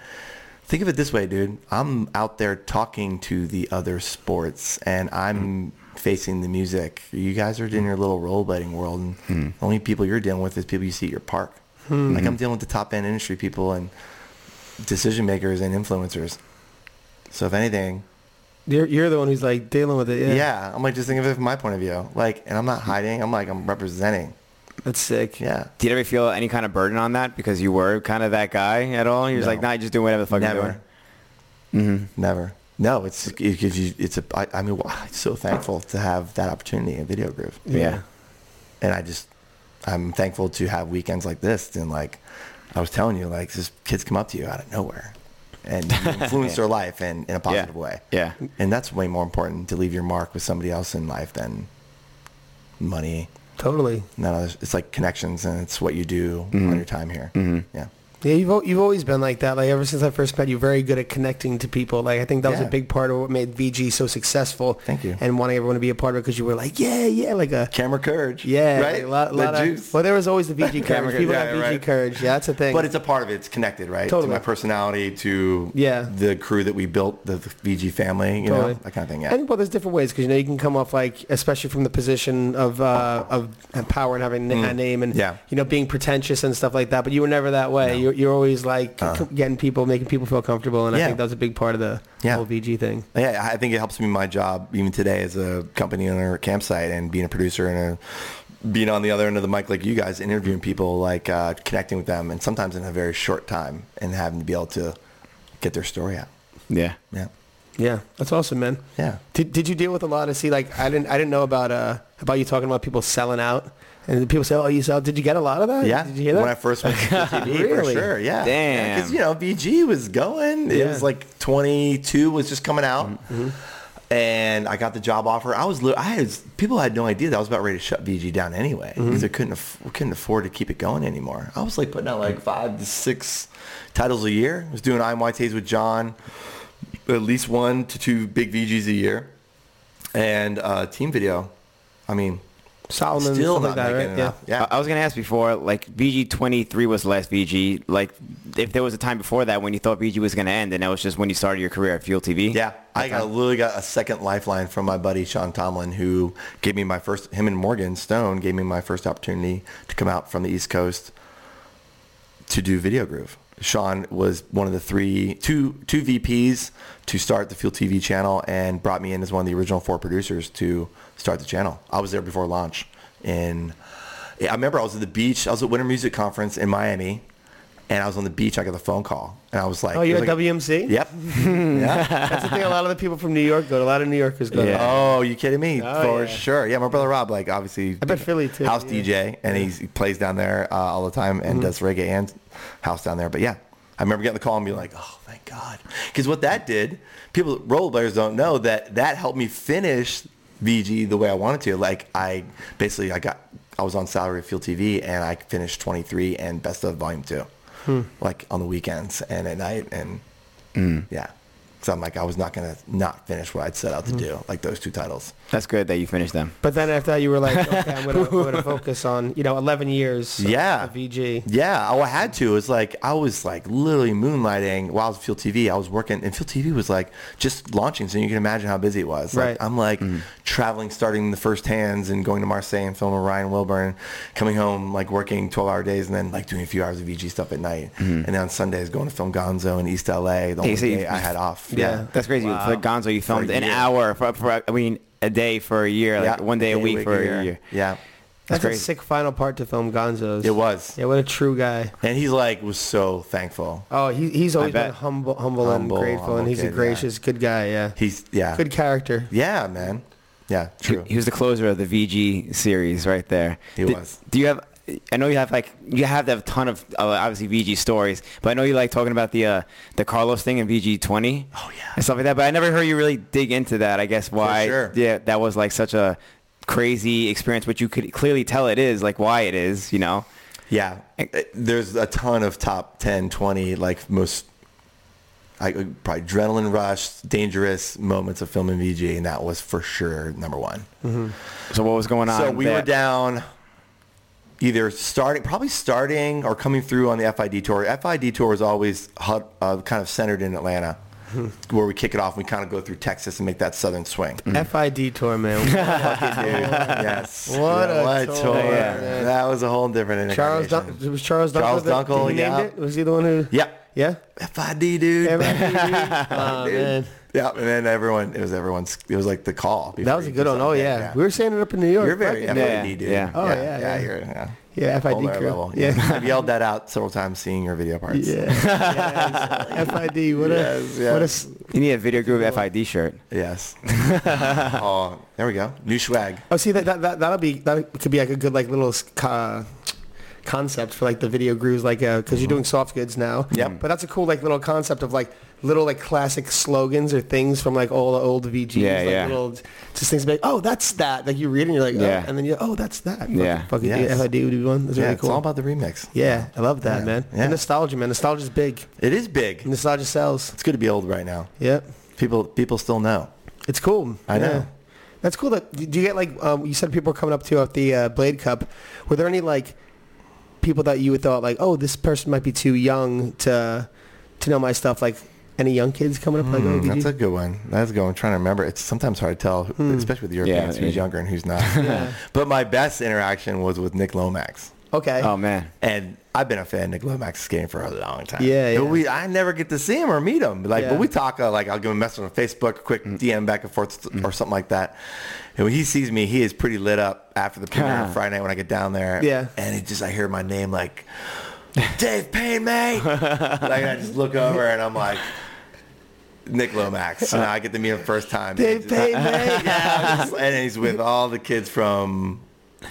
Speaker 3: think of it this way, dude. I'm out there talking to the other sports and I'm facing the music. You guys are in your little rollerblading world and the only people you're dealing with is people you see at your park. Like I'm dealing with the top end industry people and decision makers and influencers. So if anything,
Speaker 2: You're, you're the one who's like dealing with it.
Speaker 3: yeah.
Speaker 2: Yeah.
Speaker 3: I'm like, just think of it from my point of view. Like, and I'm not hiding. I'm like, I'm representing.
Speaker 2: That's sick.
Speaker 3: Yeah.
Speaker 1: Did you ever feel any kind of burden on that because you were kind of that guy at all? You was
Speaker 3: No.
Speaker 1: like, nah, you just do whatever the fuck you're doing.
Speaker 3: Never. Never. No, it's, it gives you, it's a, I, I mean, wow, I'm so thankful to have that opportunity in Video Groove.
Speaker 1: Yeah.
Speaker 3: And I just, I'm thankful to have weekends like this. And like, I was telling you, like, just kids come up to you out of nowhere and you influence their life in, in a positive way.
Speaker 1: Yeah.
Speaker 3: And that's way more important to leave your mark with somebody else in life than money.
Speaker 2: Totally.
Speaker 3: None other, it's like connections and it's what you do
Speaker 2: Mm-hmm.
Speaker 3: on your time here. Yeah.
Speaker 2: Yeah, you've al- you've always been like that. Like ever since I first met you, very good at connecting to people. Like I think that was
Speaker 3: Yeah.
Speaker 2: a big part of what made VG so successful.
Speaker 3: Thank you.
Speaker 2: And wanting everyone to be a part of it because you were like, yeah, yeah, like a
Speaker 3: Camera courage.
Speaker 2: yeah,
Speaker 3: Right?
Speaker 2: like a lot,
Speaker 3: The
Speaker 2: lot of-
Speaker 3: juice.
Speaker 2: well, there was always the VG
Speaker 1: Camera
Speaker 2: courage. People
Speaker 3: yeah,
Speaker 2: have VG
Speaker 3: right.
Speaker 2: courage. Yeah, that's a thing.
Speaker 3: But it's a part of it. It's connected, right?
Speaker 2: Totally.
Speaker 3: To my personality, to
Speaker 2: Yeah.
Speaker 3: the crew that we built, the VG family, you
Speaker 2: Totally.
Speaker 3: know, that kind of thing. Yeah.
Speaker 2: And well, there's different ways because you know you can come off like, especially from the position of uh, of and power and having a name and
Speaker 3: Mm. Yeah.
Speaker 2: you know being pretentious and stuff like that. But you were never that way. You're, you're always like c- getting people, making people feel comfortable, and I
Speaker 3: Uh-huh. Yeah.
Speaker 2: think that was a big part of the
Speaker 3: Yeah.
Speaker 2: whole VG thing.
Speaker 3: yeah, I think it helps me in my job even today as a company owner at campsite and being a producer and a, being on the other end of the mic like you guys, interviewing people, like uh, connecting with them, and sometimes in a very short time, and having to be able to get their story out.
Speaker 1: Yeah.
Speaker 3: Yeah,
Speaker 2: Yeah, that's awesome, man.
Speaker 3: yeah.
Speaker 2: Did, did you deal with a lot of see like I didn't I didn't know about uh about you talking about people selling out and people say oh you sell did you get a lot of that
Speaker 3: Yeah,
Speaker 2: did you hear that
Speaker 3: when I first went to TV,
Speaker 2: Really?
Speaker 3: for sure. Yeah,
Speaker 1: Damn.
Speaker 3: because you know VG was going. It
Speaker 2: Yeah. Mm-hmm.
Speaker 3: was like 22 was just coming out, and I got the job offer. I was, li- I had people had no idea that I was about ready to shut VG down anyway because
Speaker 2: Mm-hmm.
Speaker 3: they couldn't aff- we couldn't afford to keep it going anymore. I was like putting out like five to six titles a year. I was doing IMYTs with John, at least one to two big VGs a year, and uh, team video. I mean,
Speaker 2: Solomon
Speaker 3: still
Speaker 2: stuff like
Speaker 3: not
Speaker 2: that
Speaker 3: making
Speaker 2: right yeah
Speaker 3: enough. Yeah.
Speaker 1: I I was gonna ask before, like VG twenty three was the last VG. Like, if there was a time before that when you thought VG was gonna end, and that was just when you started your career at Fuel TV.
Speaker 3: Yeah, I
Speaker 1: uh,
Speaker 2: um,
Speaker 3: got, literally got a second lifeline from my buddy Sean Tomlin, who gave me my first. Him and Morgan Stone gave me my first opportunity to come out from the East Coast to do Video Groove. Sean was one of the three, two, two VPs to start the Fuel TV channel, and brought me in as one of the original four producers to start the channel. I was there before launch. In, I remember I was at the beach. I was at Winter Music Conference in Miami, and I was on the beach. I got the phone call, and I was like,
Speaker 2: oh you're
Speaker 3: it
Speaker 2: at
Speaker 3: was like-
Speaker 2: WMC
Speaker 3: Yep. yeah.
Speaker 2: that's the thing a lot of the people from New York go to a lot of New Yorkers go
Speaker 1: Yeah.
Speaker 2: to.
Speaker 3: Oh, you kidding me?
Speaker 2: Oh,
Speaker 3: For
Speaker 2: yeah.
Speaker 3: sure. Yeah, my brother Rob, like obviously, I
Speaker 2: bet Philly, too, Mm-hmm.
Speaker 3: House
Speaker 2: yeah.
Speaker 3: DJ, and he's, he plays down there uh, all the time and does reggae and house down there. But yeah, I remember getting the call and being like, oh, thank God, because what that did, people role players don't know that that helped me finish VG the way I wanted to. Like I basically I got I was on salary at Fuel TV and I finished 23 and Best of Volume 2,
Speaker 2: Hmm.
Speaker 3: like on the weekends and at night. And yeah. So I'm like, I was not going to not finish what I'd set out to
Speaker 2: Hmm.
Speaker 3: do, like those two titles.
Speaker 1: That's good that you finished them.
Speaker 2: But then after that, you were like, okay, I'm gonna, I'm gonna focus on you know 11 years.
Speaker 3: Yeah.
Speaker 2: Of VG.
Speaker 3: Yeah, oh, I had to. It was like I was like literally moonlighting while I was at Field TV. I was working, and Field TV was like just launching, so you can imagine how busy it was. Like
Speaker 2: Right.
Speaker 3: I'm like
Speaker 1: Mm-hmm.
Speaker 3: traveling, starting the first hands, and going to Marseille and filming Ryan Wilburn, coming home like working 12-hour days, and then like doing a few hours of VG stuff at night, and then on Sundays going to film Gonzo in East LA. The only
Speaker 1: Mm-hmm. so you-
Speaker 3: day I had off.
Speaker 2: Yeah.
Speaker 1: That's crazy. For Gonzo, you filmed
Speaker 3: For a
Speaker 1: an
Speaker 3: year.
Speaker 1: hour for, for I mean a day for a year, like
Speaker 3: Yeah,
Speaker 1: one day a week for a year.
Speaker 3: Yeah,
Speaker 2: That's, a
Speaker 1: crazy.
Speaker 2: sick final part to film Gonzo's.
Speaker 3: it was,
Speaker 2: Yeah, what a true guy.
Speaker 3: and he's like was so thankful.
Speaker 2: Oh, he, he's always been
Speaker 1: bet.
Speaker 2: humble, humble,
Speaker 3: Humble,
Speaker 2: and grateful,
Speaker 3: humble
Speaker 2: and he's
Speaker 3: kid,
Speaker 2: a
Speaker 3: yeah.
Speaker 2: gracious, good guy. Yeah.
Speaker 3: He's yeah,
Speaker 2: Good character.
Speaker 3: yeah, man, yeah, true.
Speaker 1: He was the closer of the VG series right there.
Speaker 3: He
Speaker 1: Do-
Speaker 3: was.
Speaker 1: Do you have? I know you have like you have to have a ton of uh, obviously VG stories, but I know you like talking about the uh, the Carlos thing in VG twenty.
Speaker 3: Oh, yeah.
Speaker 1: and stuff like that. But I never heard you really dig into that. I guess why?
Speaker 3: sure.
Speaker 1: Yeah, that was like such a crazy experience, which you could clearly tell it is like why it is. You know,
Speaker 3: Yeah. It- There's a ton of top 10, 20, like most I, probably adrenaline rush, dangerous moments of film and VG, and that was for sure number one.
Speaker 1: so what was going on?
Speaker 3: So we were
Speaker 1: there?
Speaker 3: down either starting, probably starting or coming through on the FID tour. FID tour is always hot, uh, kind of centered in Atlanta,
Speaker 2: Hmm.
Speaker 3: where we kick it off and we kind of go through Texas and make that southern swing.
Speaker 2: Fid tour man.
Speaker 3: yes.
Speaker 2: What a
Speaker 3: What
Speaker 2: tour, man.
Speaker 3: That was a whole different
Speaker 2: Charles Dun-
Speaker 3: incarnation.
Speaker 2: it was Charles Dunkel.
Speaker 3: Charles
Speaker 2: that-
Speaker 3: Dunkel,
Speaker 2: who
Speaker 3: yeah.
Speaker 2: Named it? Was he the one who?
Speaker 3: Yep.
Speaker 2: Yeah.
Speaker 3: FID, dude.
Speaker 2: oh, man.
Speaker 3: Yeah, and then everyone, it was everyone's, it was like the call.
Speaker 2: That was a good one. Oh yeah. we were saying it up in New York.
Speaker 3: You're very
Speaker 2: Fucking-
Speaker 3: FID,
Speaker 1: Yeah,
Speaker 3: dude.
Speaker 1: yeah.
Speaker 2: Oh, yeah,
Speaker 3: yeah.
Speaker 2: yeah.
Speaker 3: You're, yeah.
Speaker 2: yeah. Fid
Speaker 3: Whole nother
Speaker 2: crew.
Speaker 3: level.
Speaker 2: Yeah.
Speaker 3: Yeah. I've yelled that out several times seeing your video parts.
Speaker 2: Yeah. Yes. FID. What a
Speaker 3: Yes, yes.
Speaker 2: what a s-
Speaker 1: You need a video group FID shirt.
Speaker 3: Yes. oh, there we go. New swag.
Speaker 2: Oh, see that that that that'll be that could be like a good like little uh, concept for like the video grooves like because
Speaker 1: Mm-hmm.
Speaker 2: you're doing soft goods now.
Speaker 3: Yep.
Speaker 2: But that's a cool like little concept of like little like classic slogans or things from like all the old VGs.
Speaker 1: Yeah,
Speaker 2: like,
Speaker 1: yeah.
Speaker 2: Little, just things like oh that's that like you read and you're like oh,
Speaker 1: Yeah.
Speaker 2: and then you oh that's that
Speaker 1: Yeah.
Speaker 2: fucking
Speaker 3: Yes.
Speaker 2: FID would be one that's
Speaker 3: yeah,
Speaker 2: really
Speaker 3: it's all
Speaker 2: cool.
Speaker 3: about the remix.
Speaker 2: Yeah, I love that man.
Speaker 3: yeah.
Speaker 2: And nostalgia man, nostalgia's big.
Speaker 3: It is big.
Speaker 2: Nostalgia sells.
Speaker 3: It's good to be old right now.
Speaker 2: Yeah,
Speaker 3: People, people still know.
Speaker 2: it's cool.
Speaker 3: I
Speaker 2: Yeah.
Speaker 3: know.
Speaker 2: That's cool. That do you get like um, you said people were coming up to you at the uh, Blade Cup? Were there any like people that you would thought like, oh, this person might be too young to to know my stuff? Like any young kids coming up? like, oh,
Speaker 3: Mm,
Speaker 2: did
Speaker 3: that's
Speaker 2: you?
Speaker 3: a good one. That's a good one. I'm trying to remember. It's sometimes hard to tell,
Speaker 2: Mm.
Speaker 3: especially with
Speaker 1: Yeah,
Speaker 3: Europeans, who's
Speaker 1: yeah.
Speaker 3: younger and who's not. But my best interaction was with Nick Lomax.
Speaker 2: okay.
Speaker 3: um,
Speaker 1: Oh man,
Speaker 3: And I've been a fan of Nick Lomax's game for a long time.
Speaker 2: Yeah, yeah.
Speaker 3: But we, I never get to see him or meet him. Like,
Speaker 2: Yeah. Mm.
Speaker 3: but we talk. Uh, like, I'll give him a message on Facebook, a quick DM back and forth, or something like that. And when he sees me, he is pretty lit up after the premiere on Friday night when I get down there.
Speaker 2: Yeah.
Speaker 3: And it just, I hear my name like, Dave Payne, mate. like, I just look over and I'm like. Nick Lomax, and I get to meet him first time.
Speaker 2: Dave
Speaker 3: It's-
Speaker 2: Payne, mate.
Speaker 3: yeah, I'm just- and he's with all the kids from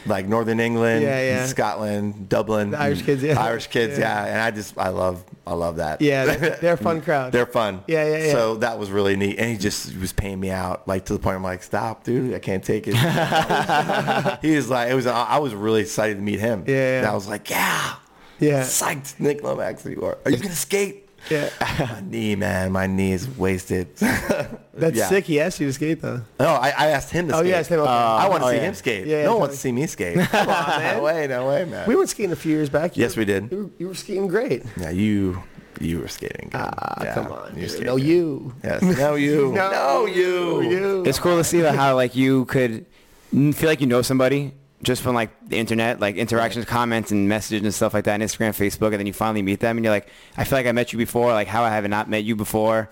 Speaker 3: like Northern England,
Speaker 2: Yeah, yeah.
Speaker 3: Scotland, Dublin,
Speaker 2: The Irish kids, yeah.
Speaker 3: Irish kids,
Speaker 2: Yeah.
Speaker 3: yeah. And I just, I love, I love that.
Speaker 2: Yeah, they're, they're a fun crowd.
Speaker 3: They're fun.
Speaker 2: Yeah, yeah, yeah.
Speaker 3: So that was really neat. And he just was paying me out, like to the point I'm like, stop, dude, I can't take it. he was like, it was, I was really excited to meet him.
Speaker 2: Yeah, yeah.
Speaker 3: And I was like, yeah,
Speaker 2: yeah,
Speaker 3: psyched, Nick Lomax, you are. Are you gonna skate?
Speaker 2: yeah.
Speaker 3: my knee, man, my knee is wasted.
Speaker 2: That's
Speaker 3: Yeah.
Speaker 2: sick. He asked you to skate though.
Speaker 3: No, I, I asked him to
Speaker 2: Oh,
Speaker 3: skate.
Speaker 2: you asked him, okay.
Speaker 3: I want to
Speaker 1: Oh,
Speaker 3: see
Speaker 1: yeah.
Speaker 3: him skate.
Speaker 2: Yeah,
Speaker 3: no
Speaker 2: yeah,
Speaker 3: one wants to see me skate. Come on, man. No way, no way, man.
Speaker 2: We went skating a few years back. You
Speaker 3: Yes, we did.
Speaker 2: You were, you were skating great.
Speaker 3: Yeah, you you were skating. good.
Speaker 2: Ah,
Speaker 3: Yeah,
Speaker 2: come on.
Speaker 3: you were
Speaker 2: dude.
Speaker 3: skating
Speaker 2: No,
Speaker 3: good.
Speaker 2: you.
Speaker 3: Yes. No, you. no, you.
Speaker 2: You.
Speaker 1: it's cool to see like, how like you could n- feel like you know somebody just from like the internet, like interactions, comments, and messages and stuff like that on Instagram, Facebook, and then you finally meet them, and you're like, I feel like I met you before, like how I have not met you before,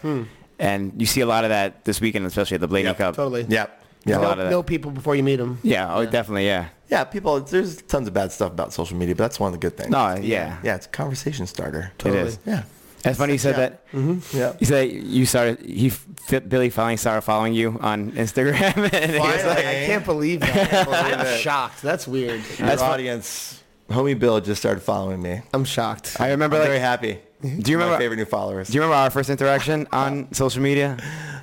Speaker 1: and you see a lot of that this weekend, especially at the Blading
Speaker 3: Hmm. Yep,
Speaker 1: Cup.
Speaker 2: Totally.
Speaker 3: Yep.
Speaker 1: A
Speaker 3: Yeah.
Speaker 1: lot
Speaker 2: Know,
Speaker 1: of that.
Speaker 2: know people before you meet them.
Speaker 1: Yeah, oh, definitely, yeah.
Speaker 3: Yeah. People, there's tons of bad stuff about social media, but that's one of the good things.
Speaker 1: No, yeah,
Speaker 3: Yeah, it's a conversation starter.
Speaker 1: it is.
Speaker 3: Yeah.
Speaker 1: That's funny you said that.
Speaker 3: Yeah.
Speaker 1: You said you started. He fit, Billy finally started following you on Instagram. and he was
Speaker 3: Finally.
Speaker 1: like,
Speaker 2: I can't believe that.
Speaker 3: believe
Speaker 2: I'm
Speaker 3: it.
Speaker 2: shocked. That's weird.
Speaker 3: Your audience, homie Bill just started following me.
Speaker 2: I'm shocked.
Speaker 1: I remember
Speaker 3: I'm
Speaker 1: like.
Speaker 3: very happy.
Speaker 1: do you
Speaker 3: My
Speaker 1: remember?
Speaker 3: favorite new followers.
Speaker 1: Do you remember our first interaction on social media?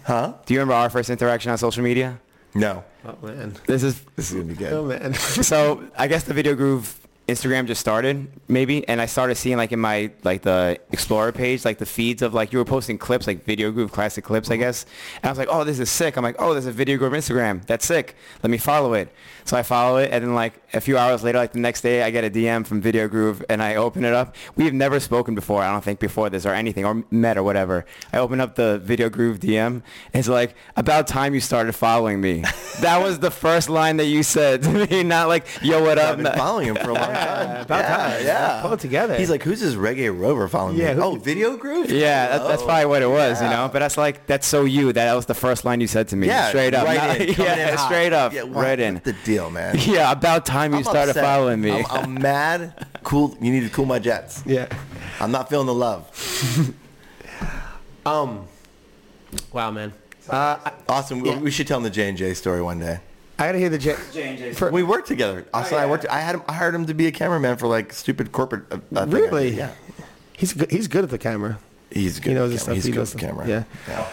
Speaker 3: huh?
Speaker 1: Do you remember our first interaction on social media?
Speaker 3: No.
Speaker 2: Oh man.
Speaker 1: This is
Speaker 3: This is gonna be
Speaker 2: Oh
Speaker 3: good.
Speaker 2: man.
Speaker 1: so I guess the video groove Instagram just started maybe and I started seeing like in my like the explorer page like the feeds of like you were posting clips like video groove classic clips I guess and I was like oh this is sick I'm like oh there's a video groove Instagram that's sick let me follow it so I follow it and then like a few hours later like the next day I get a DM from video groove and I open it up we've never spoken before I don't think before this or anything or met or whatever I open up the video groove DM and it's like about time you started following me that was the first line that you said to me not like yo what
Speaker 3: I've
Speaker 1: up
Speaker 3: been
Speaker 1: No.
Speaker 3: following him for a long time.
Speaker 2: About
Speaker 3: yeah,
Speaker 2: time.
Speaker 3: Yeah.
Speaker 2: Pull it together.
Speaker 3: He's like, who's this reggae rover following
Speaker 2: Yeah,
Speaker 3: me?
Speaker 2: who-
Speaker 3: Oh, video groove?
Speaker 1: Yeah, that, that's
Speaker 3: Oh.
Speaker 1: probably what it was, you
Speaker 3: yeah.
Speaker 1: know. But that's like that's so you. That, that was the first line you said to me.
Speaker 3: Yeah.
Speaker 1: straight up.
Speaker 3: Right
Speaker 1: Not-
Speaker 3: in. coming
Speaker 1: yeah,
Speaker 3: in hot.
Speaker 1: straight up.
Speaker 3: Yeah, what-
Speaker 1: right in.
Speaker 3: what's the deal, man?
Speaker 1: yeah, about time you
Speaker 3: I'm
Speaker 1: started
Speaker 3: upset.
Speaker 1: following me.
Speaker 3: I'm, I'm mad. Cool. You need to cool my jets.
Speaker 2: yeah.
Speaker 3: I'm not feeling the love.
Speaker 2: Um. Wow, man. Uh, I,
Speaker 3: Awesome. We- We should tell him the J and J story one day.
Speaker 2: I gotta hear the J.
Speaker 1: J&J.
Speaker 2: For,
Speaker 3: We worked together.
Speaker 2: Oh,
Speaker 3: Austin and I worked. I had him. I hired him to be a cameraman for like stupid corporate. Uh, uh, thing I
Speaker 2: Really?
Speaker 3: did. Yeah.
Speaker 2: he's good. He's good at the camera.
Speaker 3: He's good.
Speaker 2: He knows
Speaker 3: at
Speaker 2: his
Speaker 3: camera.
Speaker 2: stuff.
Speaker 3: He's
Speaker 2: He
Speaker 3: good
Speaker 2: knows
Speaker 3: at
Speaker 2: stuff.
Speaker 3: camera.
Speaker 2: Yeah.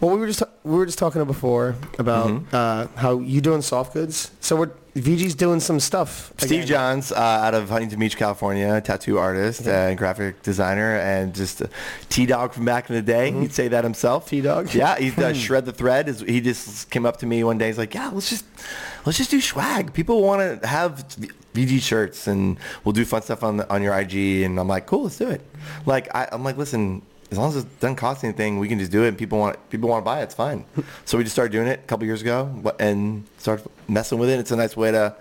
Speaker 2: Well, we were just ta- we were just talking before about
Speaker 3: Mm-hmm.
Speaker 2: uh, how you doing soft goods. So we're VG's doing some stuff.
Speaker 3: Steve
Speaker 2: again.
Speaker 3: Johns, uh, out of Huntington Beach, California, tattoo artist and graphic designer, and just a T Dog from back in the day. He'd say that himself.
Speaker 2: T Dog?
Speaker 3: Yeah, he's uh, shred the thread. Is he just came up to me one day? He's like, "Yeah, let's just let's just do swag. People want to have VG shirts, and we'll do fun stuff on the, on your IG." And I'm like, "Cool, let's do it." Like I, I'm like, "Listen." As long as it doesn't cost anything, we can just do it. And people want people want to buy it. It's fine. so we just started doing it a couple years ago wh- and started messing with it. It's a nice way to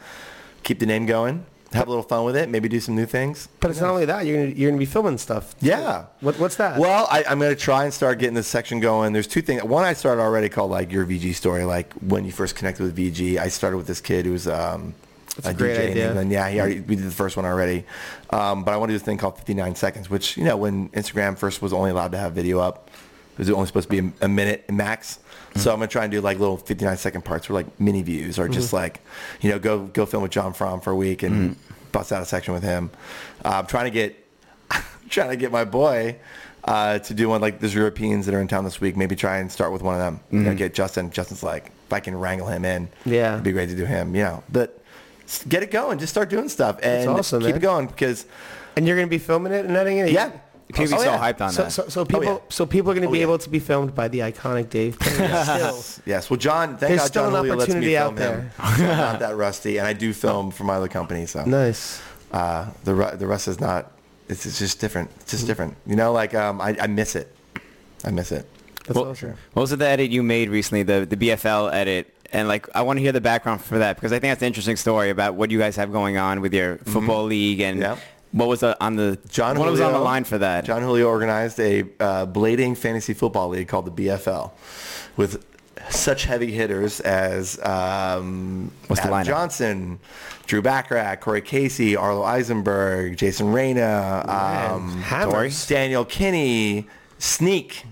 Speaker 3: keep the name going, have a little fun with it, maybe do some new things.
Speaker 2: But it's not only that. You're gonna, you're gonna be filming stuff.
Speaker 3: Yeah.
Speaker 2: What, what's that?
Speaker 3: Well, I, I'm going to try and start getting this section going. There's two things. One I started already called like your VG story, like when you first connected with VG. I started with this kid who was um,
Speaker 2: That's a great idea.
Speaker 3: and yeah, he already, we did the first one already. Um, but I want to do this thing called 59 seconds, which you know when Instagram first was only allowed to have video up, it was only supposed to be a, a minute max.
Speaker 2: Mm-hmm.
Speaker 3: So I'm gonna try and do like little 59 second parts, or like mini views, or
Speaker 2: Mm-hmm.
Speaker 3: just like, you know, go go film with John Fromm for a week and bust out a section with him. Uh, I'm trying to get trying to get my boy uh, to do one like there's Europeans that are in town this week. Maybe try and start with one of them. You know, get Justin. Justin's like, if I can wrangle him in,
Speaker 2: Mm-hmm. Yeah.
Speaker 3: it'd be great to do him. Yeah, but s- get it going. Just start doing stuff and
Speaker 2: awesome,
Speaker 3: keep
Speaker 2: man.
Speaker 3: it going because
Speaker 2: and you're gonna be filming it and editing it.
Speaker 3: yeah,
Speaker 1: People be
Speaker 3: Oh,
Speaker 1: so
Speaker 3: yeah.
Speaker 1: hyped on
Speaker 2: So,
Speaker 1: that.
Speaker 2: so, so people
Speaker 3: yeah.
Speaker 2: so people are gonna
Speaker 3: Oh,
Speaker 2: be
Speaker 3: yeah.
Speaker 2: able to be filmed by the iconic Dave.
Speaker 3: Yes. yes. Well, John, thank
Speaker 2: There's
Speaker 3: God
Speaker 2: still
Speaker 3: John
Speaker 2: an
Speaker 3: Julio lets me
Speaker 2: opportunity
Speaker 3: film
Speaker 2: out
Speaker 3: him. So I'm not that rusty, and I do film for my other company, so
Speaker 2: nice.
Speaker 3: uh, the ru- the rest is not. It's, it's just different. It's
Speaker 2: Mm-hmm.
Speaker 3: just different. You know, like um, I, I miss it. I miss it.
Speaker 2: That's
Speaker 1: Well,
Speaker 2: awesome.
Speaker 1: What was it the edit you made recently, the the BFL edit? And like, I want to hear the background for that because I think that's an interesting story about what you guys have going on with your football league and
Speaker 3: Mm-hmm. Yeah.
Speaker 1: what was the, on the
Speaker 3: John
Speaker 1: what was on the
Speaker 3: Julio-
Speaker 1: line for that.
Speaker 3: John Julio organized a uh, blading fantasy football league called the BFL with such heavy hitters as um,
Speaker 1: What's the
Speaker 3: Adam
Speaker 1: lineup?
Speaker 3: Johnson, Drew Backrack, Corey Casey, Arlo Eisenberg, Jason Reyna, um,
Speaker 2: hammers.
Speaker 3: Dory- Daniel Kinney, Sneak.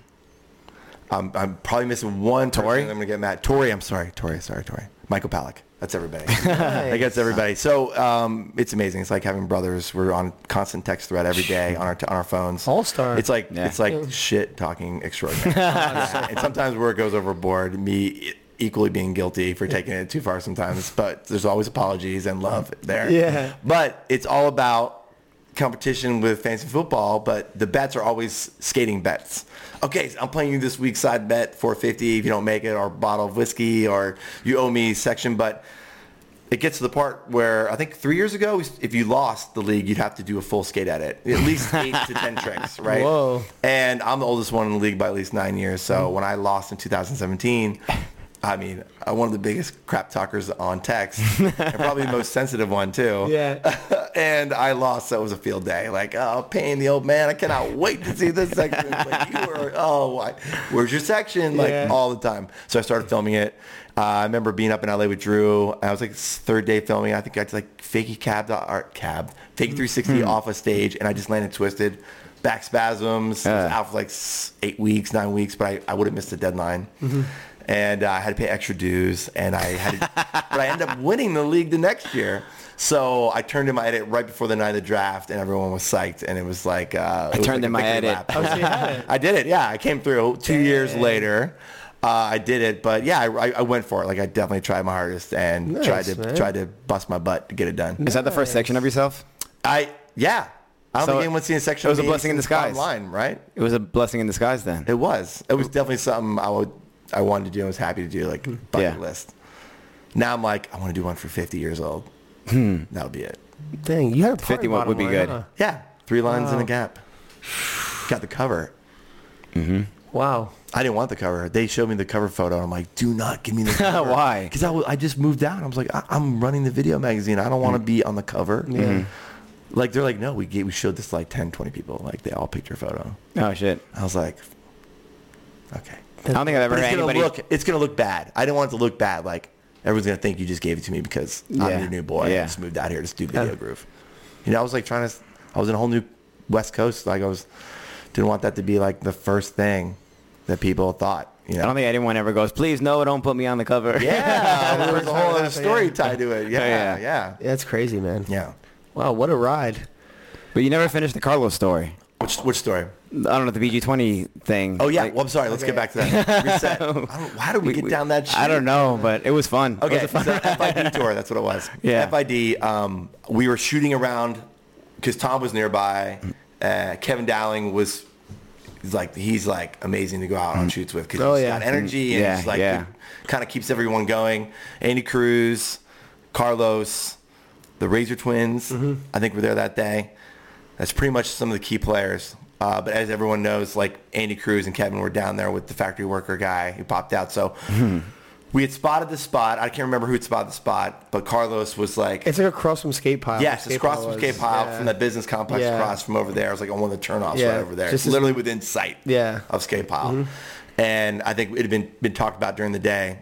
Speaker 3: I'm, I'm probably missing one. Tori, I'm gonna get mad. Tori, I'm sorry. Tori, sorry, Tori. Michael Palak. That's everybody. I guess everybody. So um, it's amazing. It's like having brothers. We're on constant text thread every day on our on our phones.
Speaker 2: All-star.
Speaker 3: It's like
Speaker 1: Yeah.
Speaker 3: it's like shit talking extraordinary. Yeah. And sometimes where it goes overboard, me equally being guilty for taking it too far sometimes. But there's always apologies and love there.
Speaker 2: Yeah.
Speaker 3: But it's all about competition with fantasy football, but the bets are always skating bets. Okay, so I'm playing you this week's side bet, 450 if you don't make it, or a bottle of whiskey, or you owe me section. But it gets to the part where I think three years ago, if you lost the league, you'd have to do a full skate at it, at least eight to ten tricks, right?
Speaker 2: Whoa.
Speaker 3: And I'm the oldest one in the league by at least nine years. So
Speaker 2: Mm-hmm.
Speaker 3: when I lost in 2017, I mean, I'm one of the biggest crap talkers on text, and probably the most sensitive one too
Speaker 2: Yeah.
Speaker 3: and I lost. So it was a field day. Like, oh, pain, the old man. I cannot wait to see this section. like, you were, oh, why? Where's your section? Like
Speaker 2: Yeah.
Speaker 3: all the time. So I started filming it. Uh, I remember being up in LA with Drew. I was like s- third day filming. I think I just like fakey cab the art cab, fake
Speaker 1: Hmm.
Speaker 3: 360 off a stage, and I just landed twisted. Back spasms. I was
Speaker 1: Yeah.
Speaker 3: out for like s- eight weeks, nine weeks, but I, I would have missed the deadline.
Speaker 1: Mm-hmm.
Speaker 3: And uh, I had to pay extra dues, and I had, to, but I ended up winning the league the next year. So I turned in my edit right before the night of the draft, and everyone was psyched, and it was like uh, it was
Speaker 1: turned
Speaker 3: like
Speaker 1: in
Speaker 3: a
Speaker 1: my
Speaker 3: victory
Speaker 1: edit.
Speaker 3: lap. I did it. Yeah, I came through two years later. uh, I did it, but yeah, I, I went for it. Like I definitely tried my hardest and
Speaker 2: Nice,
Speaker 3: tried to
Speaker 2: man.
Speaker 3: tried to bust my butt to get it done.
Speaker 1: Is that the first section of yourself?
Speaker 3: I yeah. I don't
Speaker 1: So
Speaker 3: think anyone's seen a section.
Speaker 1: it was
Speaker 3: of
Speaker 1: a
Speaker 3: me
Speaker 1: blessing in
Speaker 3: since
Speaker 1: disguise.
Speaker 3: Online, right?
Speaker 1: It was a blessing in disguise then.
Speaker 3: It was. It was definitely something I would I wanted to do. and was happy to do like bucket
Speaker 1: Hmm. Yeah.
Speaker 3: list. Now I'm like I want to do one for 50 years old.
Speaker 1: Hmm.
Speaker 3: That would be it.
Speaker 2: Dang, you had a party
Speaker 1: 51
Speaker 2: bottom
Speaker 1: would be
Speaker 2: line,
Speaker 1: good.
Speaker 2: huh?
Speaker 3: Yeah, three lines in a gap. Got the cover.
Speaker 2: Wow.
Speaker 3: I didn't want the cover. They showed me the cover photo. I'm like, do not give me the cover.
Speaker 1: Why?
Speaker 3: Because I, wa- I just moved out. I was like, I- I'm running the video magazine. I don't want to be on the cover.
Speaker 2: Yeah.
Speaker 3: Like, they're like, no, we gave, we showed this to like 10, 20 people. Like, they all picked your photo.
Speaker 1: Oh shit!
Speaker 3: I was like, okay.
Speaker 1: I don't think I've ever
Speaker 3: But it's
Speaker 1: had
Speaker 3: gonna
Speaker 1: anybody.
Speaker 3: look. It's gonna look bad. I didn't want it to look bad. Like everyone's gonna think you just gave it to me because
Speaker 1: Yeah.
Speaker 3: I'm your new boy.
Speaker 1: Yeah.
Speaker 3: I just moved out here to do video groove. You know, I was like trying to. I was in a whole new West Coast. Like I was didn't want that to be like the first thing that people thought. You know.
Speaker 1: I don't think anyone ever goes. Please, no, don't put me on the cover.
Speaker 3: yeah, there was
Speaker 2: First
Speaker 3: a whole
Speaker 2: time
Speaker 3: other
Speaker 2: it happened,
Speaker 3: story
Speaker 2: yeah.
Speaker 3: tied to it.
Speaker 1: Yeah.
Speaker 3: Yeah, yeah, yeah.
Speaker 2: Yeah, that's crazy, man. Wow, what a ride.
Speaker 1: but you never finished the Carlos story.
Speaker 3: Which which story?
Speaker 1: I don't know the BG20 thing.
Speaker 3: Oh yeah.
Speaker 1: Like,
Speaker 3: well, I'm sorry. Let's
Speaker 2: okay.
Speaker 3: get back to that. Reset. I don't, why did we, get down that? Shit?
Speaker 1: I don't know, but it was fun. It was
Speaker 3: Okay,
Speaker 1: a fun-
Speaker 3: so FID tour, that's what it was.
Speaker 1: Yeah.
Speaker 3: FID, um, we were shooting around because Tom was nearby. Uh, Kevin Dowling was he's like, he's like amazing to go out on shoots with because
Speaker 2: Oh,
Speaker 3: he's
Speaker 2: yeah.
Speaker 3: got energy and
Speaker 1: Mm. Yeah,
Speaker 3: he's like,
Speaker 1: yeah.
Speaker 3: kind of keeps everyone going. Andy Cruz, Carlos, the Razor Twins,
Speaker 2: Mm-hmm.
Speaker 3: I think were there that day. That's pretty much some of the key players. Uh, but as everyone knows, like Andy Cruz and Kevin were down there with the factory worker guy who popped out. So
Speaker 2: Hmm.
Speaker 3: we had spotted the spot. I can't remember who had spotted the spot, but Carlos was like,
Speaker 2: It's like across from skate pile.
Speaker 3: Yes, it's
Speaker 2: Skate
Speaker 3: across
Speaker 2: Pile
Speaker 3: from
Speaker 2: was-
Speaker 3: Skate Pile
Speaker 2: yeah.
Speaker 3: from that business complex
Speaker 2: Yeah.
Speaker 3: across from over there. I was like on one of the turnoffs
Speaker 2: Yeah,
Speaker 3: right over there.
Speaker 2: just
Speaker 3: Just
Speaker 2: as-
Speaker 3: literally within sight
Speaker 2: Yeah.
Speaker 3: of Skate Pile. And I think it had been, been talked about during the day.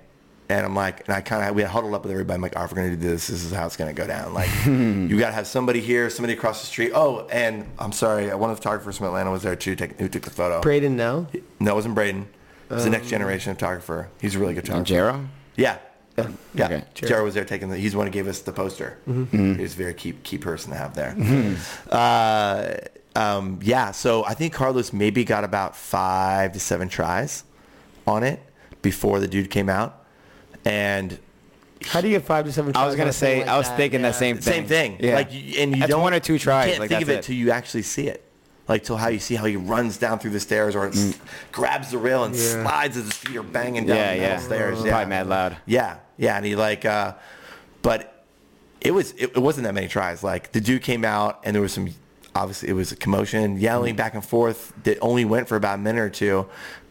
Speaker 3: And I'm like, and I kind of, we had huddled up with everybody. I'm like, all right, if we're going to do this, this is how it's going to go down. Like, you got to have somebody here, somebody across the street. Oh, and I'm sorry, one of the photographers from Atlanta was there too, take, who took the photo.
Speaker 2: Braden now?
Speaker 3: no, it wasn't Braden. It was the next generation photographer. He's a really good photographer.
Speaker 1: Jero?
Speaker 3: Yeah. Yeah.
Speaker 1: Okay. Mm-hmm.
Speaker 3: Jared. was there taking the, he's the one who gave us the poster. He was a very key, key person to have there. Uh, um, yeah. So I think Carlos maybe got about five to seven tries on it before the dude came out. And
Speaker 2: How do you get five to seven?
Speaker 1: I
Speaker 2: tries
Speaker 1: was
Speaker 2: on a
Speaker 1: gonna say,
Speaker 2: thing like
Speaker 1: I was
Speaker 2: that?
Speaker 1: thinking
Speaker 2: Yeah.
Speaker 1: that same thing.
Speaker 3: same thing.
Speaker 1: Yeah.
Speaker 3: Like, you- and you
Speaker 1: That's
Speaker 3: don't
Speaker 1: one or two tries.
Speaker 3: You can't
Speaker 1: like,
Speaker 3: think of it
Speaker 1: that's
Speaker 3: till you actually see it. Like till how you see how he runs down through the stairs or s grabs the rail and
Speaker 2: Yeah.
Speaker 3: slides as his feet are banging down
Speaker 1: Mm. Yeah,
Speaker 3: the
Speaker 1: yeah.
Speaker 3: metal stairs.
Speaker 1: Probably mad loud.
Speaker 3: Yeah, yeah, and he like, uh, but it was it, it wasn't that many tries. Like the dude came out and there was some obviously it was a commotion, yelling back and forth that only went for about a minute or two.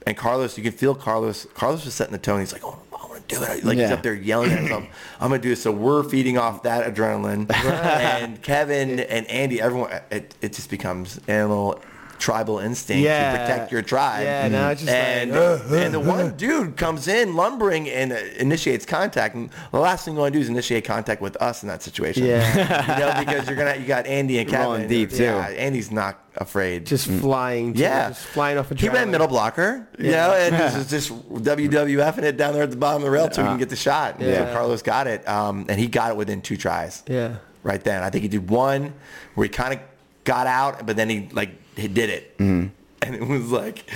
Speaker 3: And Carlos, you can feel Carlos. Carlos was setting the tone. He's like, oh, I want to do it. Like he's
Speaker 1: Yeah.
Speaker 3: up there yelling at himself. I'm gonna do this. So we're feeding off that adrenaline. and Kevin and Andy, everyone, it, it just becomes animal tribal instinct
Speaker 2: Yeah.
Speaker 3: to protect your tribe.
Speaker 2: Yeah, now it's just
Speaker 3: and
Speaker 2: like, "Ugh."
Speaker 3: and the one dude comes in lumbering and uh, initiates contact. And the last thing you want to do is initiate contact with us in that situation.
Speaker 2: Yeah.
Speaker 3: you know, because you're gonna you got Andy and Kevin.
Speaker 1: Rolling deep, too.
Speaker 3: Yeah, Andy's not afraid.
Speaker 2: Just flying. too,
Speaker 3: Mm. yeah,
Speaker 2: Just flying off a
Speaker 3: He ran
Speaker 2: adrenaline.
Speaker 3: middle blocker. You know, and just, just WWFing it down there at the bottom of the rail so we can get the shot. And
Speaker 2: Yeah.
Speaker 3: So Carlos got it, um, and he got it within two tries
Speaker 2: Yeah.
Speaker 3: right then. I think he did one where he kind of got out, but then he like he did it,
Speaker 1: Mm-hmm.
Speaker 3: and it was like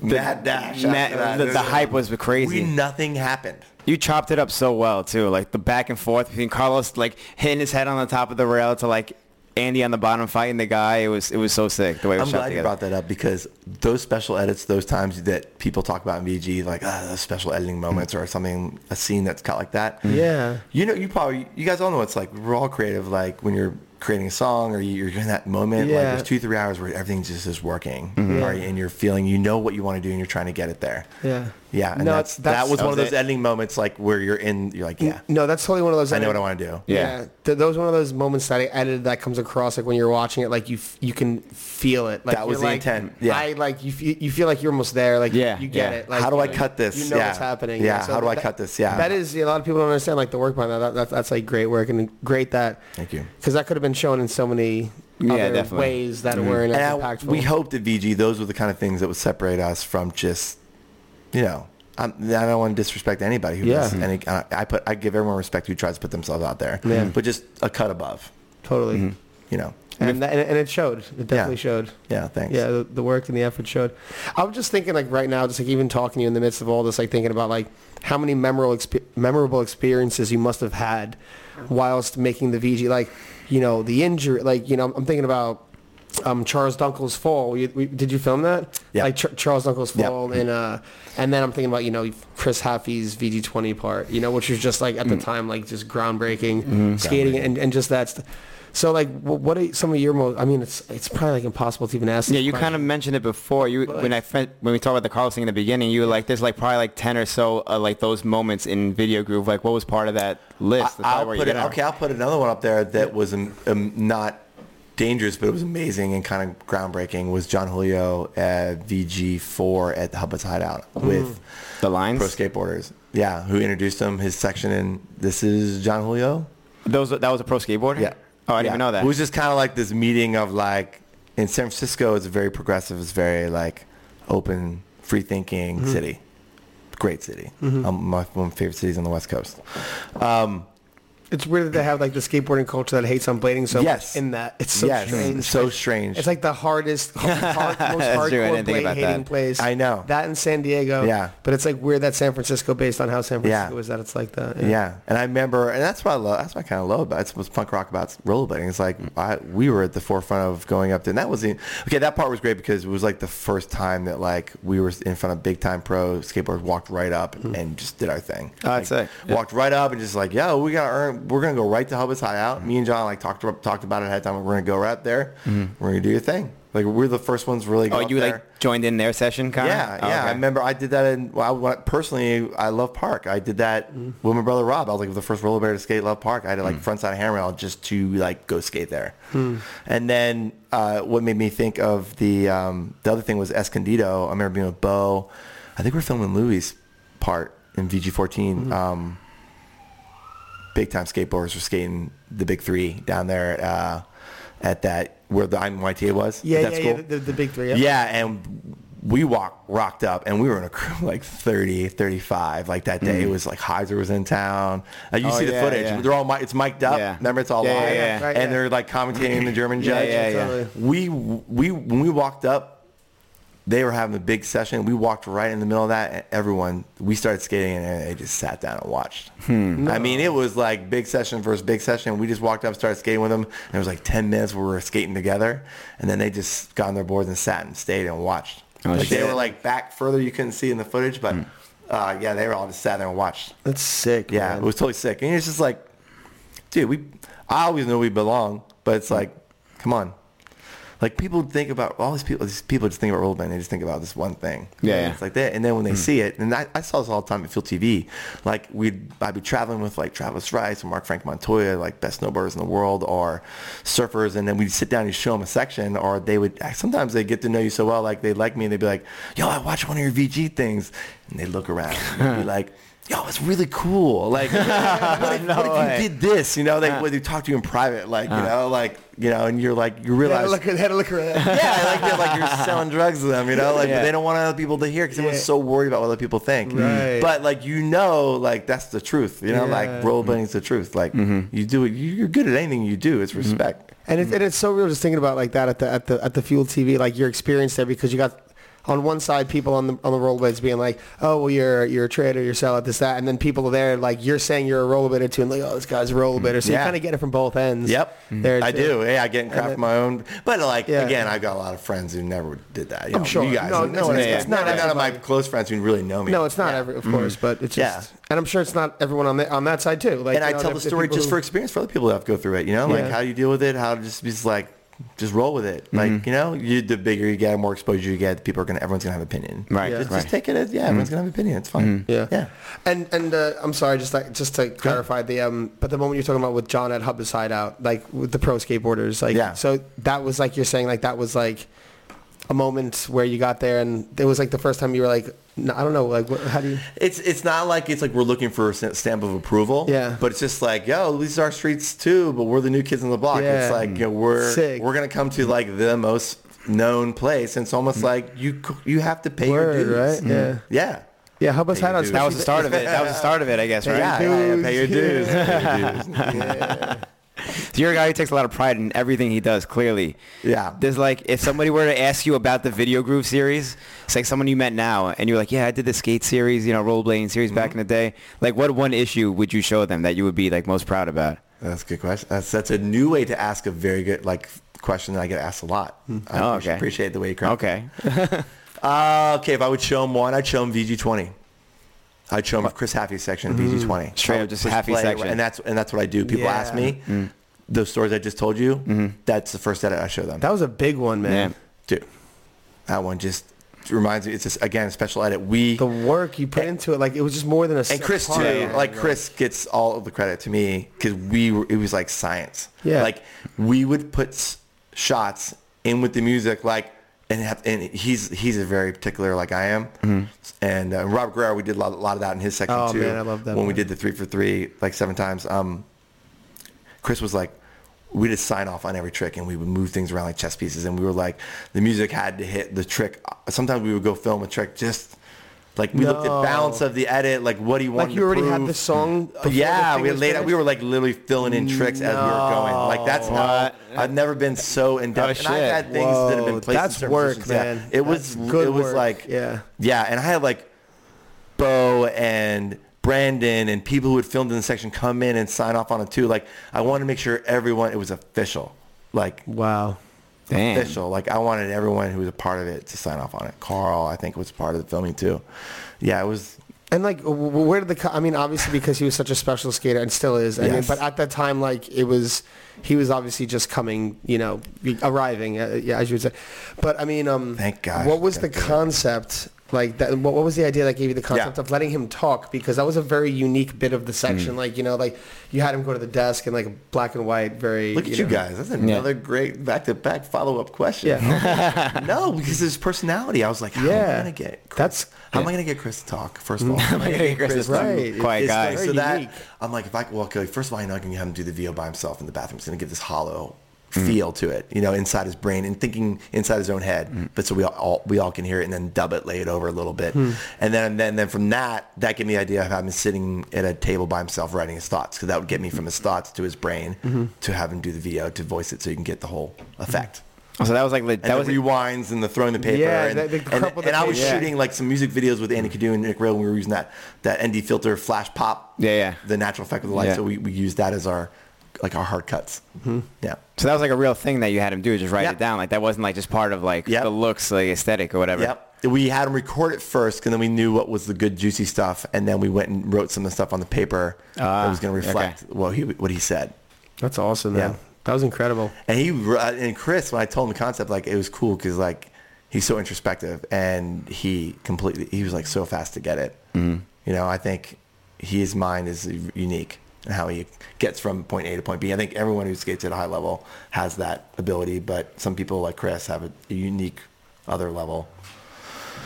Speaker 3: mad dash. after
Speaker 1: Matt,
Speaker 3: that.
Speaker 1: the,
Speaker 3: It was
Speaker 1: the
Speaker 3: like,
Speaker 1: hype was crazy.
Speaker 3: We nothing happened.
Speaker 1: You chopped it up so well too, like the back and forth between Carlos like hitting his head on the top of the rail to like Andy on the bottom fighting the guy. It was it was so sick the way it was
Speaker 3: I'm
Speaker 1: shot
Speaker 3: glad you
Speaker 1: together.
Speaker 3: brought that up because those special edits, those times that people talk about in VG, like ah, those special editing moments or something, a scene that's cut like that.
Speaker 2: Mm-hmm. Yeah.
Speaker 3: You know, you probably, you guys all know it's like we're all creative. Like when you're creating a song or you're in that moment, like
Speaker 2: Yeah. Mm-hmm.
Speaker 3: there's two, three hours where everything just is working, right?
Speaker 2: Yeah.
Speaker 3: And you're feeling, you know what you want to do, and you're trying to get it there.
Speaker 2: Yeah.
Speaker 3: Yeah, and
Speaker 2: No,
Speaker 3: that's,
Speaker 2: that's- Mm-hmm.
Speaker 3: that was
Speaker 2: that
Speaker 3: one of
Speaker 1: was
Speaker 3: those
Speaker 1: it.
Speaker 3: editing moments, like where you're in, you're like, yeah,
Speaker 2: No, that's totally one of those.
Speaker 3: I know what I want to do.
Speaker 1: Yeah.
Speaker 2: Yeah. Th- those one of those moments that I edited that comes across like when you're watching it, like you f- you can feel it. Like
Speaker 3: That was
Speaker 2: you're
Speaker 3: the
Speaker 2: like,
Speaker 3: intent. Yeah.
Speaker 2: I like you. F- you feel like you're almost there. Like
Speaker 1: Yeah,
Speaker 2: you get
Speaker 1: yeah.
Speaker 2: it. Like
Speaker 3: how do I
Speaker 2: you-
Speaker 3: cut this?
Speaker 2: You know
Speaker 3: yeah.
Speaker 2: what's happening.
Speaker 3: Yeah.
Speaker 2: So
Speaker 3: how do I
Speaker 2: that-
Speaker 3: cut this? Yeah.
Speaker 2: That is a lot of people don't understand like the work behind that. that, that that's like great work and great that.
Speaker 3: Thank you.
Speaker 2: Because that could have been shown in so many
Speaker 1: Yeah,
Speaker 2: other
Speaker 1: definitely.
Speaker 2: ways that were
Speaker 3: Mm-hmm. And
Speaker 2: as
Speaker 3: I,
Speaker 2: impactful.
Speaker 3: we hoped at VG those were the kind of things that would separate us from just, you know, I'm, I don't want to disrespect anybody who
Speaker 2: Yeah.
Speaker 3: does. And I, I put, I give everyone respect who tries to put themselves out there,
Speaker 2: Yeah.
Speaker 3: but just a cut above,
Speaker 2: totally.
Speaker 3: you know.
Speaker 2: and that, and, and it showed. It definitely showed.
Speaker 3: mm-hmm. Yeah, thanks.
Speaker 2: Yeah, the, the work and the effort showed. I was just thinking, like right now, just like even talking to you in the midst of all this, like thinking about like how many memorable exp- memorable experiences you must have had whilst making the VG. Like, you know, the injury. Like, you know, I'm, I'm thinking about um, Charles Dunkel's fall. You, we, did you film that?
Speaker 3: Yeah.
Speaker 2: Like Ch- Charles Dunkel's
Speaker 3: Yeah.
Speaker 2: fall, and uh, and then I'm thinking about you know Chris Haffey's VG20 part. You know, which was just like at
Speaker 3: Mm.
Speaker 2: the time like just groundbreaking
Speaker 3: Mm-hmm.
Speaker 2: skating and, and just that. St- so like, wh- what are some of your most? I mean, it's it's probably like impossible to even ask.
Speaker 1: Yeah, you kind of mentioned it before. You when I fin- when we talked about the Carlos thing in the beginning, you were like, "There's like probably like ten or so uh, like those moments in Video Groove. Like, what was part of that list? That's
Speaker 3: I'll
Speaker 1: probably where you
Speaker 3: put it,
Speaker 1: got
Speaker 3: okay, I'll put another one up there that was um, um, not dangerous, but it was amazing and kind of groundbreaking. Was John Julio at VG4 at the Hubbard's Hideout
Speaker 2: Mm.
Speaker 3: with
Speaker 1: the lines.
Speaker 3: pro skateboarders? Yeah, who introduced him, his section, and this is John Julio.
Speaker 1: Those that was a pro skateboarder.
Speaker 3: Yeah.
Speaker 1: Oh, I didn't
Speaker 3: Yeah.
Speaker 1: even know that.
Speaker 3: It was just kind of like this meeting of like in San Francisco, it's very progressive, it's very like open, free thinking
Speaker 1: Mm-hmm.
Speaker 3: city. Great city. Um, my, one of my favorite cities on the West Coast. Um,
Speaker 2: It's weird that they have like the skateboarding culture that hates on blading so much
Speaker 3: Yes.
Speaker 2: in that. It's so
Speaker 3: yes,
Speaker 2: strange.
Speaker 3: so strange.
Speaker 2: it's like the hardest, hard, most
Speaker 1: That's true, I
Speaker 2: hardcore
Speaker 1: didn't think
Speaker 2: blade
Speaker 1: about
Speaker 2: hating
Speaker 1: that.
Speaker 2: place.
Speaker 3: I know.
Speaker 2: that in San Diego.
Speaker 3: Yeah.
Speaker 2: but it's like weird that San Francisco, based on how San
Speaker 3: Yeah.
Speaker 2: Francisco is, that it's like that.
Speaker 3: Yeah, and I remember, and that's what I love. That's what I kind of love about it's what's punk rock about rollerblading. It's like
Speaker 1: Mm.
Speaker 3: I, we were at the forefront of going up there, and that was the, okay. That part was great because it was like the first time that like we were in front of big time pro skateboarders, walked right up and just did our thing.
Speaker 1: Mm. Oh, that's
Speaker 3: Like,
Speaker 1: sick. Yeah.
Speaker 3: Walked right up and just like, yo, we gotta earn. We're gonna go right to Hubba's High
Speaker 1: Mm.
Speaker 3: Out. Me and John like talked talked about it ahead of time. We're gonna go right up there. We're gonna do your thing. Like we're the first ones really. go
Speaker 1: Mm-hmm. oh,
Speaker 3: up
Speaker 1: you
Speaker 3: there.
Speaker 1: like joined in their session, Oh, kind
Speaker 3: Yeah,
Speaker 1: of.
Speaker 3: yeah. I remember I did that in. Well, I, went- personally, I love Park. I did that
Speaker 2: Mm-hmm.
Speaker 3: with my brother Rob. I was like the first rollerblade to skate Love Park. I had
Speaker 2: Mm.
Speaker 3: like front side handrail just to like go skate there.
Speaker 2: Hmm.
Speaker 3: And then uh, what made me think of the um, the other thing was Escondido. I remember being with Bo. I think we we're filming Louis' part in VG14.
Speaker 2: Mm-hmm.
Speaker 3: Um, big time skateboarders were skating the big three down there uh, at that where the IMYT was.
Speaker 2: yeah,
Speaker 3: at
Speaker 2: yeah,
Speaker 3: that
Speaker 2: yeah,
Speaker 3: school.
Speaker 2: the, the, the big three. Yeah.
Speaker 3: Yeah, and we walk rocked up and we were in a crew like 30, 35 like that day. It was like Heiser was in town. Uh, you
Speaker 1: Mm-hmm. Oh,
Speaker 3: see the
Speaker 1: yeah,
Speaker 3: footage.
Speaker 1: yeah.
Speaker 3: They're all mi- it's mic'd up.
Speaker 1: Yeah.
Speaker 3: Remember it's all
Speaker 1: Yeah, yeah,
Speaker 3: live.
Speaker 1: yeah.
Speaker 2: Right,
Speaker 3: and
Speaker 2: yeah.
Speaker 3: they're like commentating the German
Speaker 1: Yeah,
Speaker 3: judge.
Speaker 1: yeah, yeah.
Speaker 2: Totally.
Speaker 3: We we when we walked up they were having a big session. We walked right in the middle of that, and everyone we started skating, and they just sat down and watched.
Speaker 1: Hmm.
Speaker 3: I mean, it was like big session versus big session. We just walked up, started skating with them, and it was like ten minutes where we were skating together, and then they just got on their boards and sat and stayed and watched.
Speaker 1: Oh,
Speaker 3: like they
Speaker 1: shit. Hmm.
Speaker 3: were like back further, you couldn't see in the footage, but uh, yeah, they were all just sat there and watched.
Speaker 2: that's sick.
Speaker 3: Yeah, it
Speaker 2: man.
Speaker 3: was totally sick, and it's just like, dude, we. I always know we belong, but
Speaker 1: Hmm.
Speaker 3: it's like, come on. Like people think about all these people. These people just think about rollerblading. They just think about this one thing.
Speaker 1: Yeah, yeah. Hmm.
Speaker 3: it's like that. And then when they see it, and I, I saw this all the time at Field TV. Like we'd, I'd be traveling with like Travis Rice and Mark Frank Montoya, like best snowboarders in the world, or surfers, and then we'd sit down and show them a section, or they would. Sometimes they get to know you so well, like they like me, and they'd be like, "Yo, I watched one of your VG things," and they look around, and they'd be like. Yo, it's really cool. Like, what if, what if
Speaker 1: way. Uh.
Speaker 3: you did this? You know, they, when they talk to you in private, like, you know, like, you know, and you're like,
Speaker 2: They
Speaker 3: you realize,
Speaker 2: Had a look, they had a look around.
Speaker 3: yeah, like they're like you're selling drugs to them, you know, like but
Speaker 1: Yeah.
Speaker 3: they don't want other people to hear because everyone's
Speaker 2: Yeah.
Speaker 3: so worried about what other people think.
Speaker 2: Right. Mm-hmm.
Speaker 3: But like you know, like that's the truth, you know, like
Speaker 2: Yeah. Mm-hmm.
Speaker 3: rollerblading's the truth. Like you do it, you- you're good at anything you do.
Speaker 2: Mm-hmm.
Speaker 3: It's respect.
Speaker 2: And it's, and it's so real just thinking about like that at the at the at the Fuel TV, like your experience there because you got on one side people on the on the rollerblades being like, oh well, you're you're a trader, you're selling this that, and then people there like you're saying you're a rollerblader too, and like oh this guy's a rollerbader, so
Speaker 3: Mm, Yeah.
Speaker 2: you kind of get it from both ends.
Speaker 3: Yep, Mm-hmm.
Speaker 2: Mm-hmm. there
Speaker 3: I
Speaker 2: too.
Speaker 3: do. Yeah, I get in craft my own, but like
Speaker 2: Yeah.
Speaker 3: again, I've got a lot of friends who never did that. You
Speaker 2: I'm
Speaker 3: know,
Speaker 2: sure.
Speaker 3: you guys,
Speaker 2: No,
Speaker 3: it's,
Speaker 2: no,
Speaker 3: it's,
Speaker 1: it's-
Speaker 3: it's
Speaker 1: yeah.
Speaker 3: not
Speaker 2: not
Speaker 3: a lot of my close friends who really know me.
Speaker 2: No, it's not every, of course, but it's just,
Speaker 3: Mm. Yeah.
Speaker 2: and I'm sure it's not everyone on the, on that side too. Like,
Speaker 3: and I
Speaker 2: you know,
Speaker 3: tell the
Speaker 2: people
Speaker 3: story just
Speaker 2: who-
Speaker 3: for experience for other people that have go through it. You know, like
Speaker 2: Yeah.
Speaker 3: how do you deal with it? How to just be just like, just roll with it.
Speaker 2: Mm-hmm.
Speaker 3: Like you know, you the bigger you get, more exposure you get, people are gonna everyone's gonna have opinion.
Speaker 1: Right,
Speaker 3: Just, just
Speaker 1: right.
Speaker 3: take it as yeah, everyone's gonna have opinion. It's fine.
Speaker 2: Mm-hmm. Yeah.
Speaker 3: Yeah.
Speaker 2: And and uh, I'm sorry, just like just to clarify the um, but the moment you're talking about with John at Hubba's Hideout, like with the pro skateboarders, like
Speaker 3: Yeah.
Speaker 2: so that was like you're saying like that was like a moment where you got there and it was like the first time you were like no, I don't know like what, how do you
Speaker 3: It's it's not like it's like we're looking for a s- stamp of approval.
Speaker 2: Yeah.
Speaker 3: But it's just like, yo, these are our streets too, but we're the new kids on the block.
Speaker 2: Yeah.
Speaker 3: It's like you know, we're
Speaker 2: Sick.
Speaker 3: we're gonna come to like the most known place, and it's almost like you c- you have to pay your
Speaker 2: Mm-hmm. Word,
Speaker 3: dues. Mm-hmm.
Speaker 2: right? Yeah.
Speaker 3: Yeah.
Speaker 2: yeah Hubba's
Speaker 3: you
Speaker 2: Hideout
Speaker 3: do.
Speaker 1: that was the start of it. That was the start of it, I guess, right?
Speaker 3: Yeah, yeah, yeah, pay your
Speaker 2: dues.
Speaker 3: dues. Pay your dues.
Speaker 1: So you're a guy who takes a lot of pride in everything he does, clearly.
Speaker 3: Yeah.
Speaker 1: There's like, if somebody were to ask you about the Video Groove series, it's like someone you met now, and you're like, yeah, I did the skate series, you know, rollerblading series
Speaker 3: Mm-hmm.
Speaker 1: back in the day. Like, what one issue would you show them that you would be like most proud about?
Speaker 3: That's a good question. That's, that's a new way to ask a very good like question that I get asked a lot. I
Speaker 1: Oh,
Speaker 3: actually
Speaker 1: okay.
Speaker 3: appreciate the way you craft.
Speaker 1: Okay.
Speaker 3: Uh, okay, if I would show him one, I'd show him VG20. I'd show him Chris Haffey's section of VG20.
Speaker 1: Hmm. Straight
Speaker 3: I
Speaker 1: up
Speaker 3: would
Speaker 1: just Haffey's
Speaker 3: play-
Speaker 1: section. Hmm.
Speaker 3: And that's, and that's what I do. People
Speaker 2: Yeah.
Speaker 3: ask me those stories I just told you. That's the first that I show them.
Speaker 2: That was a big one, man.
Speaker 1: Man.
Speaker 3: Dude, that one just reminds me. It's just, again, a special edit. We,
Speaker 2: The work you put into it, like it was just more than a.
Speaker 3: and Chris too. Like Chris gets all of the credit to me because we were. It was like science.
Speaker 2: Yeah.
Speaker 3: Like we would put s- shots in with the music, like and have, and he's he's a very particular like I am. And uh, Rob Guerrero, we did a lot, a lot of that in his section
Speaker 2: Oh,
Speaker 3: too.
Speaker 2: man, I love that
Speaker 3: When we
Speaker 2: one.
Speaker 3: did the three for three like seven times, um, Chris was like. We just sign off on every trick, and we would move things around like chess pieces. And we were like, the music had to hit the trick. Sometimes we would go film a trick just like we looked at
Speaker 2: No.
Speaker 3: balance of the edit, like what do you want?
Speaker 2: Like you already had the
Speaker 3: this.
Speaker 2: song. before the
Speaker 3: Yeah,
Speaker 2: thing
Speaker 3: we had
Speaker 2: was
Speaker 3: laid out.
Speaker 2: finished?
Speaker 3: We were like literally filling in tricks as we were going. Like that's how I've never been so in depth.
Speaker 1: Oh,
Speaker 3: and I've
Speaker 1: shit.
Speaker 3: had things that have
Speaker 2: Whoa,
Speaker 3: been placed. in
Speaker 2: that's
Speaker 3: certain
Speaker 2: work,
Speaker 3: positions. Yeah.
Speaker 2: man.
Speaker 3: It was
Speaker 2: That's good
Speaker 3: it was
Speaker 2: work.
Speaker 3: like
Speaker 2: Yeah.
Speaker 3: yeah. And I had like Bo and Brandon and people who had filmed in the section come in and sign off on it too. Like I wanted to make sure everyone it was official, like
Speaker 2: Wow.
Speaker 1: Damn.
Speaker 3: official. Like I wanted everyone who was a part of it to sign off on it. Carl, I think, was part of the filming too. Yeah, it was
Speaker 2: And like, w- w- where did the? co- I mean, obviously because he was such a special skater and still is. I mean,
Speaker 3: Yes.
Speaker 2: but at that time, like it was, he was obviously just coming, you know, be- arriving. Uh, yeah, as you would say. But I mean, um,
Speaker 3: Thank God.
Speaker 2: What was the
Speaker 3: Thank God.
Speaker 2: concept? Like that, what, what was the idea that gave you the concept
Speaker 3: Yeah. Mm.
Speaker 2: of letting him talk? Because that was a very unique bit of the section. Like you know, like you had him go to the desk and like black and white, very.
Speaker 3: Look at you
Speaker 2: know-
Speaker 3: guys. That's another great back-to-back follow-up question. no, because his personality. I was like, how am I
Speaker 2: Yeah.
Speaker 3: gonna get Chris?
Speaker 2: That's-
Speaker 3: how am I gonna get Chris to talk? First of all, how am I gonna get Chris to-
Speaker 2: Right.
Speaker 1: Quiet
Speaker 3: It's
Speaker 1: guy.
Speaker 3: So
Speaker 2: Very
Speaker 3: that
Speaker 2: unique.
Speaker 3: I'm like, if I could walk away, first of all, I know I can have him do the VO by himself in the bathroom. It's gonna give this hollow
Speaker 1: Mm.
Speaker 3: feel to it, you know, inside his brain and thinking inside his own head.
Speaker 1: Mm.
Speaker 3: But so we all, all we all can hear it and then dub it, lay it over a little bit,
Speaker 2: Hmm.
Speaker 3: and then and then then from that, that gave me the idea of having him sitting at a table by himself writing his thoughts because that would get me from his thoughts to his brain
Speaker 2: Mm-hmm.
Speaker 3: to have him do the VO to voice it so you can get the whole effect
Speaker 1: So that was like, leg-
Speaker 3: and
Speaker 1: that
Speaker 3: the
Speaker 1: was,
Speaker 3: rewinds and the throwing the paper.
Speaker 2: Yeah,
Speaker 3: and,
Speaker 2: the- the
Speaker 3: and,
Speaker 2: crumple the
Speaker 3: and I was
Speaker 2: paper. Yeah.
Speaker 3: shooting like some music videos with Andy Cadu and Nick Rail, and we were using that that ND filter flash pop.
Speaker 1: Yeah, yeah.
Speaker 3: The natural effect of the light.
Speaker 1: Yeah. Hmm.
Speaker 3: So we, we used that as our like our hard cuts. Yeah.
Speaker 1: so that was like a real thing that you had him do, just write
Speaker 3: Yep.
Speaker 1: it down. Like that wasn't like just part of like
Speaker 3: Yep.
Speaker 1: the looks, like aesthetic or whatever.
Speaker 3: Yep. We had him record it first, and then we knew what was the good juicy stuff, and then we went and wrote some of the stuff on the paper that
Speaker 1: Ah,
Speaker 3: was going to reflect what he what he said.
Speaker 2: That's awesome.
Speaker 3: Yeah.
Speaker 2: man. That was incredible.
Speaker 3: And he uh, and Chris, when I told him the concept, like it was cool because like he's so introspective and he completely he was like so fast to get it. Mm. You know, I think his mind is unique and how he gets from point A to point B. I think everyone who skates at a high level has that ability, but some people like Chris have a, a unique other level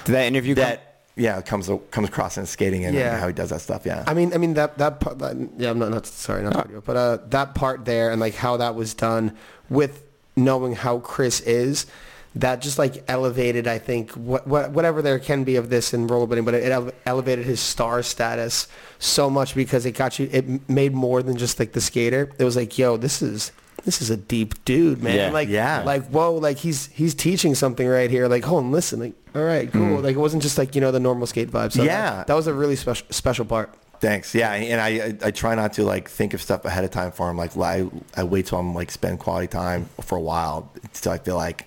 Speaker 1: Did that interview come-
Speaker 3: that yeah comes comes across in skating and
Speaker 2: Yeah.
Speaker 3: how he does that stuff. Yeah,
Speaker 2: I mean, I mean that that part. That, yeah, I'm not, not sorry, not video, but uh, that part there and like how that was done with knowing how Chris is, that just like elevated. I think what, what whatever there can be of this in rollerblading, but it ele- elevated his star status so much because it got you. It m- made more than just like the skater. It was like, yo, this is. This is a deep dude, man.
Speaker 1: Yeah,
Speaker 2: like,
Speaker 3: yeah.
Speaker 2: like, whoa, like he's he's teaching something right here. Like, hold on, listen. Like, all right, cool. Like, it wasn't just like you know the normal skate vibe. So
Speaker 3: Hmm. Yeah.
Speaker 2: that, that was a really special special part.
Speaker 3: Thanks. Yeah, and I I- I try not to like think of stuff ahead of time for him. Like I I wait till I'm like spend quality time for a while until I feel like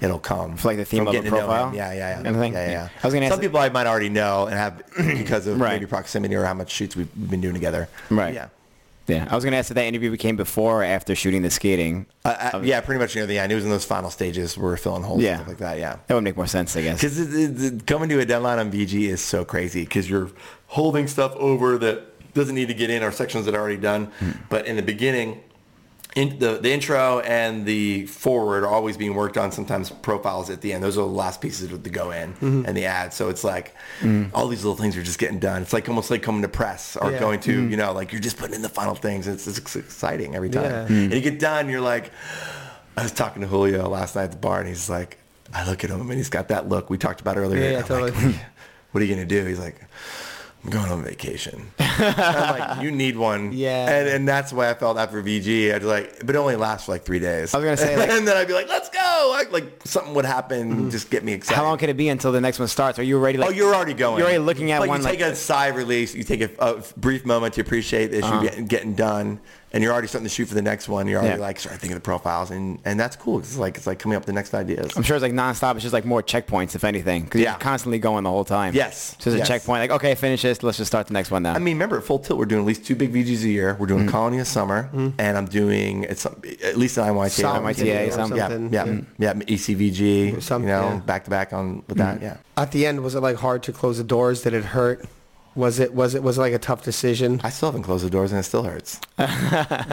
Speaker 3: it'll come.
Speaker 1: For, like, the theme
Speaker 3: From
Speaker 1: of the
Speaker 3: getting to know
Speaker 1: profile?
Speaker 3: him. Yeah, yeah, yeah.
Speaker 1: Kind of thing?
Speaker 3: Yeah, yeah.
Speaker 1: I was gonna ask-
Speaker 3: some people I might already know and have because of
Speaker 1: Right.
Speaker 3: maybe proximity or how much shoots we've we've been doing together.
Speaker 1: Right.
Speaker 3: Yeah.
Speaker 1: Yeah, I was gonna ask if that interview came before or after shooting the skating.
Speaker 3: Uh, uh, yeah, pretty much near the end. It was in those final stages where we're filling holes
Speaker 1: Yeah.
Speaker 3: and stuff like that. Yeah.
Speaker 1: That would make more sense, I guess.
Speaker 3: Because coming to a deadline on VG is so crazy because you're holding stuff over that doesn't need to get in or sections that are already done.
Speaker 2: Hmm.
Speaker 3: But in the beginning, in the, the intro and the forward are always being worked on, sometimes profiles at the end. Those are the last pieces that go in
Speaker 2: Mm-hmm.
Speaker 3: and the ad. So it's like all these little things are just getting done. It's like almost like coming to press or
Speaker 2: Mm. Yeah. Mm.
Speaker 3: going to, you know, like you're just putting in the final things. It's, it's exciting every time.
Speaker 2: Yeah. Mm.
Speaker 3: And you get done, you're like, I was talking to Julio last night at the bar, and he's like, I look at him, and he's got that look we talked about earlier.
Speaker 2: Yeah,
Speaker 3: and
Speaker 2: yeah,
Speaker 3: I'm like,
Speaker 2: totally.
Speaker 3: what are you gonna do? He's like, I'm going on vacation. I'm like, you need one.
Speaker 2: Yeah.
Speaker 3: And, and that's the way I felt after VG. I'd be like, but it only lasts for like three days.
Speaker 1: I was gonna say, like- Mm-hmm.
Speaker 3: and then I'd be like, let's go. Like, like something would happen. Just get me excited.
Speaker 1: How long could it be until the next one starts? Are you already like?
Speaker 3: oh, you're already going.
Speaker 1: You're already looking at
Speaker 3: But
Speaker 1: one
Speaker 3: You
Speaker 1: like
Speaker 3: take a sigh of release. You take a, a brief moment to appreciate the issue
Speaker 1: Uh-huh.
Speaker 3: get- getting done, and you're already starting to shoot for the next one. You're already
Speaker 1: Yeah.
Speaker 3: like starting thinking of the profiles, and and that's cool. 'cause It's like it's like coming up with the next ideas.
Speaker 1: I'm sure it's like nonstop. It's just like more checkpoints, if anything, because
Speaker 3: Yeah.
Speaker 1: you're constantly going the whole time.
Speaker 3: Yes.
Speaker 1: So there's
Speaker 3: Yes.
Speaker 1: a checkpoint. Like, okay, finish this. Let's just start the next one now.
Speaker 3: I mean, remember at Full Tilt, we're doing at least two big VGs a year. We're doing
Speaker 1: Mm.
Speaker 3: Colony a summer,
Speaker 1: Mm-hmm.
Speaker 3: and I'm doing it's some, at least an IYTA.
Speaker 2: Some
Speaker 1: IYTA, some-
Speaker 3: yeah,
Speaker 2: something,
Speaker 3: yeah,
Speaker 1: Mm.
Speaker 3: yeah, E ECVG.
Speaker 2: Some-
Speaker 3: you know,
Speaker 2: yeah.
Speaker 3: back to back on with
Speaker 1: Mm.
Speaker 3: that. Yeah.
Speaker 2: At the end, was it like hard to close the doors? Did it hurt? Was it was it was it like a tough decision?
Speaker 3: I still haven't closed the doors, and it still hurts. Are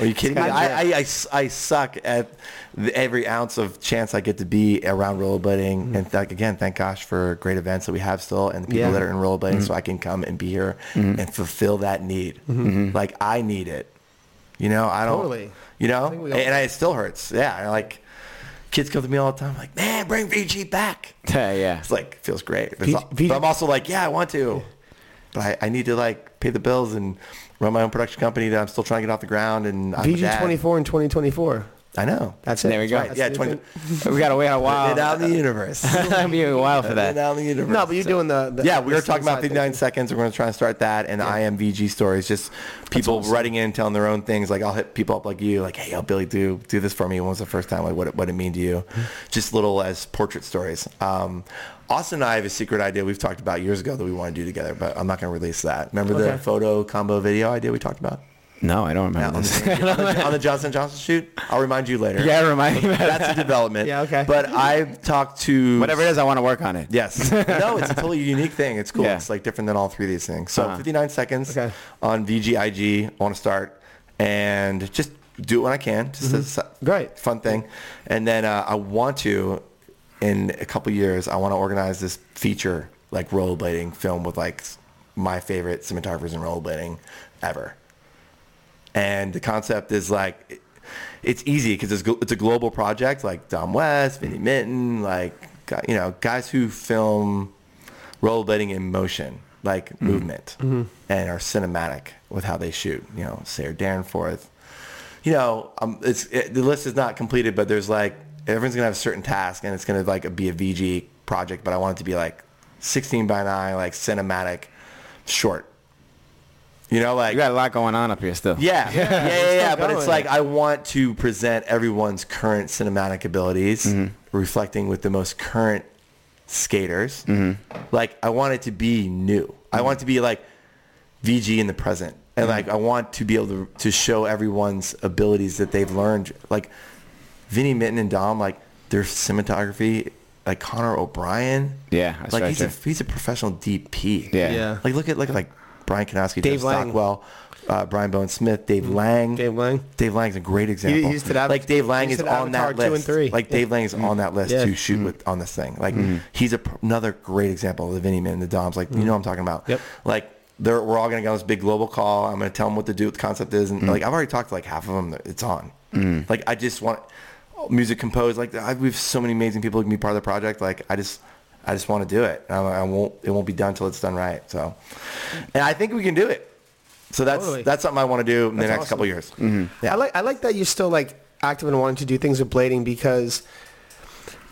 Speaker 3: you kidding me?
Speaker 2: kinda
Speaker 3: I, I, I s- I suck at the, every ounce of chance I get to be around rollerblading. And th- again, thank gosh for great events that we have still and the people
Speaker 2: Mm. Yeah. Mm-hmm.
Speaker 3: that are in rollerblading so I can come and be here and fulfill that need. Like, I need it. You know, I don't.
Speaker 2: Mm-hmm. Totally.
Speaker 3: You know,
Speaker 2: think we all-
Speaker 3: and I, it still hurts. Yeah. and, Like, kids come to me all the time, like, man, bring VG back.
Speaker 1: yeah, yeah.
Speaker 3: It's like feels great. But,
Speaker 2: V-
Speaker 3: it's-
Speaker 2: V-
Speaker 3: but I'm also like, yeah, I want to, but I, I need to like pay the bills and run my own production company that I'm still trying to get off the ground. And I'm a
Speaker 2: VG
Speaker 3: dad.
Speaker 2: twenty four and twenty twenty four.
Speaker 3: I know.
Speaker 2: That's it.
Speaker 1: There we go.
Speaker 2: That's
Speaker 3: yeah,
Speaker 2: the
Speaker 3: 20.
Speaker 2: thing.
Speaker 1: we gotta wait a
Speaker 3: Wow.
Speaker 1: while.
Speaker 3: out in the universe.
Speaker 1: It'll be a while for
Speaker 3: Been
Speaker 1: that.
Speaker 3: out in the universe.
Speaker 2: No, but you're doing the, the
Speaker 3: yeah, we
Speaker 2: the
Speaker 3: were talking
Speaker 2: side
Speaker 3: about
Speaker 2: thing.
Speaker 3: 59 seconds. We're going to try and start that, and I am VG stories. Just people writing in, telling their own things. Like I'll hit people up like you, like, "Hey, yo, Billy, do do this for me." When was the first time? Like, what it, what it mean to you?
Speaker 2: Mm-hmm.
Speaker 3: Just little as portrait stories. Um, Austin and I have a secret idea we've talked about years ago that we want to do together, but I'm not going to release that. Remember the photo combo video idea we talked about
Speaker 1: No, I don't remember.
Speaker 3: on
Speaker 1: this.
Speaker 3: the, on the- on the Johnson Johnson shoot? I'll remind you later.
Speaker 1: yeah, remind me. About
Speaker 3: That's a development.
Speaker 2: Yeah, okay.
Speaker 3: But I've talked to
Speaker 1: Whatever it is, I want to work on it.
Speaker 3: Yes. No, it's a totally unique thing. It's cool.
Speaker 1: Yeah.
Speaker 3: It's like different than all three of these things. So
Speaker 1: Uh-huh.
Speaker 3: 59 seconds
Speaker 2: Okay.
Speaker 3: on VGIG. I want to start and just do it when I can. Just as a s-
Speaker 2: Great.
Speaker 3: fun thing. And then uh, I want to, in a couple years, I want to organize this feature like rollerblading film with like s- my favorite cinematographers in rollerblading ever and the concept is like it- it's easy because it's, gl- it's a global project like Dom West, Vinnie Minton, like gu- you know guys who film rollerblading in motion, like movement, and are cinematic with how they shoot. You know, Sarah Danforth. You know, um, it's it, the list is not completed, but there's like everyone's gonna have a certain task, and it's gonna like be a VG project. But I want it to be like 16 by 9, like cinematic, short. You know, like
Speaker 1: You got a lot going on up here still.
Speaker 3: yeah, yeah, yeah, yeah.
Speaker 2: still
Speaker 3: But it's
Speaker 2: going.
Speaker 3: like I want to present everyone's current cinematic abilities,
Speaker 1: Mm-hmm.
Speaker 3: reflecting with the most current skaters.
Speaker 1: Mm-hmm.
Speaker 3: Like I want it to be new. I want it to be like VG in the present, and
Speaker 1: Mm-hmm.
Speaker 3: like I want to be able to to show everyone's abilities that they've learned. Like Vinnie Minton and Dom, like their cinematography. Like Connor O'Brien.
Speaker 1: Yeah, that's
Speaker 3: like
Speaker 1: right,
Speaker 3: he's a
Speaker 1: too.
Speaker 3: he's a professional DP.
Speaker 1: Yeah.
Speaker 2: Yeah.
Speaker 3: Like look at like like Brian Kanowski, Dave
Speaker 2: Dave Lang. Mm-hmm.
Speaker 3: Stockwell, uh, Brian Bone Smith, Dave Lang.
Speaker 2: Dave Lang.
Speaker 3: Dave Lang's a great example.
Speaker 2: he used to have-
Speaker 3: like Dave Lang
Speaker 2: he
Speaker 3: is
Speaker 2: used to
Speaker 3: on that
Speaker 2: Avatar
Speaker 3: list.
Speaker 2: two and three.
Speaker 3: Like Dave Lang is on that list
Speaker 2: Yeah.
Speaker 3: to shoot with on this thing. Like he's a, pr- another great example of the Vinny Man, the Doms. Like you know what I'm talking about.
Speaker 2: Yep.
Speaker 3: Like they're, we're all gonna go on this big global call. I'm gonna tell them what to do, what the concept is, and like I've already talked to like half of them. It's on. Like I just want music composed. Like I, we have so many amazing people who can be part of the project. Like I just. I just want to do it. I, I won't. It won't be done until it's done right. So, and I think we can do it. So that's
Speaker 2: Totally.
Speaker 3: that's something I want to do in the next couple years.
Speaker 2: I like I like that you're still like active and wanting to do things with blading because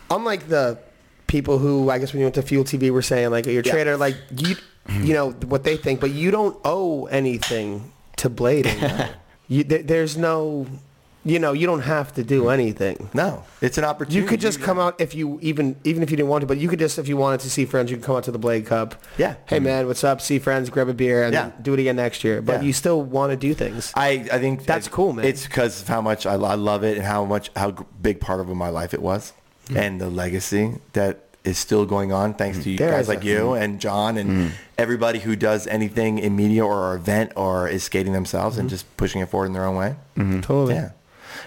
Speaker 2: unlike the people who I guess when you went to Fuel TV were saying like your
Speaker 3: Yeah.
Speaker 2: trader like you you know what they think but you don't owe anything to blading. you, there, there's no you know you don't have to do anything.
Speaker 3: No, it's an opportunity.
Speaker 2: You could just come out if you even even if you didn't want to, but you could just if you wanted to see friends, you could come out to the Blade Cup.
Speaker 3: Yeah.
Speaker 2: Hey man, what's up? See friends, grab a beer, and
Speaker 3: Yeah.
Speaker 2: do it again next year. But
Speaker 3: Yeah.
Speaker 2: you still want to do things.
Speaker 3: I, I think
Speaker 2: That's
Speaker 3: it-
Speaker 2: cool, man.
Speaker 3: It's because of how much I, I love it and how much how g- big part of my life it was,
Speaker 2: Hmm.
Speaker 3: and the legacy that is still going on thanks to you
Speaker 2: There
Speaker 3: guys
Speaker 2: is
Speaker 3: like
Speaker 2: a- Hmm.
Speaker 3: you and John and everybody who does anything in media or event or is skating themselves
Speaker 2: Hmm.
Speaker 3: and just pushing it forward in their own way.
Speaker 2: Totally.
Speaker 3: Yeah,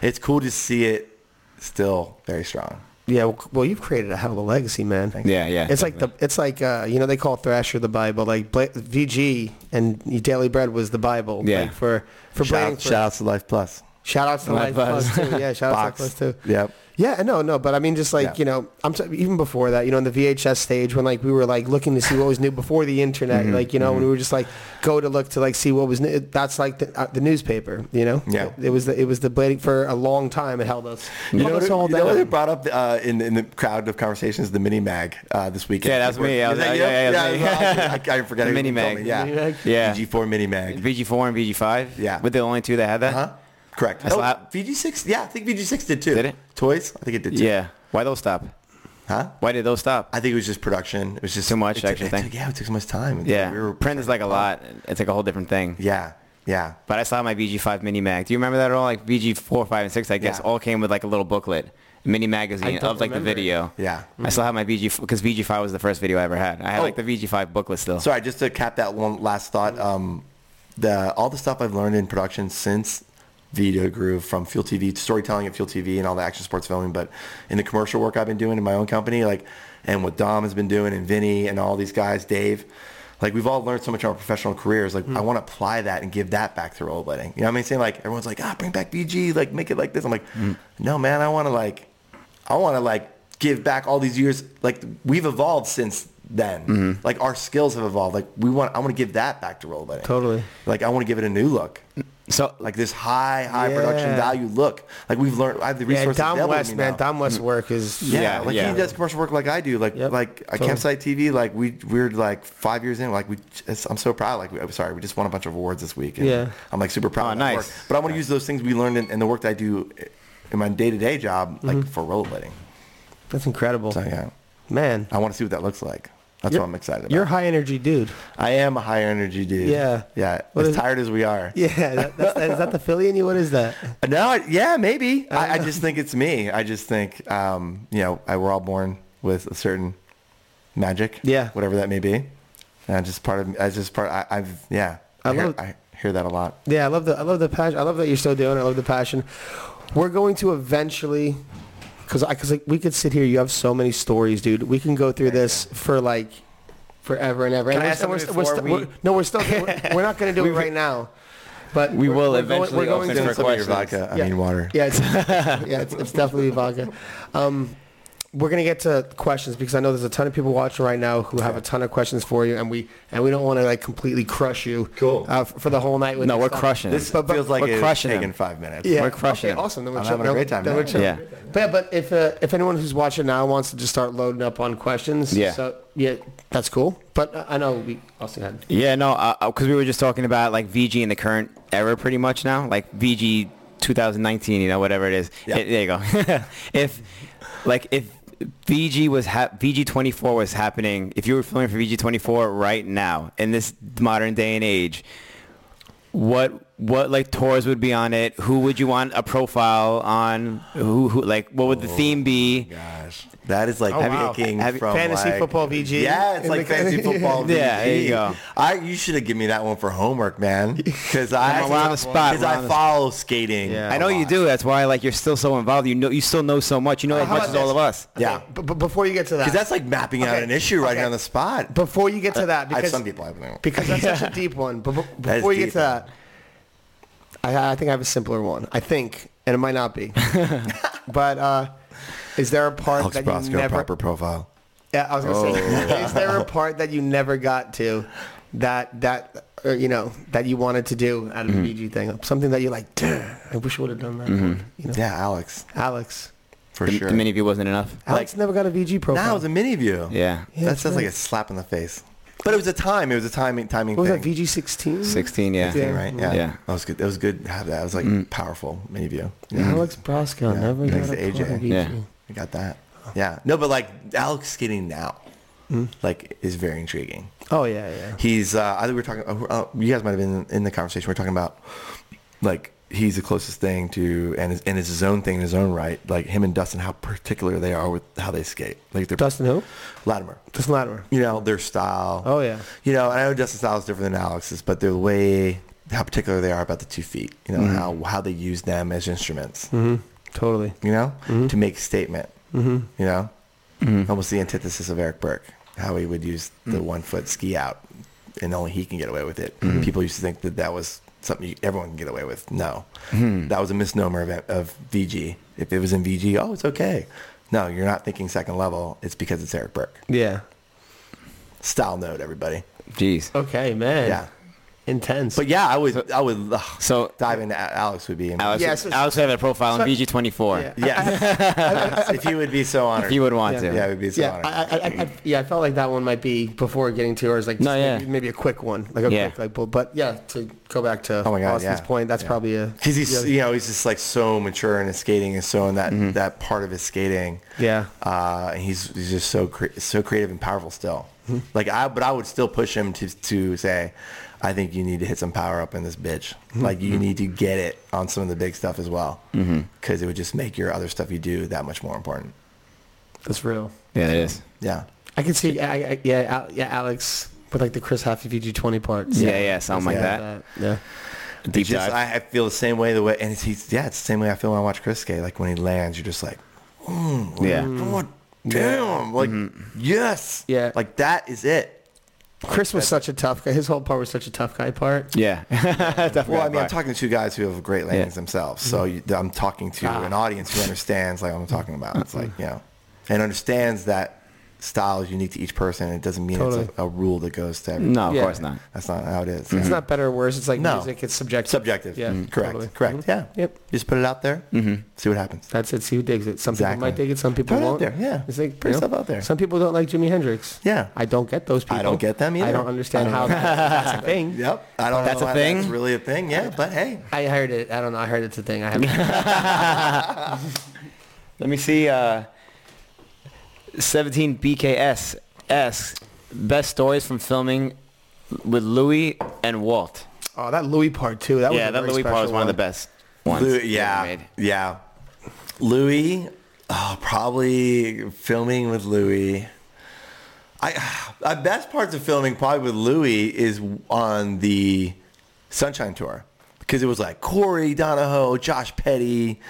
Speaker 3: it's cool to see it still very strong.
Speaker 2: Yeah, well, c- well, you've created a hell of a legacy, man.
Speaker 1: Yeah, yeah.
Speaker 2: It's like the it's like uh, you know they call Thrasher the Bible, like Bla- VG and Daily Bread was the Bible.
Speaker 1: Yeah.
Speaker 2: like, for for
Speaker 3: Shout,
Speaker 2: blading.
Speaker 3: out- shout outs to Life Plus.
Speaker 2: shout outs to
Speaker 1: Life
Speaker 2: Life Plus
Speaker 1: Plus.
Speaker 2: too. Yeah, shout outs to Life Plus too.
Speaker 3: Yep.
Speaker 2: Yeah, no, no, but I mean, just like
Speaker 3: Yeah.
Speaker 2: you know, I'm t- even before that, you know, in the VHS stage when like we were like looking to see what was new before the internet,
Speaker 3: Mm-hmm.
Speaker 2: like you know, when we were just like go to look to like see what was new. That's like the, uh, the newspaper, you know.
Speaker 3: Yeah.
Speaker 2: it, was the it was the blade for a long time. It held us,
Speaker 3: You
Speaker 2: held
Speaker 3: know,
Speaker 2: us
Speaker 3: what,
Speaker 2: all
Speaker 3: you know what
Speaker 2: down.
Speaker 3: they brought up uh, in, in the crowd of conversations? The mini mag uh, this weekend.
Speaker 1: Yeah, that was me. Yeah,
Speaker 3: Is
Speaker 1: yeah,
Speaker 3: that you?
Speaker 1: yeah, yeah,
Speaker 3: it
Speaker 1: yeah.
Speaker 3: was awesome. I, I forget
Speaker 1: The
Speaker 3: who
Speaker 1: mini
Speaker 3: told
Speaker 1: mag.
Speaker 3: me. Yeah,
Speaker 2: Mini mag?
Speaker 1: Yeah.
Speaker 3: VG4 mini mag.
Speaker 1: VG4 and VG5?
Speaker 3: Yeah.
Speaker 1: Were they the only two that had that?
Speaker 3: Huh? Correct.
Speaker 1: That's
Speaker 3: oh,
Speaker 1: loud.
Speaker 3: VG6. Yeah, I think VG6 did too.
Speaker 1: Did it?
Speaker 3: Toys. I think it did too.
Speaker 1: Yeah. Why those stop?
Speaker 3: Huh?
Speaker 1: Why did those stop?
Speaker 3: I think it was just production. It was just
Speaker 1: Too much,
Speaker 3: it took-
Speaker 1: actually,
Speaker 3: it
Speaker 1: I think.
Speaker 3: took- yeah, it took so much time. It's
Speaker 1: Yeah.
Speaker 3: like we were-
Speaker 1: Print is like a lot. It's like a whole different thing.
Speaker 3: Yeah. Yeah.
Speaker 1: But I saw my VG5 mini mag. Do you remember that at all? Like VG4, 5, and 6, I guess,
Speaker 3: Yeah.
Speaker 1: all came with like a little booklet, mini magazine
Speaker 2: don't
Speaker 1: of like the
Speaker 2: remember it.
Speaker 1: video.
Speaker 3: Yeah.
Speaker 1: I still have my VG, because VG5 was the first video I ever had. I had like
Speaker 3: Oh.
Speaker 1: the VG5 booklet still.
Speaker 3: Sorry, just to cap that one last thought. Um, the all the stuff I've learned in production since Video Groove from Fuel TV, storytelling at Fuel TV, and all the action sports filming. But in the commercial work I've been doing in my own company, like, and what Dom has been doing, and Vinny, and all these guys, Dave. Like we've all learned so much in our professional careers. Like I want to apply that and give that back to rollerblading. You know what I mean? Saying like everyone's like, ah, bring back BG, like make it like this. I'm like, no man, I want to like I want to like give back all these years. Like we've evolved since then.
Speaker 2: Mm-hmm.
Speaker 3: Like our skills have evolved. Like we want, I want to give that back to rollerblading.
Speaker 2: Totally.
Speaker 3: Like I want to give it a new look.
Speaker 1: So,
Speaker 3: Like this high, high production
Speaker 2: Yeah.
Speaker 3: value look. Like we've learned. I have the
Speaker 2: Yeah,
Speaker 3: resources.
Speaker 2: Dom
Speaker 3: available to
Speaker 2: West,
Speaker 3: me
Speaker 2: man,
Speaker 3: now.
Speaker 2: Dom West's work is
Speaker 3: Yeah,
Speaker 1: Yeah,
Speaker 3: like
Speaker 1: yeah.
Speaker 3: he does commercial work like I do. Like
Speaker 2: Yep,
Speaker 3: like a
Speaker 2: totally.
Speaker 3: campsite TV. Like we we're like five years in. Like we, it's, I'm so proud. Like we, I'm sorry, we just won a bunch of awards this week. and
Speaker 2: Yeah.
Speaker 3: I'm like super proud.
Speaker 1: Oh,
Speaker 3: of that
Speaker 1: nice.
Speaker 3: Work. But I want to use those things we learned in, in the work that I do in my day to day job, like
Speaker 2: Mm-hmm.
Speaker 3: for rollerblading.
Speaker 2: that's incredible,
Speaker 3: So yeah.
Speaker 2: man.
Speaker 3: I want to see what that looks like. That's
Speaker 2: You're-
Speaker 3: what I'm excited
Speaker 2: You're a
Speaker 3: about.
Speaker 2: high energy dude.
Speaker 3: I am a high energy dude.
Speaker 2: Yeah.
Speaker 3: Yeah.
Speaker 2: What
Speaker 3: as
Speaker 2: is-
Speaker 3: tired as we are. Uh,
Speaker 2: Yeah, that, that's, is that the Philly in you? What is that?
Speaker 3: No, I- yeah, maybe.
Speaker 2: Uh.
Speaker 3: I, I just think it's me. I just think, um, you know, I, we're all born with a certain magic.
Speaker 2: Yeah.
Speaker 3: Whatever that may be. And I just part of, I just part, I, I've, yeah.
Speaker 2: I
Speaker 3: I, hear,
Speaker 2: love-
Speaker 3: I hear that a lot.
Speaker 2: Yeah, I love the I love the passion. I love that you're still doing. it. I love the passion. We're going to eventually, because I because like we could sit here. You have so many stories, dude. We can go through this for like forever and ever.
Speaker 1: Can
Speaker 2: and
Speaker 1: I
Speaker 2: we're
Speaker 1: ask
Speaker 2: still- we're
Speaker 1: something
Speaker 2: still- we're
Speaker 1: before
Speaker 2: still- we're- no, we're still we're, we're not going to do it right now. But
Speaker 1: We
Speaker 2: we're-
Speaker 1: will
Speaker 2: we're
Speaker 1: eventually
Speaker 2: Going, we're
Speaker 1: open
Speaker 2: going
Speaker 1: Thanks
Speaker 3: Some
Speaker 1: for
Speaker 2: to,
Speaker 1: it.
Speaker 3: of your
Speaker 1: questions.
Speaker 3: vodka. I
Speaker 2: Yeah.
Speaker 3: mean, water.
Speaker 2: yeah, it's, yeah, it's, it's definitely vodka. Um, we're gonna get to questions because I know there's a ton of people watching right now who have a ton of questions for you, and we and we don't want to like completely crush you.
Speaker 3: Cool.
Speaker 2: Uh, f- for the whole night. With
Speaker 1: no,
Speaker 2: this
Speaker 1: we're
Speaker 2: stuff.
Speaker 1: crushing
Speaker 3: This
Speaker 1: it.
Speaker 2: But- but-
Speaker 3: feels like
Speaker 1: we're
Speaker 3: it's
Speaker 1: crushing
Speaker 3: taken
Speaker 1: them.
Speaker 3: five minutes.
Speaker 2: Yeah.
Speaker 1: We're crushing
Speaker 2: okay,
Speaker 1: it.
Speaker 2: Awesome. Then we're
Speaker 3: I'm
Speaker 2: chill-
Speaker 3: having a
Speaker 2: then-
Speaker 3: great time
Speaker 2: Then
Speaker 3: now.
Speaker 2: we're chilling.
Speaker 1: Yeah.
Speaker 2: But, but if uh, if anyone who's watching now wants to just start loading up on questions,
Speaker 1: Yeah.
Speaker 2: so yeah, that's cool. But uh, I know we also had
Speaker 1: Yeah, no, because we were just talking about like VG in the current era pretty much now, like VG 2019, you know, whatever it is.
Speaker 3: Yeah.
Speaker 1: Eh, there you go. if like if VG was ha- VG 24 was happening, if you were filming for VG 24 right now in this modern day and age, what what like tours would be on it? Who would you want a profile on? Who, who like what would the theme be?
Speaker 3: Gosh, that is like
Speaker 2: Oh, wow.
Speaker 3: picking
Speaker 1: Have you-
Speaker 3: from
Speaker 2: Fantasy
Speaker 3: like-
Speaker 2: football VG?
Speaker 3: Yeah, it's
Speaker 2: In
Speaker 3: like
Speaker 2: the-
Speaker 3: fantasy football.
Speaker 1: Yeah,
Speaker 3: VG.
Speaker 1: there you go.
Speaker 3: I you should have given me that one for homework, man. Because I
Speaker 1: We're on the spot,
Speaker 3: Because
Speaker 1: we're
Speaker 3: I
Speaker 1: on the spot.
Speaker 3: follow skating.
Speaker 2: Yeah.
Speaker 1: I know
Speaker 3: a
Speaker 1: you
Speaker 3: lot.
Speaker 1: do. That's why like you're still so involved. You know, you still know so much. You know as
Speaker 2: How
Speaker 1: much
Speaker 2: about
Speaker 1: as all
Speaker 2: this?
Speaker 1: of us.
Speaker 3: Yeah,
Speaker 2: Okay, But, but before you get to that,
Speaker 3: because that's like mapping out
Speaker 2: Okay,
Speaker 3: an issue right
Speaker 2: okay.
Speaker 3: here on the spot.
Speaker 2: before you get to that,
Speaker 3: I
Speaker 2: because
Speaker 3: have some people I've known.
Speaker 2: because that's such a deep one. But be-
Speaker 3: That is
Speaker 2: before you get
Speaker 3: deep.
Speaker 2: to that, I, I think I have a simpler one. I think, and it might not be. but uh, is there a part
Speaker 3: Alex
Speaker 2: that you
Speaker 3: Brosco,
Speaker 2: never?
Speaker 3: proper profile.
Speaker 2: Yeah, I was gonna say, is there
Speaker 3: Oh.
Speaker 2: a part that you never got to that that or, you know that you wanted to do out of the
Speaker 3: Mm-hmm.
Speaker 2: BG thing? Something that you're like, "Duh, I wish I would have done that. one," You know,
Speaker 3: Yeah, Alex,
Speaker 2: Alex.
Speaker 3: for
Speaker 1: the,
Speaker 3: sure.
Speaker 1: the mini view E wasn't enough.
Speaker 2: Alex never got a VG profile.
Speaker 3: Now it was a mini view.
Speaker 1: Yeah.
Speaker 2: Yeah,
Speaker 3: that
Speaker 2: it's
Speaker 3: sounds like a
Speaker 2: nice.
Speaker 3: slap in the face. But it was a time. It was a timing timing
Speaker 2: what was
Speaker 3: thing.
Speaker 2: that VG sixteen?
Speaker 1: 16, yeah.
Speaker 2: Yeah.
Speaker 3: Right? Yeah.
Speaker 1: Yeah. Mm.
Speaker 3: That was good. That was good to have that. It was like powerful mini view. Yeah.
Speaker 2: Alex Brosco
Speaker 3: Mm-hmm. Yeah,
Speaker 2: never
Speaker 3: thanks
Speaker 2: got a
Speaker 3: to AJ.
Speaker 2: part of VG.
Speaker 1: Yeah.
Speaker 3: I got that. Yeah. No, but like Alex skating now,
Speaker 2: Hmm?
Speaker 3: like is very intriguing.
Speaker 2: Oh yeah, yeah.
Speaker 3: He's uh, I think we were talking. Uh, uh, you guys might have been in the conversation. We are talking about like he's the closest thing to and is, and it's his own thing in his own right. Like him and Dustin, how particular they are with how they skate. Like they're
Speaker 2: Dustin who?
Speaker 3: Latimer.
Speaker 2: Dustin Latimer.
Speaker 3: You know their style.
Speaker 2: Oh yeah.
Speaker 3: You know, and I know Dustin's style is different than Alex's, but they're the way how particular they are about the two feet. You know
Speaker 2: Hmm.
Speaker 3: how how they use them as instruments
Speaker 2: Mm-hmm. Totally.
Speaker 3: you know,
Speaker 1: Mm-hmm.
Speaker 3: to make statement, you know, almost the antithesis of Eric Burke, how
Speaker 1: Mm. Mm-hmm.
Speaker 3: he would use the one foot ski out and only he can get away with it. People used to think that that was something you, everyone can get away with. No,
Speaker 1: Mm-hmm.
Speaker 3: that was a misnomer of, of VG. If it was in VG, oh, it's okay. No, you're not thinking second level. It's because it's Eric Burke.
Speaker 2: Yeah.
Speaker 3: Style note, everybody.
Speaker 1: Jeez.
Speaker 2: Okay, man.
Speaker 3: Yeah.
Speaker 2: Intense.
Speaker 3: But yeah, I would, I would ugh,
Speaker 1: So
Speaker 3: dive into A- Alex would be.
Speaker 1: Alex,
Speaker 2: Yeah, so-
Speaker 1: Alex would have a profile
Speaker 2: so-
Speaker 1: on VG24
Speaker 3: Yes. if you would be so honored.
Speaker 1: if you would want
Speaker 2: Yeah.
Speaker 1: to.
Speaker 3: yeah, it would be so
Speaker 2: yeah,
Speaker 3: honored.
Speaker 2: I, I, I, I, yeah, I felt like that one might be before getting to yours, like
Speaker 1: No,
Speaker 2: just
Speaker 1: yeah.
Speaker 2: maybe, maybe a quick one, like a
Speaker 1: Yeah.
Speaker 2: quick, like but, but yeah, to go back to
Speaker 3: Oh my God,
Speaker 2: Austin's
Speaker 3: yeah.
Speaker 2: point, that's probably a
Speaker 3: Because he's,
Speaker 2: yeah, Mm-hmm.
Speaker 3: you know, he's just like so mature in his skating and so in that, that part of his skating.
Speaker 2: yeah,
Speaker 3: Uh, and he's, he's just so cre- so creative and powerful still.
Speaker 2: Mm-hmm.
Speaker 3: Like I, but I would still push him to to say, I think you need to hit some power up in this bitch.
Speaker 2: Mm-hmm.
Speaker 3: Like you need to get it on some of the big stuff as well, because it would just make your other stuff you do that much more important.
Speaker 2: that's real.
Speaker 1: Yeah, it is.
Speaker 3: Yeah,
Speaker 2: I can see, I, I, yeah, Al, yeah, Alex with like the Chris Haffey VG twenty part.
Speaker 1: Yeah, yeah, something like
Speaker 3: Yeah.
Speaker 1: that.
Speaker 2: Yeah,
Speaker 1: Deep
Speaker 3: It's just,
Speaker 1: dive.
Speaker 3: I, I feel the same way the way, and it's, he's yeah, it's the same way I feel when I watch Chris skate. Like when he lands, you're just like, mm,
Speaker 1: Yeah. Mm-hmm.
Speaker 3: oh, damn, like yes,
Speaker 2: Mm-hmm. Yeah.
Speaker 3: like that is it.
Speaker 2: Chris was such a tough guy. His whole part was such a tough guy part.
Speaker 1: yeah.
Speaker 3: Well, I mean, I'm talking to two guys who have great landings
Speaker 1: Yeah.
Speaker 3: themselves. So
Speaker 2: Mm-hmm.
Speaker 3: you, I'm talking to
Speaker 2: Ah.
Speaker 3: an audience who understands like what I'm talking about. It's
Speaker 2: Mm-hmm.
Speaker 3: like, you know, and understands that style is unique to each person. It doesn't mean
Speaker 2: Totally.
Speaker 3: it's a, a rule that goes to everyone.
Speaker 1: no, Mm-hmm. of
Speaker 2: Yeah.
Speaker 1: course not.
Speaker 3: That's not how it is.
Speaker 2: It's not better or worse. It's like
Speaker 3: Mm-hmm. No.
Speaker 2: music. It's subjective.
Speaker 3: subjective. Mm-hmm.
Speaker 2: Yeah, Mhm.
Speaker 3: Correct.
Speaker 2: totally.
Speaker 3: Correct. Yeah.
Speaker 2: Yep.
Speaker 3: Just put it out there.
Speaker 1: Mm-hmm.
Speaker 3: See what happens.
Speaker 2: That's it. See who digs it. Some people
Speaker 3: Exactly.
Speaker 2: might dig it. Some people
Speaker 3: Put it out
Speaker 2: won't.
Speaker 3: there, yeah.
Speaker 2: it's like
Speaker 3: Put
Speaker 2: you
Speaker 3: yourself out there.
Speaker 2: Some people don't like Jimi Hendrix.
Speaker 3: Yeah.
Speaker 2: I don't get those people.
Speaker 3: I don't get them either.
Speaker 2: I don't understand
Speaker 3: I
Speaker 2: how
Speaker 3: don't-
Speaker 2: that- that's a thing.
Speaker 3: Yep. I don't
Speaker 1: That's
Speaker 3: know
Speaker 1: a
Speaker 3: why
Speaker 1: thing?
Speaker 3: That's really a thing. Yeah. But hey,
Speaker 2: I heard it. I don't know. I heard it's a thing. I haven't.
Speaker 1: Let me see. Uh, 17 BKS S best stories from filming with Louis and Walt.
Speaker 2: oh, that Louis part too. That was
Speaker 1: yeah,
Speaker 2: a
Speaker 1: that
Speaker 2: very
Speaker 1: Louis part was
Speaker 2: special
Speaker 1: one of the best ones.
Speaker 3: Lou-
Speaker 1: ever
Speaker 3: yeah.
Speaker 1: made.
Speaker 3: Yeah. Louis, oh, probably filming with Louis. I, my best parts of filming probably with Louis is on the Sunshine Tour because it was like Corey Donahoe, Josh Petty,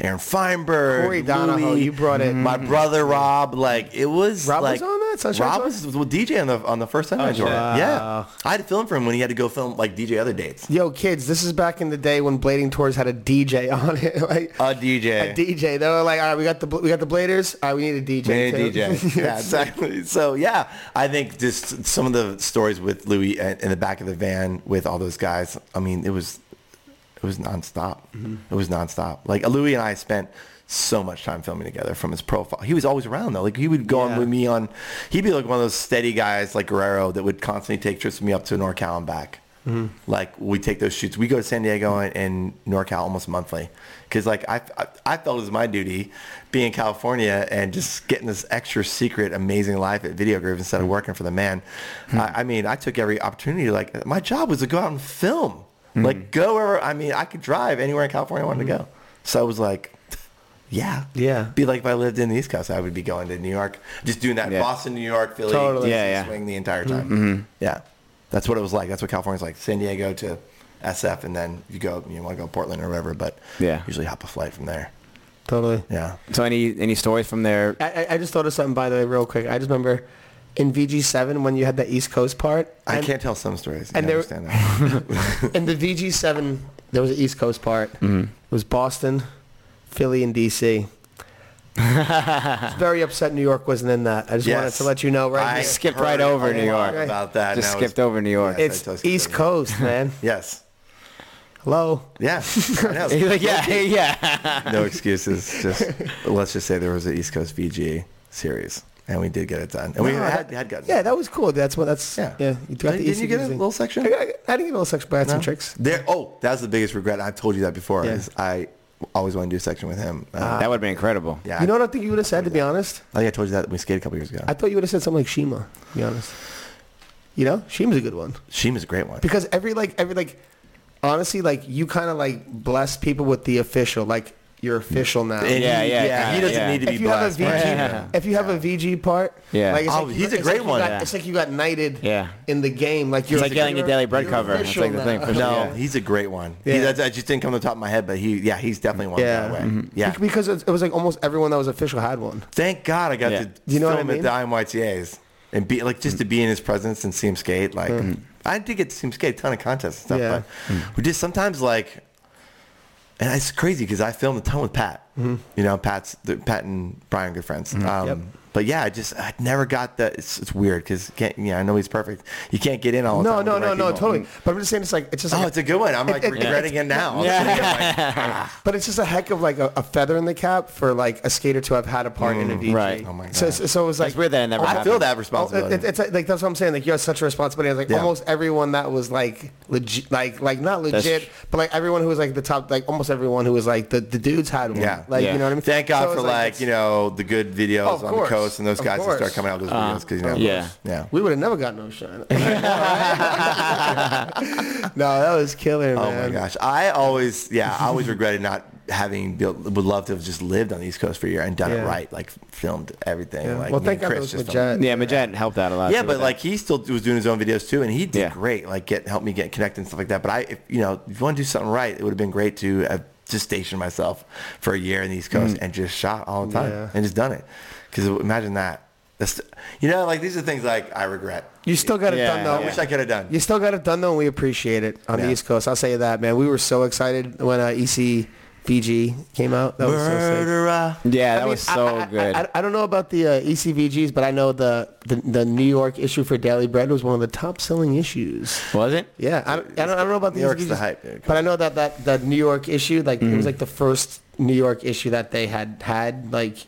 Speaker 3: Aaron Feinberg,
Speaker 2: Corey Donahoe,
Speaker 3: Louis,
Speaker 2: you brought it. Mm-hmm.
Speaker 3: My brother Rob, like it was.
Speaker 2: Rob was
Speaker 3: like,
Speaker 2: on that Sunshine
Speaker 3: Rob
Speaker 2: Tour? Oh,
Speaker 3: was well, DJ on the on the first Sunshine Tour.
Speaker 1: wow.
Speaker 3: Yeah, I had to film for him when he had to go film like DJ other dates.
Speaker 2: Yo, kids, this is back in the day when blading tours had a DJ on it. like,
Speaker 3: A DJ,
Speaker 2: a DJ. They were like, all right, we got the bl- we got the bladers. All right, we need a DJ.
Speaker 3: Made
Speaker 2: too.
Speaker 3: DJ. yeah, exactly. So yeah, I think just some of the stories with Louis in in the back of the van with all those guys. I mean, it was it was nonstop. It was nonstop. Like Louis and I spent so much time filming together from his profile. He was always around though. Like he would go
Speaker 2: Yeah.
Speaker 3: on with me on. He'd be like one of those steady guys like Guerrero that would constantly take trips with me up to NorCal and back. Like we take those shoots. We go to San Diego and, and NorCal almost monthly because like I, I I felt it was my duty being in California and just getting this extra secret amazing life at Video Groove instead of working for the man. I, I mean I took every opportunity. Like my job was to go out and film.
Speaker 1: Mm-hmm.
Speaker 3: Like go wherever. I mean, I could drive anywhere in California I wanted to go. So I was like, yeah,
Speaker 2: Yeah.
Speaker 3: Be like if I lived in the East Coast, I would be going to New York, just doing that
Speaker 1: Yeah.
Speaker 3: Boston, New York, Philly,
Speaker 2: Totally.
Speaker 1: Yeah,
Speaker 3: just
Speaker 1: yeah. Mm-hmm.
Speaker 3: swing the entire time. Yeah, that's what it was like. That's what California's like. San Diego to SF, and then you go. You want to go to Portland or wherever, but
Speaker 1: Yeah.
Speaker 3: usually hop a flight from there.
Speaker 2: Totally.
Speaker 3: Yeah,
Speaker 1: So any any stories from there?
Speaker 2: I, I- I just thought of something by the way, real quick. I just remember in VG7 when you had the East Coast part.
Speaker 3: I
Speaker 2: and-
Speaker 3: can't tell some stories.
Speaker 2: and
Speaker 3: And
Speaker 2: there-
Speaker 3: understand that.
Speaker 2: In the VG7, there was an East Coast part.
Speaker 3: Mm-hmm.
Speaker 2: It was Boston, Philly, and DC. I was very upset New York wasn't in that. I just wanted
Speaker 3: Yes.
Speaker 2: to let you know right
Speaker 3: I
Speaker 2: here.
Speaker 1: skipped
Speaker 3: heard
Speaker 1: right over
Speaker 3: a
Speaker 1: New
Speaker 3: lot
Speaker 1: York.
Speaker 3: about that.
Speaker 1: Just
Speaker 3: and I was-
Speaker 1: skipped over New York.
Speaker 3: Yeah.
Speaker 2: It's
Speaker 3: I totally
Speaker 2: East
Speaker 3: skipped
Speaker 2: Coast, man.
Speaker 3: Yes.
Speaker 2: Hello.
Speaker 3: Yeah. I know.
Speaker 1: He's like, yeah, yeah.
Speaker 3: no excuses. Just let's just say there was an East Coast VG series, and we did get it done, and we
Speaker 2: No,
Speaker 3: had,
Speaker 2: that-
Speaker 3: had gotten.
Speaker 2: Yeah, that was cool. That's what. That's yeah.
Speaker 3: Yeah.
Speaker 2: You got the
Speaker 3: Didn't
Speaker 2: East
Speaker 3: you get a
Speaker 2: Coast.
Speaker 3: little section?
Speaker 2: I, got- I didn't get a little section, but I had some
Speaker 3: No?
Speaker 2: tricks.
Speaker 3: There. Oh, that was the biggest regret. I've told you that before.
Speaker 2: Yeah. Ah.
Speaker 3: Is I always want to do a section with him. Uh,
Speaker 1: that would have been incredible.
Speaker 3: yeah.
Speaker 2: You know what I think you would have said? To be honest,
Speaker 3: I think I told you that when we skated a couple years ago.
Speaker 2: I thought you would have said something like Shima. To be honest, you know, Shima's a good one.
Speaker 3: Shima's a great one.
Speaker 2: because every like every like honestly like you kind of like bless people with the official like you're official now
Speaker 3: And
Speaker 1: Yeah,
Speaker 3: he,
Speaker 1: yeah,
Speaker 3: He
Speaker 1: kinda,
Speaker 3: doesn't
Speaker 1: yeah.
Speaker 3: need to be
Speaker 2: if you
Speaker 3: blessed.
Speaker 2: have a VG,
Speaker 1: Yeah.
Speaker 2: if you have a VG part,
Speaker 1: Yeah.
Speaker 2: like, it's
Speaker 3: Oh,
Speaker 2: like
Speaker 3: he's a
Speaker 2: it's
Speaker 3: great
Speaker 2: like you
Speaker 3: one.
Speaker 2: got-
Speaker 3: Yeah.
Speaker 2: It's like you got knighted
Speaker 1: Yeah.
Speaker 2: in the game. Like you're
Speaker 1: It's like getting a
Speaker 2: you're-
Speaker 1: daily bread
Speaker 2: you're
Speaker 1: cover. It's
Speaker 2: official
Speaker 1: like the thing.
Speaker 2: now.
Speaker 1: For sure.
Speaker 3: no,
Speaker 1: Yeah.
Speaker 3: he's a great one.
Speaker 2: Yeah.
Speaker 3: He, that's, I just didn't come to the top of my head, but he, yeah, he's definitely one
Speaker 2: Yeah. Mm-hmm.
Speaker 3: that way.
Speaker 1: Mm-hmm.
Speaker 3: Yeah.
Speaker 2: Be- because it it was like almost everyone that was official had one.
Speaker 3: Thank God I got
Speaker 1: Yeah.
Speaker 3: to
Speaker 2: You know what I
Speaker 3: film
Speaker 2: mean?
Speaker 3: at the IMYTAs and be like just to be in his presence and see him skate. Like I did get to see him skate a ton of contests and stuff.
Speaker 2: Mm-hmm. Yeah.
Speaker 3: But we just sometimes like, and it's crazy because I filmed a ton with Pat. You know, Pat's the, Pat and Brian are good friends. Um,
Speaker 2: Mm-hmm. Yep.
Speaker 3: But yeah, I just I never got the. It's, it's weird because can't you know I know he's perfect. You can't get in all the
Speaker 2: No,
Speaker 3: time.
Speaker 2: no,
Speaker 3: with the
Speaker 2: no,
Speaker 3: right
Speaker 2: no,
Speaker 3: people.
Speaker 2: totally. But I'm just saying, it's like it's just like
Speaker 3: Oh, it's a good one. I'm like
Speaker 2: it- it-
Speaker 3: regretting it now.
Speaker 2: But it's just a heck of like a, a feather in the cap for like a skater to have had a part in a VG.
Speaker 1: Mm. right.
Speaker 3: Oh my God.
Speaker 2: So, so, so it was like
Speaker 1: It's weird that it never
Speaker 3: I
Speaker 1: happened.
Speaker 3: feel that
Speaker 2: Oh,
Speaker 3: responsibility.
Speaker 2: it- it's like like, that's what I'm saying. Like you have such a responsibility. It's like
Speaker 3: Yeah.
Speaker 2: almost everyone that was like legit, like like not
Speaker 1: That's
Speaker 2: legit,
Speaker 1: tr-
Speaker 2: but like everyone who was like the top, like almost everyone who was like the, the dudes had one.
Speaker 3: Yeah.
Speaker 2: like
Speaker 1: Yeah.
Speaker 2: you know what I mean.
Speaker 3: Thank God
Speaker 2: So it's
Speaker 3: for
Speaker 2: it's-
Speaker 3: like,
Speaker 2: Oh,
Speaker 3: you know the good videos
Speaker 2: Of
Speaker 3: on
Speaker 2: course.
Speaker 3: the coast and those
Speaker 2: Of
Speaker 3: guys that
Speaker 2: course.
Speaker 3: start coming out with those videos because you know
Speaker 1: yeah.
Speaker 3: yeah.
Speaker 2: we would have never got no shine. no, that was killer,
Speaker 3: Oh
Speaker 2: man.
Speaker 3: my gosh! I always, yeah, I always regretted not having built. Would love to have just lived on the East Coast for a year and done it
Speaker 2: Yeah.
Speaker 3: right, like filmed everything.
Speaker 2: Yeah.
Speaker 3: Like,
Speaker 2: well,
Speaker 3: me
Speaker 2: thank
Speaker 3: and
Speaker 2: God it
Speaker 3: Chris
Speaker 2: was
Speaker 3: just filmed-
Speaker 2: Majet.
Speaker 1: Yeah, Majet helped out a lot.
Speaker 3: Yeah,
Speaker 1: too
Speaker 3: but
Speaker 1: with
Speaker 3: like he still was doing his own videos too, and he did
Speaker 1: Yeah.
Speaker 3: great. Like, get helped me get connected and stuff like that. But I, if, you know, if you want to do something right, it would have been great to have just stationed myself for a year in the East Coast and just shot all the time
Speaker 2: Yeah.
Speaker 3: and just done it. Because imagine that. That's, you know, like these are things like I regret.
Speaker 2: You still got it
Speaker 1: Yeah,
Speaker 2: done though.
Speaker 3: I wish I could have done.
Speaker 2: You still got it done though, and we appreciate it on
Speaker 3: Yeah.
Speaker 2: the East Coast. I'll say that, man. We were so excited when uh, EC VG came out. That was so sick.
Speaker 3: Murderer.
Speaker 1: that. yeah,
Speaker 2: I
Speaker 1: that
Speaker 2: mean,
Speaker 1: was
Speaker 2: I-
Speaker 1: so
Speaker 2: I, I-
Speaker 1: good.
Speaker 2: I, I don't know about the uh, ECVGs, but I know the, the the New York issue for Daily Bread was one of the top selling issues.
Speaker 1: was it?
Speaker 2: Yeah, I, don't- I, don't, I don't know about the E
Speaker 3: New York's the
Speaker 2: ECVGs,
Speaker 3: hype, dude.
Speaker 2: but I know that that that New York issue, like
Speaker 1: Mm-hmm.
Speaker 2: it was like the first New York issue that they had had like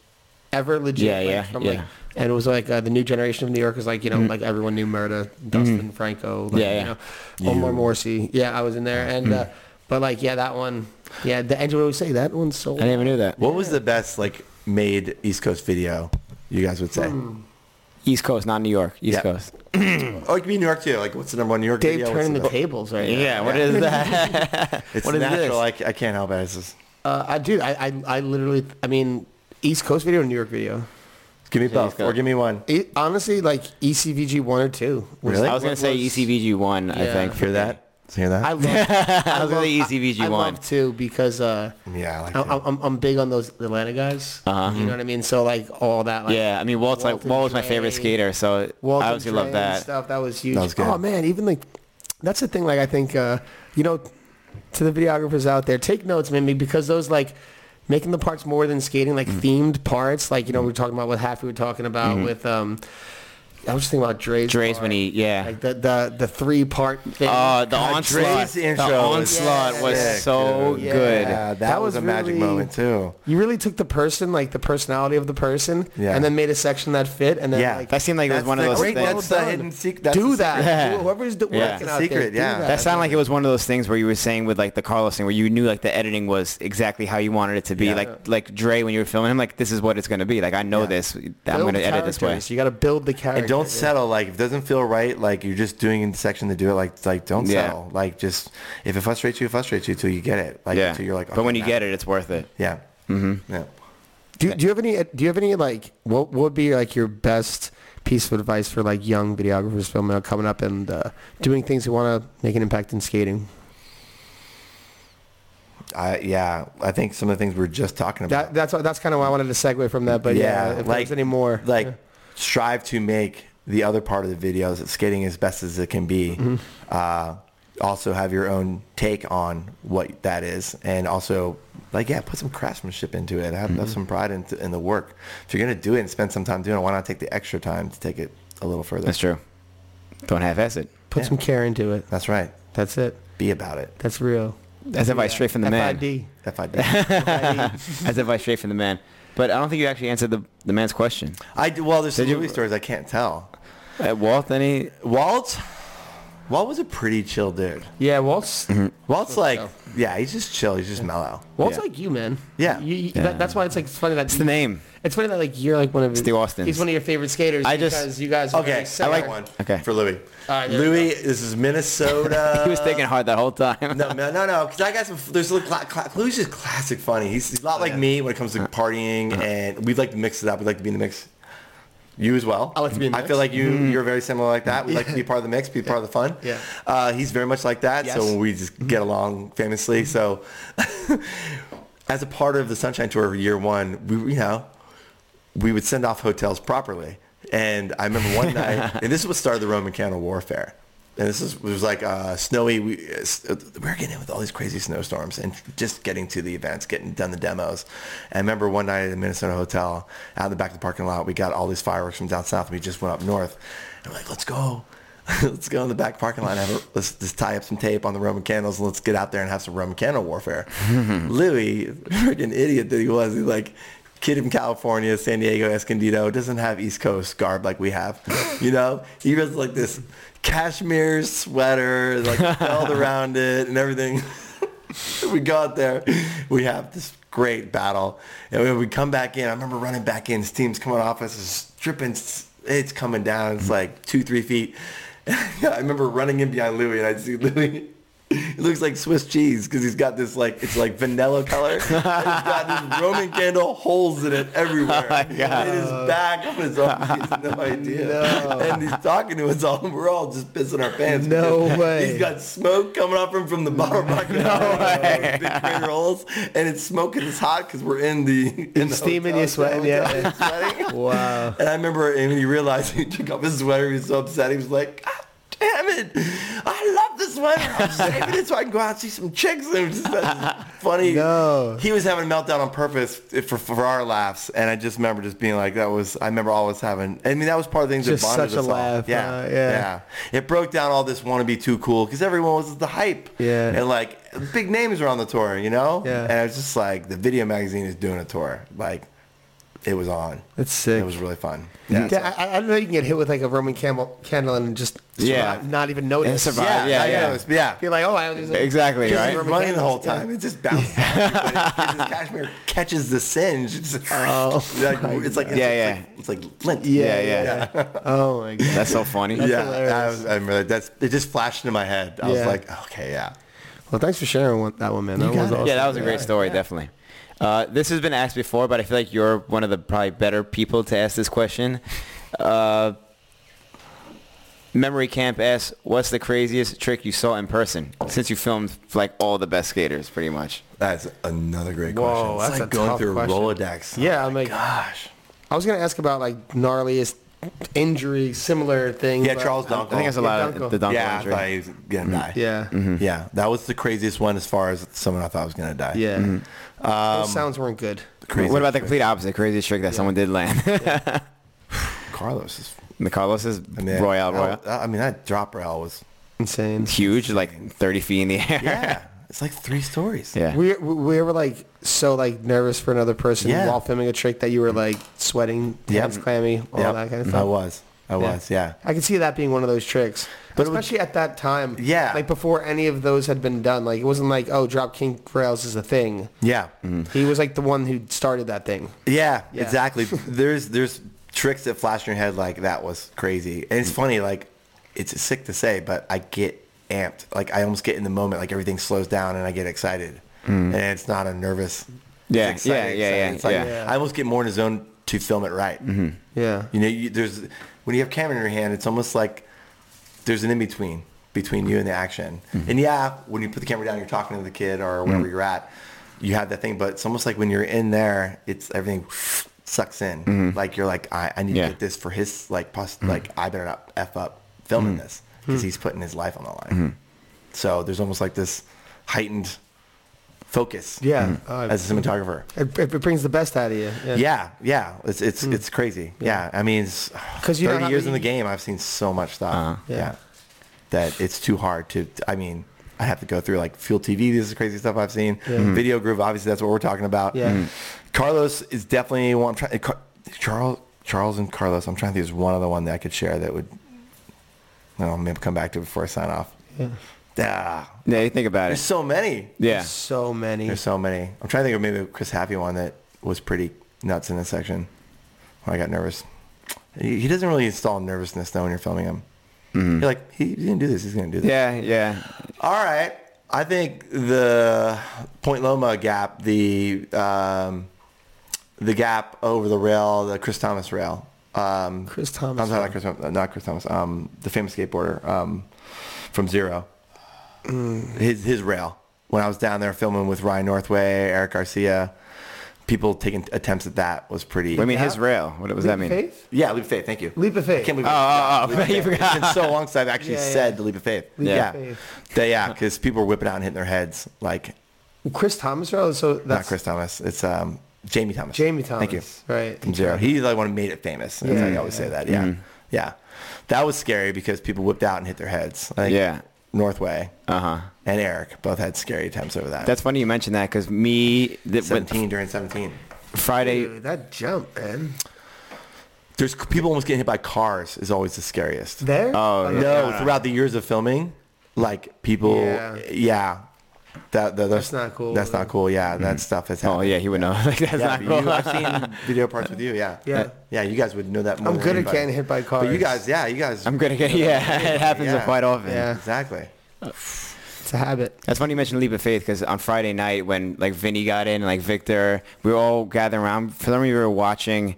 Speaker 2: ever legit.
Speaker 1: Yeah,
Speaker 2: like,
Speaker 1: yeah,
Speaker 2: from,
Speaker 1: yeah. Mm-hmm.
Speaker 2: Like, and it was like uh, the new generation of New Yorkers, like you know, like everyone knew Murda, Dustin Franco, like,
Speaker 1: Yeah, yeah. Mm-hmm.
Speaker 2: you know, Omar Morsi. Yeah, I was in there, and uh, but like yeah, that one, yeah, the Angel would always say that one's so.
Speaker 1: I never knew that.
Speaker 3: What was the best like made East Coast video you guys would say?
Speaker 1: East Coast, not New York. East
Speaker 3: Yeah.
Speaker 1: Coast.
Speaker 3: Oh, it could be New York too. Like, what's the number one New York
Speaker 2: Dave
Speaker 3: video? What's
Speaker 2: turning the
Speaker 3: the-
Speaker 2: tables right now.
Speaker 1: Yeah, what is that?
Speaker 3: It's
Speaker 1: What is
Speaker 3: natural.
Speaker 1: this?
Speaker 3: Like, I can't help it. It's just,
Speaker 2: Uh, I dude, I, I I literally, I mean, East Coast video or New York video?
Speaker 3: give me
Speaker 1: Yeah,
Speaker 3: both,
Speaker 1: East Coast.
Speaker 3: or give me one.
Speaker 2: It, honestly, like E ECVG one or two. was-
Speaker 3: Really?
Speaker 1: I was gonna
Speaker 2: was-
Speaker 1: say E ECVG one. I
Speaker 2: Yeah.
Speaker 1: think.
Speaker 3: Hear that? Hear that?
Speaker 2: I love. I,
Speaker 1: I was gonna say E ECVG
Speaker 2: I, I
Speaker 1: one.
Speaker 2: love two because uh,
Speaker 3: yeah, I like
Speaker 2: I,
Speaker 3: that.
Speaker 2: I'm I'm big on those Atlanta guys.
Speaker 1: Uh-huh.
Speaker 2: You know what I mean? So like all that. Like,
Speaker 1: yeah, I mean Walt's like
Speaker 2: Walton
Speaker 1: Walt was my favorite
Speaker 2: Dre,
Speaker 1: skater, so
Speaker 2: Walton
Speaker 1: I obviously
Speaker 2: Dre
Speaker 1: love
Speaker 2: and
Speaker 1: that.
Speaker 2: stuff. That was huge.
Speaker 3: That was good.
Speaker 2: Oh man, even like that's the thing. Like I think uh, you know, to the videographers out there, take notes, man, because those like making the parts more than skating,
Speaker 1: Mm-hmm.
Speaker 2: like themed parts. Like you know, we were talking about what half we were talking about with. um I was just thinking about Dre's.
Speaker 1: Dre's
Speaker 2: part.
Speaker 1: when he yeah.
Speaker 2: like the the the three part thing.
Speaker 1: Uh, the
Speaker 3: God,
Speaker 1: onslaught,
Speaker 3: Dre's
Speaker 1: the
Speaker 3: intro was
Speaker 1: onslaught was
Speaker 3: sick,
Speaker 1: so
Speaker 3: dude.
Speaker 1: good.
Speaker 3: Yeah, that,
Speaker 2: That
Speaker 3: was,
Speaker 2: was
Speaker 3: a magic
Speaker 2: really-
Speaker 3: moment too.
Speaker 2: you really took the person, like the personality of the person,
Speaker 3: Yeah.
Speaker 2: and then made a section that fit, and then
Speaker 3: Yeah.
Speaker 2: like
Speaker 1: That seemed like it was
Speaker 3: That's
Speaker 1: one of
Speaker 3: the
Speaker 1: those
Speaker 3: great-
Speaker 1: things.
Speaker 2: well
Speaker 3: that's the
Speaker 2: done.
Speaker 3: hidden sec- that's
Speaker 2: do
Speaker 3: the
Speaker 2: that.
Speaker 1: secret.
Speaker 2: Do- Whoever's do-
Speaker 1: Yeah.
Speaker 2: working
Speaker 3: That's
Speaker 2: out
Speaker 3: the
Speaker 2: there,
Speaker 3: secret,
Speaker 2: do
Speaker 3: yeah.
Speaker 2: that.
Speaker 1: That sounded like it was one of those things where you were saying with like the Carlos thing, where you knew like the editing was exactly how you wanted it to be.
Speaker 3: Yeah.
Speaker 1: Like like Dre when you were filming him, like this is what it's gonna be. Like I know
Speaker 3: Yeah.
Speaker 1: this. I'm
Speaker 2: Build
Speaker 1: gonna edit this way.
Speaker 2: characters. You got to build the character.
Speaker 3: And don't
Speaker 2: yeah.
Speaker 3: settle. Like, if it doesn't feel right, like you're just doing in the section to do it. Like, like don't
Speaker 1: Yeah.
Speaker 3: settle. Like, just if it frustrates you, it frustrates you till you get it. Like,
Speaker 1: Yeah.
Speaker 3: till you're like.
Speaker 1: but when you get it, it's worth it.
Speaker 3: Yeah. Mm-hmm. Yeah.
Speaker 2: Do, do you have any? Do you have any like? What what would be like your best piece of advice for like young videographers filming out coming up and uh, doing things who want to make an impact in skating?
Speaker 3: I yeah. I think some of the things we are just talking about.
Speaker 2: That that's what- that's kind of why I wanted to segue from that. But yeah, if there's any more,
Speaker 3: like strive to make the other part of the videos skating as best as it can be.
Speaker 1: Mm-hmm.
Speaker 3: Uh, also have your own take on what that is, and also like yeah, put some craftsmanship into it. Have,
Speaker 1: Mm-hmm.
Speaker 3: have some pride in, in the work. If you're gonna do it and spend some time doing it, why not take the extra time to take it a little further?
Speaker 1: That's true. Don't half ass it.
Speaker 2: put
Speaker 3: yeah.
Speaker 2: some care into it.
Speaker 3: That's right.
Speaker 2: That's it.
Speaker 3: Be about it.
Speaker 2: That's real.
Speaker 1: That's advice straight from the man.
Speaker 2: FID.
Speaker 3: If I did.
Speaker 1: That's advice straight from the man. But I don't think you actually answered the, the man's question.
Speaker 3: I do. Well, there's some
Speaker 1: Did you-
Speaker 3: movie stories I can't tell.
Speaker 1: Uh, Walt, any?
Speaker 3: Walt, Walt was a pretty chill dude.
Speaker 2: Yeah, Walt's
Speaker 3: Walt's like,
Speaker 2: chill.
Speaker 3: yeah, he's just chill. He's just mellow.
Speaker 2: Walt's
Speaker 3: Yeah.
Speaker 2: like you, man.
Speaker 3: Yeah.
Speaker 2: You, you-
Speaker 1: Yeah.
Speaker 2: That, that's why it's like it's funny that
Speaker 1: It's the name.
Speaker 2: It's funny that like you're like one of his,
Speaker 1: the Austins.
Speaker 2: He's one of your favorite skaters.
Speaker 1: I just-
Speaker 2: because you guys. Are
Speaker 3: Okay,
Speaker 2: similar.
Speaker 3: I like one.
Speaker 1: Okay.
Speaker 3: for Louis.
Speaker 2: right, there we
Speaker 3: Louis, this is Minnesota.
Speaker 1: he was thinking hard that whole time.
Speaker 3: No, no, no, no. Because I got some. There's a cla cla Louis is classic funny. He's, he's a lot like me when it comes to
Speaker 1: Uh-huh.
Speaker 3: partying, and we'd like to mix it up. We'd like to be in the mix. You as well.
Speaker 2: I like to be in the
Speaker 3: I
Speaker 2: mix.
Speaker 3: feel like you.
Speaker 1: Mm-hmm.
Speaker 3: You're very similar like that. We like to be part of the mix, be part of the fun.
Speaker 2: Yeah.
Speaker 3: Uh, he's very much like that.
Speaker 2: Yes.
Speaker 3: So we
Speaker 1: Mm-hmm.
Speaker 3: just get along famously. So, as a part of the Sunshine Tour year one, we you know we would send off hotels properly. And I remember one night, and this was the start of the Roman candle warfare. and this is, it was like uh, snowy. We, uh, s- uh, we were getting in with all these crazy snowstorms and just getting to the events, getting done the demos. And I remember one night at a Minnesota hotel, out in the back of the parking lot, we got all these fireworks from down south, and we just went up north. And we're like, let's go. let's go in the back parking lot and have a, let's just tie up some tape on the Roman candles and let's get out there and have some Roman candle warfare. Louis, freaking idiot that he was, he like kid from California, San Diego, Escondido, doesn't have East Coast garb like we have. You know, he was like this cashmere sweater, like felt around it and everything. we got there. We have this great battle. And when we come back in, I remember running back in. Steam's coming off us. It's dripping. It's coming down. It's like two, three feet. I remember running in behind Louis, and I see Louis. It looks like Swiss cheese because he's got this like it's like vanilla color. and he's got these Roman candle holes in it everywhere. And his back on his arm, he has no idea. And he's talking to us all. and We're all just pissing our pants.
Speaker 2: No
Speaker 3: because
Speaker 2: way.
Speaker 3: He's got smoke coming up from from the bottom bucket. No way. Big green rolls, and it's smoking. It's hot because we're in the in the
Speaker 2: Steaming,
Speaker 3: hotel,
Speaker 2: you're sweating,
Speaker 3: hotel,
Speaker 2: yeah.
Speaker 3: and sweating.
Speaker 2: Wow.
Speaker 3: And I remember and when he realized he took off his sweater, he was so upset. He was like, God damn it. I love this sweater. I'm saving it so I can go out and see some chicks. And it was just that funny.
Speaker 2: No.
Speaker 3: He was having a meltdown on purpose for, for our laughs. And I just remember just being like, that was, I remember always having, I mean, that was part of the things
Speaker 2: Just
Speaker 3: that bonded
Speaker 2: such a
Speaker 3: us all.
Speaker 2: laugh,
Speaker 3: Yeah,
Speaker 2: uh, yeah.
Speaker 3: yeah. It broke down all this want to be too cool because everyone was the hype.
Speaker 2: Yeah.
Speaker 3: And like big names were on the tour, you know?
Speaker 2: Yeah.
Speaker 3: And it was just like, the video magazine is doing a tour. Like, it was on.
Speaker 2: That's sick.
Speaker 3: It was really fun.
Speaker 2: Yeah,
Speaker 3: Yeah.
Speaker 2: I, I- I don't know you can get hit with like a Roman camel, candle and just
Speaker 1: Yeah.
Speaker 2: survive- not even notice.
Speaker 1: And survive.
Speaker 3: yeah, yeah,
Speaker 1: Yeah, yeah.
Speaker 3: yeah. It's- yeah.
Speaker 2: You're like, oh, I was
Speaker 1: Exactly,
Speaker 2: Just
Speaker 1: right?
Speaker 2: Roman
Speaker 3: running the whole
Speaker 2: candles, yeah.
Speaker 3: time. It just bounces. off everybody. This cashmere catches the singe. It's like, like, it's like it's
Speaker 1: Yeah,
Speaker 3: like-
Speaker 1: yeah.
Speaker 3: It's like lint.
Speaker 1: Yeah, yeah.
Speaker 2: Oh my god.
Speaker 1: That's so funny.
Speaker 3: yeah. I
Speaker 2: hilarious.
Speaker 3: was, I'm really, that's it. Just flashed into my head. I
Speaker 2: Yeah.
Speaker 3: was like, okay, yeah.
Speaker 2: Well, thanks for sharing one, that one, man. That
Speaker 3: got
Speaker 2: was
Speaker 3: it.
Speaker 2: awesome.
Speaker 1: Yeah, that was a great story, definitely. Uh, this has been asked before, but I feel like you're one of the probably better people to ask this question. Uh, Memory Camp asks, what's the craziest trick you saw in person since you filmed like all the best skaters pretty much?
Speaker 3: That's another great
Speaker 2: Whoa,
Speaker 3: question.
Speaker 2: that's
Speaker 3: it's like
Speaker 2: a
Speaker 3: going
Speaker 2: tough
Speaker 3: through
Speaker 2: question.
Speaker 3: a Rolodex.
Speaker 2: Yeah,
Speaker 3: Oh
Speaker 2: I'm
Speaker 3: my
Speaker 2: like-
Speaker 3: gosh.
Speaker 2: I was gonna ask about like gnarliest injury, similar thing.
Speaker 3: Yeah,
Speaker 2: but-
Speaker 3: Charles Dunkel.
Speaker 1: I think it's a
Speaker 2: Yeah,
Speaker 1: lot of
Speaker 2: Dunkel.
Speaker 1: the Dunkel
Speaker 3: yeah, I
Speaker 1: injury.
Speaker 3: thought he was gonna die.
Speaker 2: Yeah.
Speaker 3: Mm-hmm.
Speaker 1: Mm-hmm.
Speaker 3: yeah, that was the craziest one as far as someone I thought was gonna die.
Speaker 2: Yeah. Those sounds weren't good.
Speaker 3: Crazy.
Speaker 1: What about the complete opposite, craziest trick that someone did land?
Speaker 3: Carlos? Is,
Speaker 1: the Carlos is
Speaker 3: I mean,
Speaker 1: Royale,
Speaker 3: that-
Speaker 1: Royale.
Speaker 3: I mean, that drop rail was
Speaker 2: Insane.
Speaker 1: Huge, like 30 feet in the air.
Speaker 3: yeah. It's like three stories.
Speaker 1: Yeah.
Speaker 2: We, we we were like so like nervous for another person
Speaker 3: Yeah.
Speaker 2: while filming a trick that you were like sweating,
Speaker 3: Yep.
Speaker 2: hands clammy, all
Speaker 3: Yep.
Speaker 2: that kind of
Speaker 3: I
Speaker 2: stuff.
Speaker 3: was. I was. Mm-hmm. Yeah.
Speaker 2: I could see that being one of those tricks, but
Speaker 3: it would-
Speaker 2: especially at that time.
Speaker 3: Yeah.
Speaker 2: like before any of those had been done. Like it wasn't like oh, drop king rails is a thing.
Speaker 3: Yeah.
Speaker 1: Mm-hmm.
Speaker 2: He was like the one who started that thing.
Speaker 3: Yeah.
Speaker 2: Yeah.
Speaker 3: Exactly. there's there's tricks that flash in your head like that was crazy, and it's
Speaker 1: Mm-hmm.
Speaker 3: funny. Like it's sick to say, but I get amped. Like I almost get in the moment. Like everything slows down, and I get excited, and it's not a nervous.
Speaker 1: Mm-hmm. Yeah,
Speaker 3: it's exciting,
Speaker 1: yeah, yeah,
Speaker 3: exciting.
Speaker 1: yeah,
Speaker 3: It's like,
Speaker 1: yeah. Mm-hmm.
Speaker 3: I almost get more in a zone to film it right.
Speaker 2: Yeah,
Speaker 3: You know, you, there's when you have camera in your hand, it's almost like there's an in between between you and the action.
Speaker 2: Mm-hmm.
Speaker 3: And yeah, when you put the camera down, you're talking to the kid or wherever
Speaker 2: Mm.
Speaker 3: you're at. You have that thing, but it's almost like when you're in there, it's everything sucks in.
Speaker 2: Mm-hmm.
Speaker 3: Like you're like, I, I need
Speaker 1: Yeah.
Speaker 3: to get this for his like pos- like I better not f up filming
Speaker 2: Mm-hmm.
Speaker 3: this because he's putting his life on the line. So there's almost like this heightened focus.
Speaker 2: yeah. Uh,
Speaker 3: Mm-hmm. As a cinematographer.
Speaker 2: it, it brings the best out of you.
Speaker 3: Yeah, yeah, it's it's it's crazy. Yeah, I mean, it's,
Speaker 2: Hmm. 'Cause you know
Speaker 3: thirty
Speaker 2: how
Speaker 3: years in
Speaker 2: many-
Speaker 3: the game, I've seen so much stuff.
Speaker 2: Yeah.
Speaker 3: yeah. that it's too hard to. I mean, I have to go through like Fuel TV. This is crazy stuff I've seen. Video Groove, obviously, that's what we're talking about.
Speaker 2: Hmm. Yeah. Mhm.
Speaker 3: Carlos is definitely one. I'm trying. Car, Charles, Charles, and Carlos. I'm trying to think. There's one other one that I could share that would. No, maybe come back to it before I sign off. Yeah.
Speaker 1: Yeah, you think about
Speaker 3: There's
Speaker 1: it.
Speaker 3: so many.
Speaker 1: Yeah.
Speaker 2: so many.
Speaker 3: There's so many. I'm trying to think of maybe a Chris Happy one that was pretty nuts in this section. When I got nervous. He he doesn't really install nervousness though when you're filming him. You're like, he, he didn't do this. He's gonna do this.
Speaker 1: Yeah, yeah.
Speaker 3: All right. I think the Point Loma gap, the um, the gap over the rail, the Chris Thomas rail. Um,
Speaker 2: Chris Thomas
Speaker 3: I'm sorry, not Chris. Thomas- Not Chris Thomas. Um, the famous skateboarder um, from Zero.
Speaker 2: Mm.
Speaker 3: His his rail. When I was down there filming with Ryan Northway, Eric Garcia, people taking attempts at that was pretty.
Speaker 1: I mean, his rail. What does that mean?
Speaker 2: Faith?
Speaker 3: yeah, leap of faith. Thank you.
Speaker 2: Leap of
Speaker 3: I
Speaker 2: faith.
Speaker 3: can't believe.
Speaker 1: Oh, oh, oh.
Speaker 3: Leap of
Speaker 1: You
Speaker 3: faith.
Speaker 1: forgot.
Speaker 3: It's been so long since I've actually
Speaker 2: Yeah, yeah.
Speaker 3: said the leap of faith.
Speaker 2: Leap
Speaker 1: of
Speaker 3: yeah,
Speaker 2: faith.
Speaker 3: They- yeah, because people were whipping out and hitting their heads. Like
Speaker 2: Chris Thomas rail. So that's
Speaker 3: not Chris Thomas. It's um, Jamie Thomas.
Speaker 2: Jamie Thomas.
Speaker 3: Thank you.
Speaker 2: Right.
Speaker 3: From zero. He's the one who made it famous. That's
Speaker 2: Yeah,
Speaker 3: how you
Speaker 2: yeah,
Speaker 3: always say that.
Speaker 1: Mm-hmm.
Speaker 3: Yeah. Yeah. That was scary because people whipped out and hit their heads. Like
Speaker 1: Yeah.
Speaker 3: Northway
Speaker 1: Uh huh.
Speaker 3: and Eric both had scary attempts over that.
Speaker 1: That's funny you mentioned that because me, th- when-
Speaker 3: 17 during 17.
Speaker 1: Friday,
Speaker 2: Dude, that jump, man.
Speaker 3: There's people almost getting hit by cars is always the scariest.
Speaker 2: There?
Speaker 1: Oh,
Speaker 3: no, throughout the years of filming, like people,
Speaker 2: Yeah.
Speaker 3: yeah, that, that- that's,
Speaker 2: not cool,
Speaker 3: That's not cool. Yeah, that stuff has
Speaker 1: oh
Speaker 3: happened.
Speaker 1: yeah, he would know. Like that's
Speaker 3: Yeah,
Speaker 1: not
Speaker 3: but
Speaker 1: cool.
Speaker 3: you, I've seen video parts with you. Yeah,
Speaker 2: Yeah.
Speaker 3: yeah. You guys would know that. More
Speaker 2: I'm
Speaker 3: than
Speaker 2: good at
Speaker 3: anybody.
Speaker 2: getting hit by cars.
Speaker 3: But you guys, yeah, you guys.
Speaker 1: I'm gonna get yeah. It happens
Speaker 3: Yeah.
Speaker 1: quite often.
Speaker 2: Yeah.
Speaker 3: Exactly.
Speaker 2: It's a habit.
Speaker 1: That's funny you mentioned leap of faith because on Friday night when like Vinny got in, like Victor, we were all gathering around. For some reason, we were watching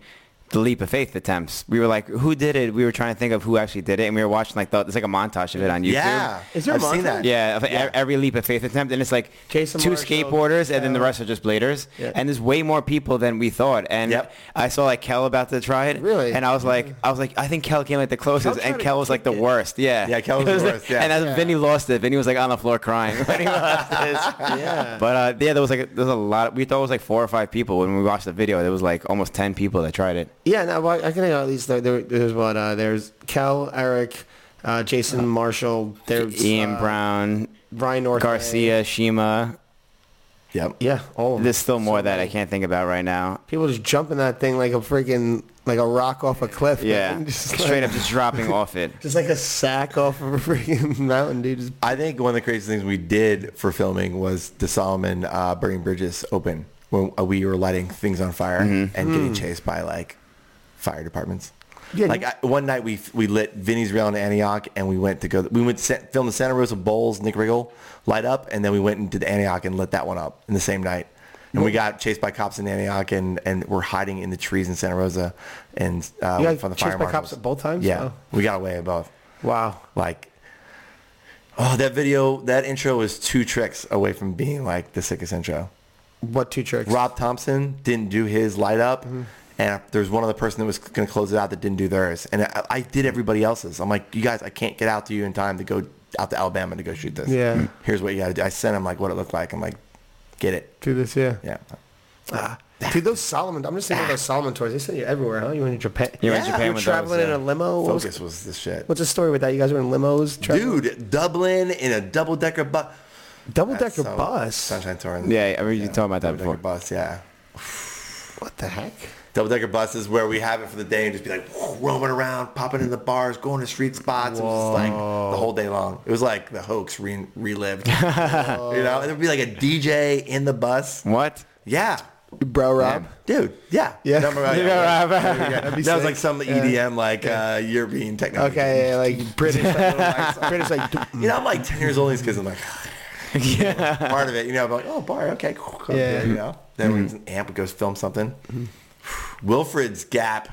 Speaker 1: the leap of faith attempts. We were like, who did it? We were trying to think of who actually did it, and we were watching like the, there's like a montage of it on YouTube.
Speaker 3: Yeah.
Speaker 2: Is there a
Speaker 3: I've seen
Speaker 2: montage?
Speaker 3: that.
Speaker 1: Yeah, of e- every leap of faith attempt, and it's like
Speaker 2: Jason
Speaker 1: two
Speaker 2: Marshall,
Speaker 1: skateboarders, and then the
Speaker 2: Kel.
Speaker 1: rest are just bladers.
Speaker 2: Yeah.
Speaker 1: And there's way more people than we thought. And
Speaker 3: Yep.
Speaker 1: I saw like Kel about to try it.
Speaker 2: Really? Mm-hmm.
Speaker 1: And I was like, I was like, I think Kel came like the closest,
Speaker 2: tried
Speaker 1: and
Speaker 2: to
Speaker 1: Kel was like the
Speaker 2: kick it.
Speaker 1: worst. Yeah.
Speaker 3: Yeah, Kel was
Speaker 1: It
Speaker 3: the
Speaker 1: like-
Speaker 3: worst, yeah.
Speaker 1: And as
Speaker 2: Yeah.
Speaker 1: Vinny lost it, Vinny was like on the floor crying when he lost this.
Speaker 2: Yeah.
Speaker 1: But uh, yeah, there was like a, there was a lot. we thought it was like four or five people when we watched the video. There was like almost ten people that tried it.
Speaker 2: yeah, no, well, I can think of at least there, there, there's what, uh, there's Kel, Eric, uh, Jason Marshall, there's
Speaker 1: Ian
Speaker 2: uh,
Speaker 1: Brown,
Speaker 2: Brian North.
Speaker 1: Garcia, Shima.
Speaker 3: Yep.
Speaker 2: Yeah, all of them.
Speaker 1: There's still more that I
Speaker 2: many.
Speaker 1: can't think about right now.
Speaker 2: People just jumping that thing like a freaking, like a rock off a cliff.
Speaker 1: Yeah,
Speaker 2: man. Just like-
Speaker 1: straight up just dropping off it.
Speaker 2: Just like a sack off of a freaking mountain, dude. Just,
Speaker 3: I think one of the craziest things we did for filming was the Solomon uh, Burning Bridges open when uh, we were lighting things on fire and getting chased by like fire departments.
Speaker 2: Hmm. Yeah.
Speaker 3: like I, one night we we lit Vinny's Rail in Antioch and we went to go we went to se- film the Santa Rosa Bowls Nick Riggle light up and then we went into the Antioch and lit that one up in the same night and we got chased by cops in Antioch and and we're hiding in the trees in Santa Rosa and uh,
Speaker 2: You got
Speaker 3: from the
Speaker 2: chased
Speaker 3: fire
Speaker 2: by cops
Speaker 3: marshals.
Speaker 2: at both times?
Speaker 3: yeah
Speaker 2: Oh.
Speaker 3: we got away at both
Speaker 2: wow.
Speaker 3: like oh that video that intro is two tricks away from being like the sickest intro
Speaker 2: What two tricks?
Speaker 3: rob thompson didn't do his light up
Speaker 2: Mm-hmm.
Speaker 3: and there's one other person that was going to close it out that didn't do theirs and I, I did everybody else's i'm like you guys i can't get out to you in time to go out to alabama to go shoot this
Speaker 2: Yeah.
Speaker 3: here's what you gotta do i sent him like what it looked like i'm like get it
Speaker 2: Do this, yeah.
Speaker 3: yeah
Speaker 2: Ah. Dude, those Solomon, I'm just thinking of those Solomon tours. They sent you everywhere, huh? You went to Japan.
Speaker 1: You were in
Speaker 3: Yeah,
Speaker 1: Japan
Speaker 2: You were
Speaker 1: with
Speaker 2: traveling
Speaker 1: those,
Speaker 2: in a
Speaker 1: yeah.
Speaker 2: limo. What was-
Speaker 3: focus was this shit
Speaker 2: what's the story with that? You guys were in limos, traveling?
Speaker 3: dude dublin in a double decker bus
Speaker 2: double decker bus.
Speaker 3: sunshine tour
Speaker 1: Yeah, I remember you talking about that before.
Speaker 3: double decker bus yeah
Speaker 2: What the heck?
Speaker 3: double decker buses where we have it for the day and just be like whoa, roaming around, popping in the bars, going to street spots. It was just like the whole day long. It was like the hoax re- relived. you know, and there'd be like a DJ in the bus.
Speaker 1: What?
Speaker 3: Yeah.
Speaker 2: Bro, Rob.
Speaker 3: Dude, yeah.
Speaker 2: Yeah.
Speaker 3: No, right,
Speaker 1: Yeah,
Speaker 3: yeah,
Speaker 1: Rob.
Speaker 3: yeah, yeah. That was
Speaker 2: sick.
Speaker 3: like some EDM, like uh, European techno.
Speaker 2: Okay, yeah, like British, like, British, like
Speaker 3: You know, I'm like 10 years old these kids. I'm like, part of it. You know, I'm like, oh, bar, okay, cool. cool.
Speaker 2: Yeah.
Speaker 3: You know, then we
Speaker 1: Mm-hmm.
Speaker 3: an amp goes film something. Wilfred's gap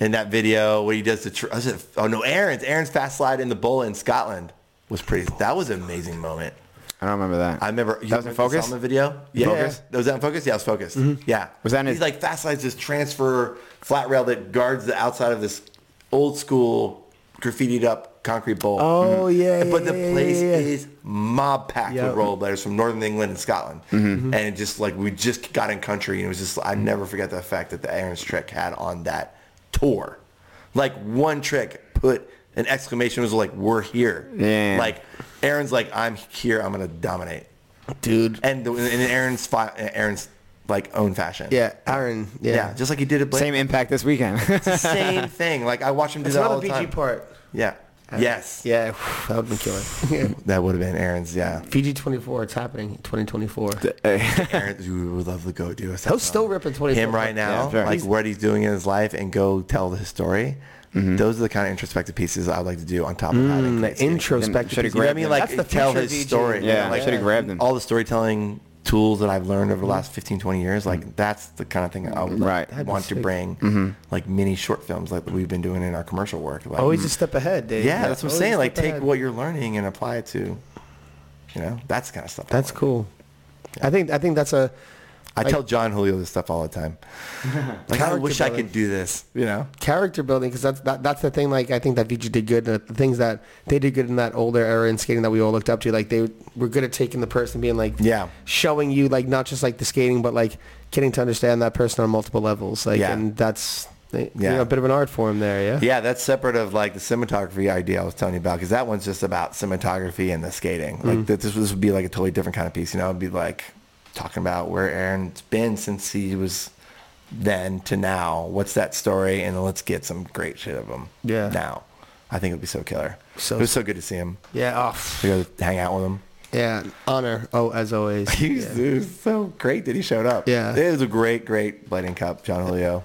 Speaker 3: in that video where he does the, tr- was it, oh no, Aaron's, Aaron's fast slide in the bowl in Scotland was pretty, that was an amazing moment.
Speaker 1: I don't remember that.
Speaker 3: I remember you
Speaker 1: That was in
Speaker 3: remember the
Speaker 1: Focus? Mm-hmm.
Speaker 3: Solomon video. Yeah,
Speaker 2: Focus?
Speaker 3: was that in focus? Yeah, it was focus. Yeah,
Speaker 1: Was that in
Speaker 3: he's
Speaker 1: his-
Speaker 3: like fast slides this transfer flat rail that guards the outside of this old school graffitied up concrete bowl.
Speaker 2: Oh, yeah,
Speaker 3: Mm. but
Speaker 2: yeah, yeah,
Speaker 3: the place
Speaker 2: yeah, yeah.
Speaker 3: is mob packed
Speaker 2: Yeah.
Speaker 3: with rollerbladers from Northern England and Scotland,
Speaker 2: Mm-hmm.
Speaker 3: and it just like we just got in country, and it was just I never forget the effect that the Aaron's trick had on that tour. Like one trick put an exclamation was like we're here.
Speaker 1: Yeah.
Speaker 3: Like Aaron's like I'm here. I'm gonna dominate
Speaker 2: dude.
Speaker 3: and the, in Aaron's fi- Aaron's like own fashion.
Speaker 2: Yeah, Aaron. Yeah,
Speaker 3: yeah, just like he did at Blake.
Speaker 1: Same impact this weekend.
Speaker 3: Same, thing. Like I watch him do
Speaker 2: it's
Speaker 3: that
Speaker 2: not
Speaker 3: all
Speaker 2: the
Speaker 3: the
Speaker 2: BG
Speaker 3: time.
Speaker 2: part.
Speaker 3: Yeah. Yes.
Speaker 2: Yeah, whew, that would be killer. Uh, Yeah.
Speaker 3: That would have been Aaron's. Yeah.
Speaker 2: BG 24, it's happening. 2024.
Speaker 3: Aaron, you would love to go do a
Speaker 2: Those still ripping 24.
Speaker 3: him right now,
Speaker 1: Yeah, fair.
Speaker 3: like what he's doing in his life, and go tell his story. Those are the kind of introspective pieces I'd like to do on top of having
Speaker 2: The
Speaker 3: great skating.
Speaker 2: introspective.
Speaker 1: Should've
Speaker 2: piece. Mm-hmm. Mm, You know what I
Speaker 1: grabbed
Speaker 2: mean?
Speaker 1: him.
Speaker 2: Like,
Speaker 3: That's the
Speaker 2: tell
Speaker 3: future
Speaker 2: his
Speaker 3: VG.
Speaker 2: story.
Speaker 1: yeah,
Speaker 3: Yeah.
Speaker 1: I should have grabbed him.
Speaker 3: all the storytelling tools that I've learned over
Speaker 2: Mm-hmm.
Speaker 3: the last 15, 20 years, like that's the kind of thing I would
Speaker 1: Right.
Speaker 3: like, want to bring,
Speaker 2: Mm-hmm.
Speaker 3: like mini short films like we've been doing in our commercial work. Like,
Speaker 2: Always a step ahead, Dave.
Speaker 3: yeah, that's what I'm
Speaker 2: Always
Speaker 3: saying.
Speaker 2: a
Speaker 3: Like
Speaker 2: step
Speaker 3: take
Speaker 2: ahead.
Speaker 3: what you're learning and apply it to, you know, that's the kind of stuff. I
Speaker 2: That's
Speaker 3: want.
Speaker 2: cool. I think I think that's a
Speaker 3: I tell John Julio this stuff all the time. Like, I
Speaker 2: Character
Speaker 3: wish I
Speaker 2: building.
Speaker 3: could do this, you know?
Speaker 2: character building because that's that, that's the thing. Like I think that Vijay did good. And the things that they did good in that older era in skating that we all looked up to. Like they were good at taking the person, being like,
Speaker 3: Yeah.
Speaker 2: showing you like not just like the skating, but like getting to understand that person on multiple levels. Like
Speaker 3: Yeah.
Speaker 2: and that's you
Speaker 3: Yeah.
Speaker 2: know, a bit of an art form there. Yeah.
Speaker 3: Yeah, that's separate of like the cinematography idea I was telling you about because that one's just about cinematography and the skating. Like that, this, this would be like a totally different kind of piece. You know, it'd be like talking about where Aaron's been since he was then to now. What's that story? And let's get some great shit of him.
Speaker 2: Yeah.
Speaker 3: Now, I think it'd be so killer.
Speaker 2: So-
Speaker 3: it was so good to see him.
Speaker 2: Yeah.
Speaker 3: To
Speaker 2: Oh,
Speaker 3: go hang out with him.
Speaker 2: yeah. Honor. Oh, as always.
Speaker 3: He's
Speaker 2: Yeah.
Speaker 3: it was so great that he showed up.
Speaker 2: Yeah.
Speaker 3: it was a great, great Blading Cup, John Julio.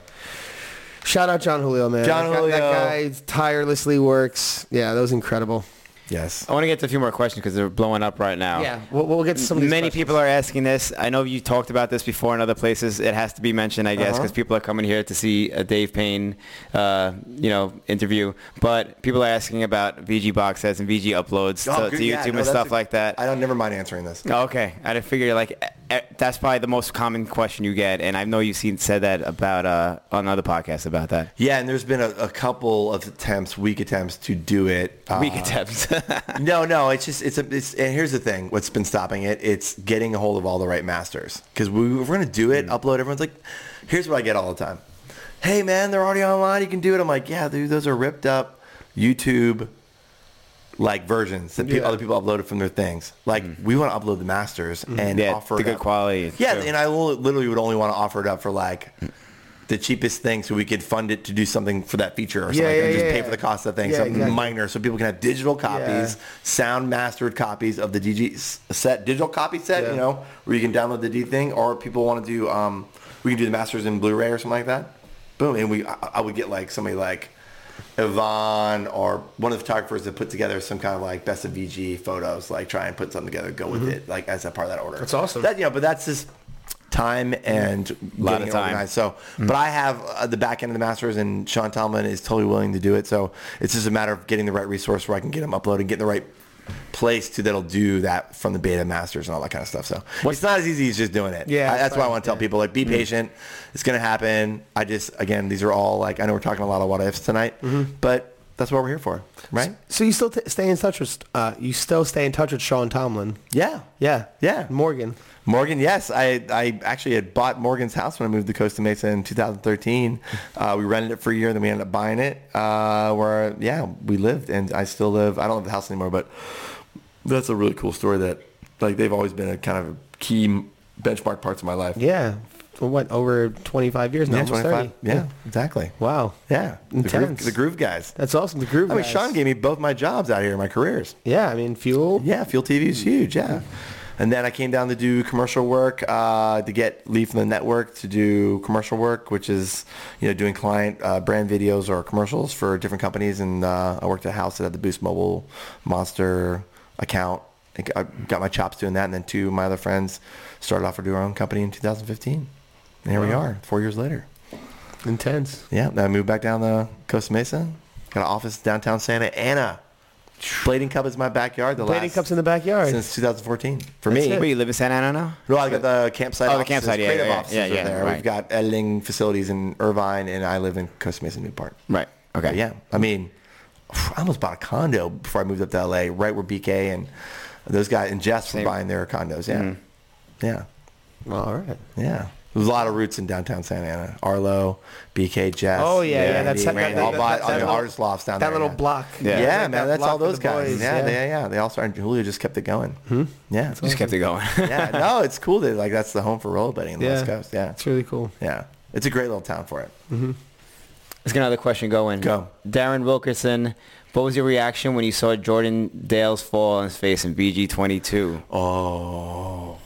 Speaker 2: Shout out John Julio, man.
Speaker 3: John
Speaker 2: that, guy-
Speaker 3: Julio.
Speaker 2: That guy tirelessly works. Yeah, that was incredible.
Speaker 3: Yes.
Speaker 1: I want to get to a few more questions because they're blowing up right now.
Speaker 2: Yeah, we'll, we'll get to some of these
Speaker 1: Many
Speaker 2: questions.
Speaker 1: people are asking this. I know you talked about this before in other places. It has to be mentioned, I guess, because people are coming here to see a Dave Payne, uh, you know, interview. But people are asking about VG box sets and VG uploads
Speaker 3: Oh,
Speaker 1: to,
Speaker 3: good-
Speaker 1: to YouTube
Speaker 3: yeah, no,
Speaker 1: and
Speaker 3: that's
Speaker 1: stuff
Speaker 3: a-
Speaker 1: like that.
Speaker 3: I don't. Never mind answering this.
Speaker 1: Oh, Okay, I didn't figure like e- e- that's probably the most common question you get, and I know you've seen said that about uh, on other podcasts about that.
Speaker 3: Yeah, and there's been a, a couple of attempts, weak attempts to do it. Uh,
Speaker 1: Weak attempts.
Speaker 3: no, no, it's just it's a it's and here's the thing. What's been stopping it? It's getting a hold of all the right masters because we, if we're gonna do it,
Speaker 2: Mm.
Speaker 3: upload. Everyone's like, here's what I get all the time. Hey man, they're already online. You can do it. I'm like, yeah, dude, those are ripped up YouTube like versions that pe-
Speaker 2: Yeah. Mm.
Speaker 3: other people uploaded from their things. Like we want to upload the masters
Speaker 2: Mm-hmm.
Speaker 3: and
Speaker 1: yeah,
Speaker 3: offer
Speaker 1: the
Speaker 3: it
Speaker 1: good
Speaker 3: up.
Speaker 1: quality.
Speaker 3: Yeah,
Speaker 1: too.
Speaker 3: and I will, literally would only want to offer it up for like the cheapest thing, so we could fund it to do something for that feature or something.
Speaker 2: Yeah,
Speaker 3: like that,
Speaker 2: yeah,
Speaker 3: just
Speaker 2: yeah.
Speaker 3: pay for the cost of that thing,
Speaker 2: Yeah,
Speaker 3: something
Speaker 2: exactly.
Speaker 3: minor, so people can have digital copies,
Speaker 2: Yeah.
Speaker 3: sound mastered copies of the DG s- set, digital copy set.
Speaker 2: Yeah.
Speaker 3: You know, where you can download the D thing, or people want to do, um, we can do the masters in Blu-ray or something like that. Boom, and we, I, I would get like somebody like. Yvonne or one of the photographers that put together some kind of like best of VG photos, like try and put something together, go with it, like as a part of that order.
Speaker 2: Mm-hmm. That's awesome.
Speaker 3: That, you know, but that's just time and
Speaker 1: Lot
Speaker 3: getting
Speaker 1: of time.
Speaker 3: organized. So, but I have uh, the back end of the masters, and Sean Tomlin is totally willing to do it. So it's just a matter of getting the right resource where I can get them uploaded, get in the right place to that'll do that from the beta masters and all that kind of stuff. So it's not as easy as just doing it.
Speaker 2: Yeah,
Speaker 3: I- that's why I
Speaker 2: fine.
Speaker 3: want to tell people like be patient. It's gonna happen. I just again these are all like I know we're talking a lot of what ifs tonight, but that's what we're here for, right?
Speaker 2: So you still t- stay in touch with uh, you still stay in touch with Sean Tomlin.
Speaker 3: Yeah.
Speaker 2: Yeah,
Speaker 3: Yeah.
Speaker 2: Morgan.
Speaker 3: Morgan, yes, I I actually had bought Morgan's house when I moved to Costa Mesa in 2013. Uh, we rented it for a year, then we ended up buying it. Uh, where yeah, we lived, and I still live. I don't have the house anymore, but that's a really cool story. That like they've always been a kind of key benchmark parts of my life.
Speaker 2: Yeah, for what over twenty five years now?
Speaker 3: yeah,
Speaker 2: almost
Speaker 3: 25.
Speaker 2: 30.
Speaker 3: Yeah, exactly.
Speaker 2: Wow,
Speaker 3: Yeah, the groove,
Speaker 2: Intense.
Speaker 3: the groove guys.
Speaker 2: that's awesome. The group.
Speaker 3: I mean, Sean gave me both my jobs out here, my careers.
Speaker 2: Yeah, I mean fuel.
Speaker 3: Yeah, Fuel TV
Speaker 2: Hmm.
Speaker 3: is huge. Yeah. And then I came down to do commercial work, uh, to get leave from the network to do commercial work, which is, you know, doing client uh, brand videos or commercials for different companies. And uh, I worked at a house that had the Boost Mobile Monster account. I g- I got my chops doing that. And then two of my other friends started off to do our own company in 2015. And here we are, four years later.
Speaker 2: Intense.
Speaker 3: Yeah, then I moved back down to Costa Mesa. Got an office downtown Santa Ana. Blading Cup is my backyard. The
Speaker 2: Plating
Speaker 3: last
Speaker 2: cups in the backyard.
Speaker 3: since 2014 for
Speaker 1: That's
Speaker 3: me.
Speaker 1: it. Wait, you live in Santa Ana now?
Speaker 3: Well, I got the campsite.
Speaker 1: Oh, the
Speaker 3: offices,
Speaker 1: campsite, yeah,
Speaker 3: creative
Speaker 1: yeah, yeah,
Speaker 3: offices
Speaker 1: yeah,
Speaker 3: are
Speaker 1: yeah,
Speaker 3: there.
Speaker 1: right.
Speaker 3: We've got editing facilities in Irvine, and I live in Costa Mesa, Newport.
Speaker 1: Right. Okay.
Speaker 3: But yeah, I mean, I almost bought a condo before I moved up to LA, right where BK and those guys and Jess
Speaker 1: Same. Mm-hmm.
Speaker 3: were buying their condos. Yeah, yeah,
Speaker 2: All right.
Speaker 3: yeah. There's a lot of roots in downtown Santa Ana. Arlo, BK, Jess.
Speaker 2: Oh, yeah, yeah,
Speaker 3: Randy,
Speaker 2: that's- that-
Speaker 3: Randy,
Speaker 2: that-
Speaker 3: all
Speaker 2: that-
Speaker 3: bought
Speaker 2: that-
Speaker 3: all
Speaker 2: that
Speaker 3: the
Speaker 2: little-
Speaker 3: artist lofts down
Speaker 2: That
Speaker 3: there.
Speaker 2: little
Speaker 3: yeah.
Speaker 2: block.
Speaker 1: Yeah.
Speaker 3: Yeah,
Speaker 1: Like
Speaker 3: man,
Speaker 2: that
Speaker 3: that's
Speaker 2: block
Speaker 3: all
Speaker 2: for the
Speaker 3: those guys.
Speaker 2: boys,
Speaker 3: yeah,
Speaker 2: yeah.
Speaker 3: They, yeah, they all started. Julio just kept it going.
Speaker 1: Hmm?
Speaker 3: Yeah,
Speaker 1: Just kept it going.
Speaker 3: yeah, no, it's cool that like that's the home for rollerblading in the
Speaker 2: Yeah.
Speaker 3: West Coast. Yeah,
Speaker 2: It's really cool.
Speaker 3: yeah, it's a great little town for it.
Speaker 1: Let's get another question going.
Speaker 3: Go.
Speaker 1: Darren Wilkerson, what was your reaction when you saw Jordan Dale's fall on his face in BG22?
Speaker 3: Oh,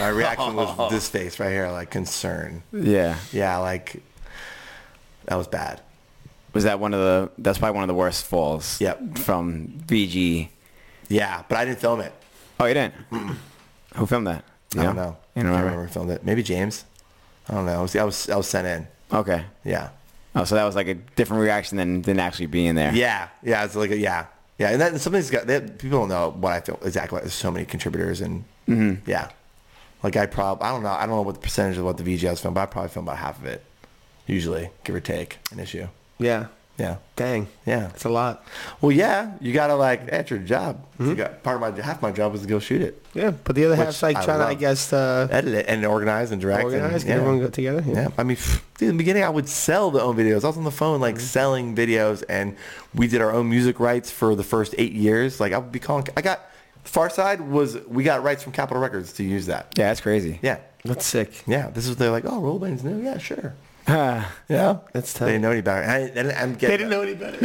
Speaker 3: my reaction was this face right here, like concern.
Speaker 1: Yeah.
Speaker 3: Yeah, like that was bad.
Speaker 1: Was that one of the, that's probably one of the worst falls
Speaker 3: Yep.
Speaker 1: from BG.
Speaker 3: Yeah, but I didn't film it.
Speaker 1: Oh, you didn't? Who filmed that?
Speaker 3: I don't know.
Speaker 1: You
Speaker 3: I
Speaker 1: don't
Speaker 3: can't
Speaker 1: remember?
Speaker 3: remember who filmed it. Maybe James. I don't know. I was I was, I was sent in.
Speaker 1: Okay.
Speaker 3: Yeah.
Speaker 1: Oh, so that was like a different reaction than, than actually being there.
Speaker 3: Yeah, yeah, it's like a, yeah, yeah,
Speaker 2: Mm-hmm.
Speaker 3: and that something's got they, people don't know what I feel exactly. There's so many contributors and yeah, Like I probably I don't know I don't know what the percentage of what the VGIs film, but I probably film about half of it, usually give or take an issue.
Speaker 2: Yeah.
Speaker 3: Yeah,
Speaker 2: Dang.
Speaker 3: yeah.
Speaker 2: That's a lot.
Speaker 3: Well, yeah, you gotta like that's your job. You
Speaker 2: Mm-hmm.
Speaker 3: got part of my half my job was to go shoot it,
Speaker 2: Yeah. But the other
Speaker 3: Which
Speaker 2: half's like
Speaker 3: I
Speaker 2: trying to, I
Speaker 3: love.
Speaker 2: guess, uh,
Speaker 3: edit it, and organize and direct.
Speaker 2: organize,
Speaker 3: and,
Speaker 2: get
Speaker 3: yeah.
Speaker 2: everyone go together. Yeah.
Speaker 3: Yeah, I mean, pff, dude, in the beginning, I would sell the own videos. I was on the phone,
Speaker 2: Mm-hmm.
Speaker 3: like, selling videos, and we did our own music rights for the first eight years. Like, I would be calling. I got Farside was we got rights from Capitol Records to use that.
Speaker 1: Yeah, that's crazy.
Speaker 3: Yeah,
Speaker 2: That's sick.
Speaker 3: yeah. This is they're like, oh, Rollblade's new. Yeah, sure.
Speaker 1: Yeah.
Speaker 3: Yeah,
Speaker 2: That's
Speaker 3: they
Speaker 2: tough.
Speaker 3: didn't know any better. And I, and I'm getting,
Speaker 2: They didn't know any better.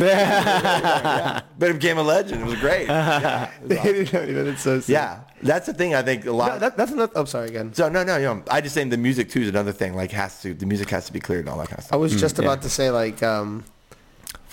Speaker 3: but it became a legend. It was great. yeah.
Speaker 2: they didn't know any better. It's so sick.
Speaker 3: Yeah. that's the thing. I think a lot.
Speaker 2: No, that, that's not. I'm sorry again.
Speaker 3: so no, no, no. I just saying the music too is another thing. Like, has to the music has to be cleared and all that kind of
Speaker 2: I
Speaker 3: stuff.
Speaker 2: was
Speaker 1: Hmm,
Speaker 2: just about to say like um,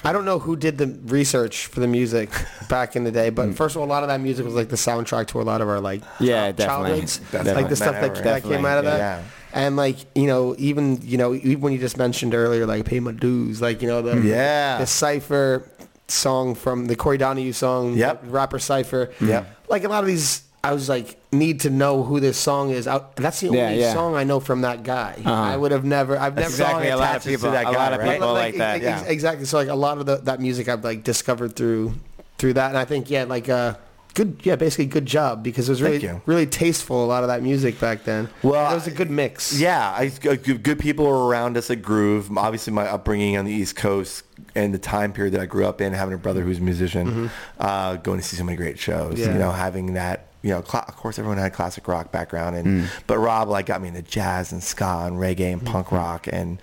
Speaker 2: I don't know who did the research for the music back in the day, but first of all, a lot of that music was like the soundtrack to a lot of our like
Speaker 1: Hmm. Yeah,
Speaker 2: child-
Speaker 1: definitely.
Speaker 2: childhoods,
Speaker 1: Definitely.
Speaker 2: like the stuff that,
Speaker 3: Definitely.
Speaker 2: that came out of that.
Speaker 3: Yeah.
Speaker 2: And like you know, even you know, even when you just mentioned earlier, like pay my dues, like you know the
Speaker 3: Yeah.
Speaker 2: the cipher song from the Corey Donahue song,
Speaker 3: Yep.
Speaker 2: rapper cipher,
Speaker 3: Yep.
Speaker 1: Hmm.
Speaker 2: Like a lot of these, I was like need to know who this song is. I, that's the only
Speaker 1: Yeah, yeah.
Speaker 2: song I know from that guy. I would have never, I've never
Speaker 1: Exactly. A lot of
Speaker 3: attaches to
Speaker 1: people.
Speaker 3: that
Speaker 1: a
Speaker 3: guy,
Speaker 1: lot of
Speaker 3: right?
Speaker 1: people like,
Speaker 2: ex-
Speaker 1: that.
Speaker 2: ex-
Speaker 3: yeah.
Speaker 2: Exactly. So like a lot of the, that music I've like discovered through through that, and I think yeah, like uh, good yeah, basically good job because it was
Speaker 3: Thank
Speaker 2: really
Speaker 3: you.
Speaker 2: really tasteful. A lot of that music back then.
Speaker 3: Well,
Speaker 2: it was a good mix.
Speaker 3: Yeah, I, good good people were around us at Groove. Obviously, my upbringing on the East Coast and the time period that I grew up in, having a brother who's a musician, uh, going to see so many great shows.
Speaker 2: Yeah.
Speaker 3: You know, having that. You know, cla of course, everyone had a classic rock background, and but Rob like got me into jazz and ska and reggae and punk rock and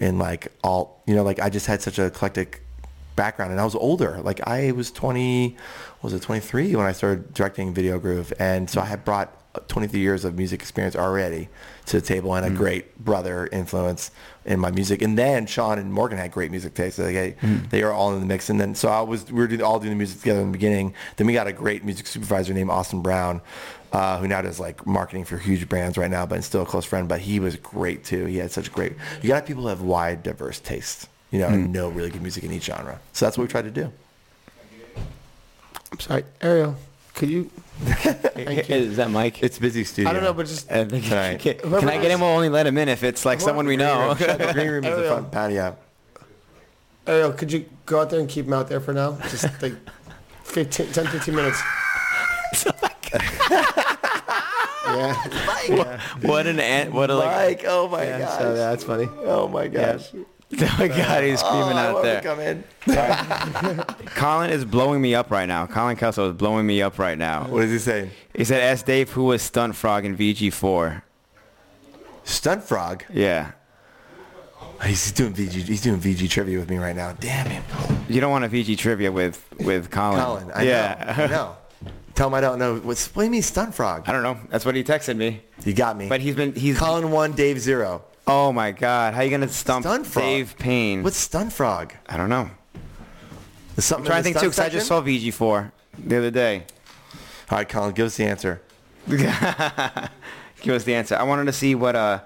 Speaker 3: and like alt. You know, like I just had such a eclectic background and I was older. Like I was 20, what was it 23 when I started directing Video Groove. And so I had brought 23 years of music experience already to the table and a great brother influence in my music. And then Sean and Morgan had great music taste. Like I, They were all in the mix. And then so I was, we were doing, all doing the music together in the beginning. Then we got a great music supervisor named Austin Brown. Uh, who now does like marketing for huge brands right now, but is still a close friend. But he was great too. He had such great. You got people who have wide, diverse tastes you know, and know really good music in each genre. So that's what we tried to do.
Speaker 2: I'm sorry, Ariel. Could you? Thank you.
Speaker 1: Is that Mike?
Speaker 3: It's busy studio.
Speaker 2: I don't know, but just
Speaker 1: I think-
Speaker 3: Alright.
Speaker 1: Can, can
Speaker 2: Whoever
Speaker 1: I get him? We'll only let him in if it's like someone we know.
Speaker 3: the green room is the front patio.
Speaker 2: Ariel, could you go out there and keep him out there for now? Just like 15, 10, 15 minutes. yeah.
Speaker 1: what an an- what a like.
Speaker 3: Like, oh my
Speaker 2: yeah
Speaker 3: gosh.
Speaker 2: so that's funny.
Speaker 3: Oh my gosh.
Speaker 1: Oh my god, he's
Speaker 3: Oh,
Speaker 1: screaming
Speaker 3: I
Speaker 1: out
Speaker 3: want to
Speaker 1: there.
Speaker 3: come in.
Speaker 1: Colin is blowing me up right now. Colin Kelso is blowing me up right now.
Speaker 3: What is he saying?
Speaker 1: He said, "Ask Dave who was Stunt Frog in VG4."
Speaker 3: Stunt Frog. Oh,
Speaker 1: Yeah,
Speaker 3: He's doing VG. He's doing VG trivia with me right now. Damn him,
Speaker 1: you don't want a VG trivia with with Colin.
Speaker 3: Colin. I
Speaker 1: yeah,
Speaker 3: know. I know. Tell him I don't know. What's what do you mean, Stunt Frog?
Speaker 1: I don't know. That's what he texted me.
Speaker 3: You got me.
Speaker 1: But he's been he's.
Speaker 3: Colin one, Dave zero.
Speaker 1: Oh my god, how you gonna stump
Speaker 3: Stunt Frog.
Speaker 1: Dave Payne?
Speaker 3: What's Stunt Frog?
Speaker 1: I don't know.
Speaker 3: There's
Speaker 1: I'm
Speaker 3: something
Speaker 1: trying
Speaker 3: in
Speaker 1: to
Speaker 3: the
Speaker 1: think too, because I
Speaker 3: stunt
Speaker 1: just
Speaker 3: section?
Speaker 1: saw VG4 the other day.
Speaker 3: All right, Colin, give us the answer.
Speaker 1: Give us the answer. I wanted to see what. Uh,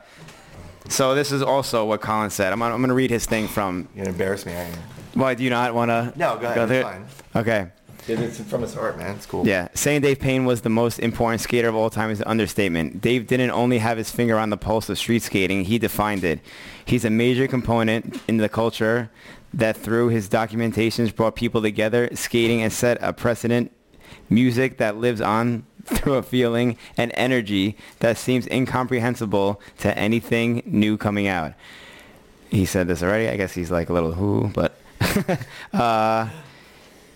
Speaker 1: so this is also what Colin said. I'm, gonna- I'm going to read his thing from.
Speaker 3: You're gonna embarrass me, aren't you?
Speaker 1: Why do you not want to?
Speaker 3: No, go ahead, it's fine.
Speaker 1: Okay.
Speaker 3: It's from his heart, man. It's cool.
Speaker 1: Yeah, saying Dave Payne was the most important skater of all time is an understatement. Dave didn't only have his finger on the pulse of street skating, he defined it. He's a major component in the culture that through his documentations brought people together, skating and set a precedent, music that lives on through a feeling and energy that seems incomprehensible to anything new coming out. He said this already. I guess he's like a little who, but uh,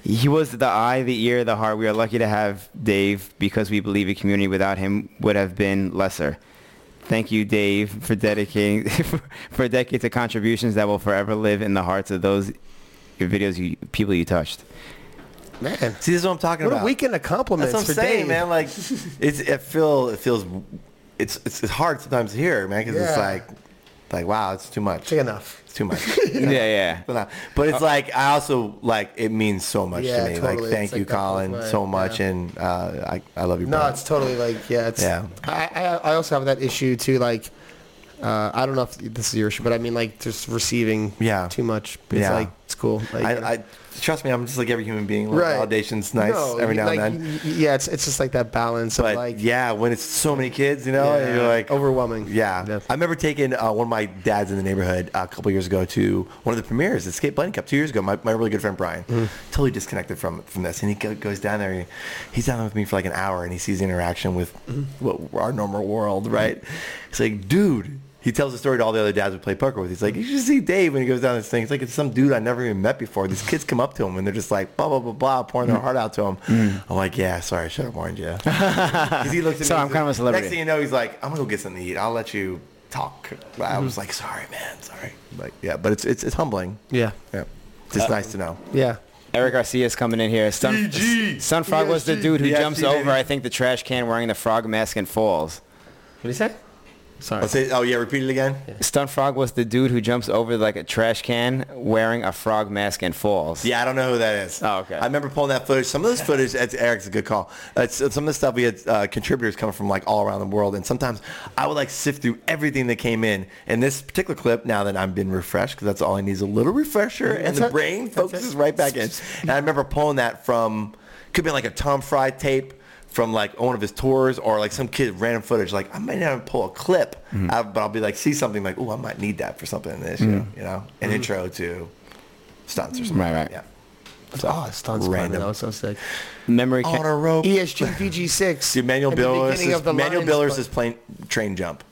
Speaker 1: he was the eye, the ear, the heart. We are lucky to have Dave because we believe a community without him would have been lesser. Thank you, Dave, for dedicating for decades of contributions that will forever live in the hearts of those your videos, you people you touched.
Speaker 2: Man.
Speaker 3: See, this is what I'm talking
Speaker 2: What
Speaker 3: about.
Speaker 2: a weekend of compliments
Speaker 3: That's what I'm
Speaker 2: for
Speaker 3: saying,
Speaker 2: Dave.
Speaker 3: man. Like, it's it feel it feels it's it's, it's hard sometimes here, man, because
Speaker 2: Yeah.
Speaker 3: it's like like wow, it's too much.
Speaker 2: Take enough.
Speaker 3: It's too much.
Speaker 1: Yeah, yeah.
Speaker 3: but it's like I also like it means so much
Speaker 2: Yeah,
Speaker 3: to me.
Speaker 2: totally.
Speaker 3: Like, thank
Speaker 2: It's like
Speaker 3: you,
Speaker 2: that both
Speaker 3: Colin,
Speaker 2: way,
Speaker 3: so much,
Speaker 2: yeah.
Speaker 3: and uh, I I love you.
Speaker 2: No,
Speaker 3: bro.
Speaker 2: it's totally like yeah. It's,
Speaker 3: Yeah.
Speaker 2: I, I I also have that issue too. Like, uh, I don't know if this is your issue, but I mean like just receiving
Speaker 3: Yeah.
Speaker 2: too much. It's
Speaker 3: Yeah.
Speaker 2: like it's cool. Like,
Speaker 3: I, I trust me, I'm just like every human being. Like, Validation's nice
Speaker 2: No,
Speaker 3: every now
Speaker 2: like,
Speaker 3: and then.
Speaker 2: y- y- Yeah, it's it's just like that balance of
Speaker 3: But
Speaker 2: like
Speaker 3: yeah, when it's so many kids, you know, and
Speaker 2: Yeah,
Speaker 3: you're like
Speaker 2: overwhelming.
Speaker 3: Yeah.
Speaker 2: Yeah.
Speaker 3: I remember taking uh, one of my dads in the neighborhood uh, a couple years ago to one of the premieres at Skate Blending Cup two years ago. My, my really good friend Brian,
Speaker 1: Mm-hmm.
Speaker 3: totally disconnected from from this, and he go, goes down there. and he's down there with me for like an hour, and he sees the interaction with
Speaker 1: Mm-hmm.
Speaker 3: what, our normal world, right? He's like, dude. He tells the story to all the other dads we play poker with. He's like, you should see Dave when he goes down this thing. It's like it's some dude I never even met before. These kids come up to him and they're just like blah blah blah blah, pouring
Speaker 1: Mm-hmm.
Speaker 3: their heart out to him. I'm like, yeah, sorry, I should have warned you. 'Cause he looks at me,
Speaker 1: Sorry, Mm-hmm. I'm
Speaker 3: he's
Speaker 1: kind of a
Speaker 3: like-
Speaker 1: celebrity.
Speaker 3: Next thing you know, he's like, "I'm gonna go get something to eat. I'll let you talk." I was like, "Sorry, man. Sorry." Like, yeah, but it's it's it's humbling.
Speaker 2: yeah,
Speaker 3: Yeah, it's just nice to know.
Speaker 2: yeah.
Speaker 1: Eric Garcia's coming in here. Sun,
Speaker 3: EG.
Speaker 1: Sunfrog was the
Speaker 3: ESG.
Speaker 1: dude who
Speaker 3: ESG,
Speaker 1: jumps
Speaker 3: baby.
Speaker 1: over, I think, the trash can wearing the frog mask and falls.
Speaker 2: What do you say? Sorry.
Speaker 3: I'll say, "Oh yeah, repeat it again."
Speaker 1: Stunfrog was the dude who jumps over like a trash can wearing a frog mask and falls.
Speaker 3: Yeah, I don't know who that is.
Speaker 1: Oh, okay.
Speaker 3: I remember pulling that footage. Some of those footage, that's Eric's a good call. Uh, so some of the stuff we had uh, contributors coming from like all around the world, and sometimes I would like sift through everything that came in. And this particular clip, now that I've been refreshed, because that's all I need is a little refresher, and the
Speaker 2: it.
Speaker 3: brain focuses right back in. And I remember pulling that from could be like a Tom Fry tape from like one of his tours or like some kid random footage. Like I might not even pull a clip,
Speaker 1: Mm-hmm.
Speaker 3: uh, but I'll be like see something like, oh, I might need that for something in this, you know, you know? an intro to stunts or something.
Speaker 1: Mm-hmm. Right, right.
Speaker 3: Yeah.
Speaker 2: oh, it's tons
Speaker 3: Random.
Speaker 2: random. That was so sick. E
Speaker 1: Memory
Speaker 3: on
Speaker 1: ca-
Speaker 3: a rope.
Speaker 2: ESG VG6.
Speaker 3: Dude, Manuel
Speaker 2: at the
Speaker 3: Billers
Speaker 2: beginning
Speaker 3: is,
Speaker 2: of the
Speaker 3: Manuel
Speaker 2: lines,
Speaker 3: Billers
Speaker 2: but-
Speaker 3: is playing train jump.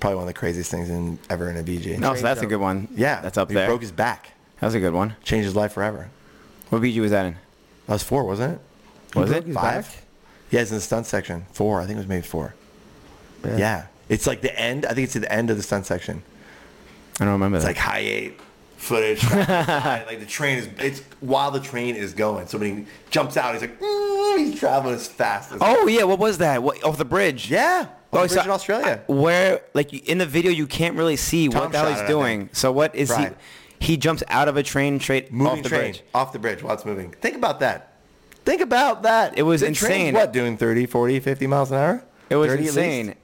Speaker 3: Probably one of the craziest things in ever in a VG.
Speaker 1: Oh, so that's a
Speaker 2: jump.
Speaker 1: good one.
Speaker 3: Yeah,
Speaker 1: That's up
Speaker 3: he
Speaker 1: there.
Speaker 3: Broke his back,
Speaker 1: that was a good one.
Speaker 3: changed his life forever.
Speaker 1: What BG was that in?
Speaker 3: That was four, wasn't it?
Speaker 1: Was it?
Speaker 3: five?
Speaker 2: back?
Speaker 3: Yeah, it's in the stunt section. Four, I think it was maybe four. Yeah. it's like the end. I think it's at the end of the stunt section.
Speaker 1: I don't remember
Speaker 3: It's
Speaker 1: that.
Speaker 3: like high eight footage. like the train is. It's while the train is going. Somebody jumps out. He's like, "Mm," he's traveling as fast. as
Speaker 1: oh yeah, what was that? What, off the bridge?
Speaker 3: yeah.
Speaker 1: Oh,
Speaker 3: Oh,
Speaker 1: so-
Speaker 3: in Australia.
Speaker 1: Where like you- in the video you can't really see what
Speaker 3: Tom
Speaker 1: the hell
Speaker 3: shot
Speaker 1: he's
Speaker 3: it, I
Speaker 1: doing.
Speaker 3: think.
Speaker 1: So what is
Speaker 3: Right.
Speaker 1: he? He jumps out of a train straight
Speaker 3: moving
Speaker 1: off the
Speaker 3: train
Speaker 1: bridge.
Speaker 3: off the bridge while it's moving. Think about that. Think about that.
Speaker 1: It was
Speaker 3: The train's
Speaker 1: insane.
Speaker 3: What doing 30, 40, 50 miles an hour?
Speaker 1: It was
Speaker 3: 30 at least?
Speaker 1: insane.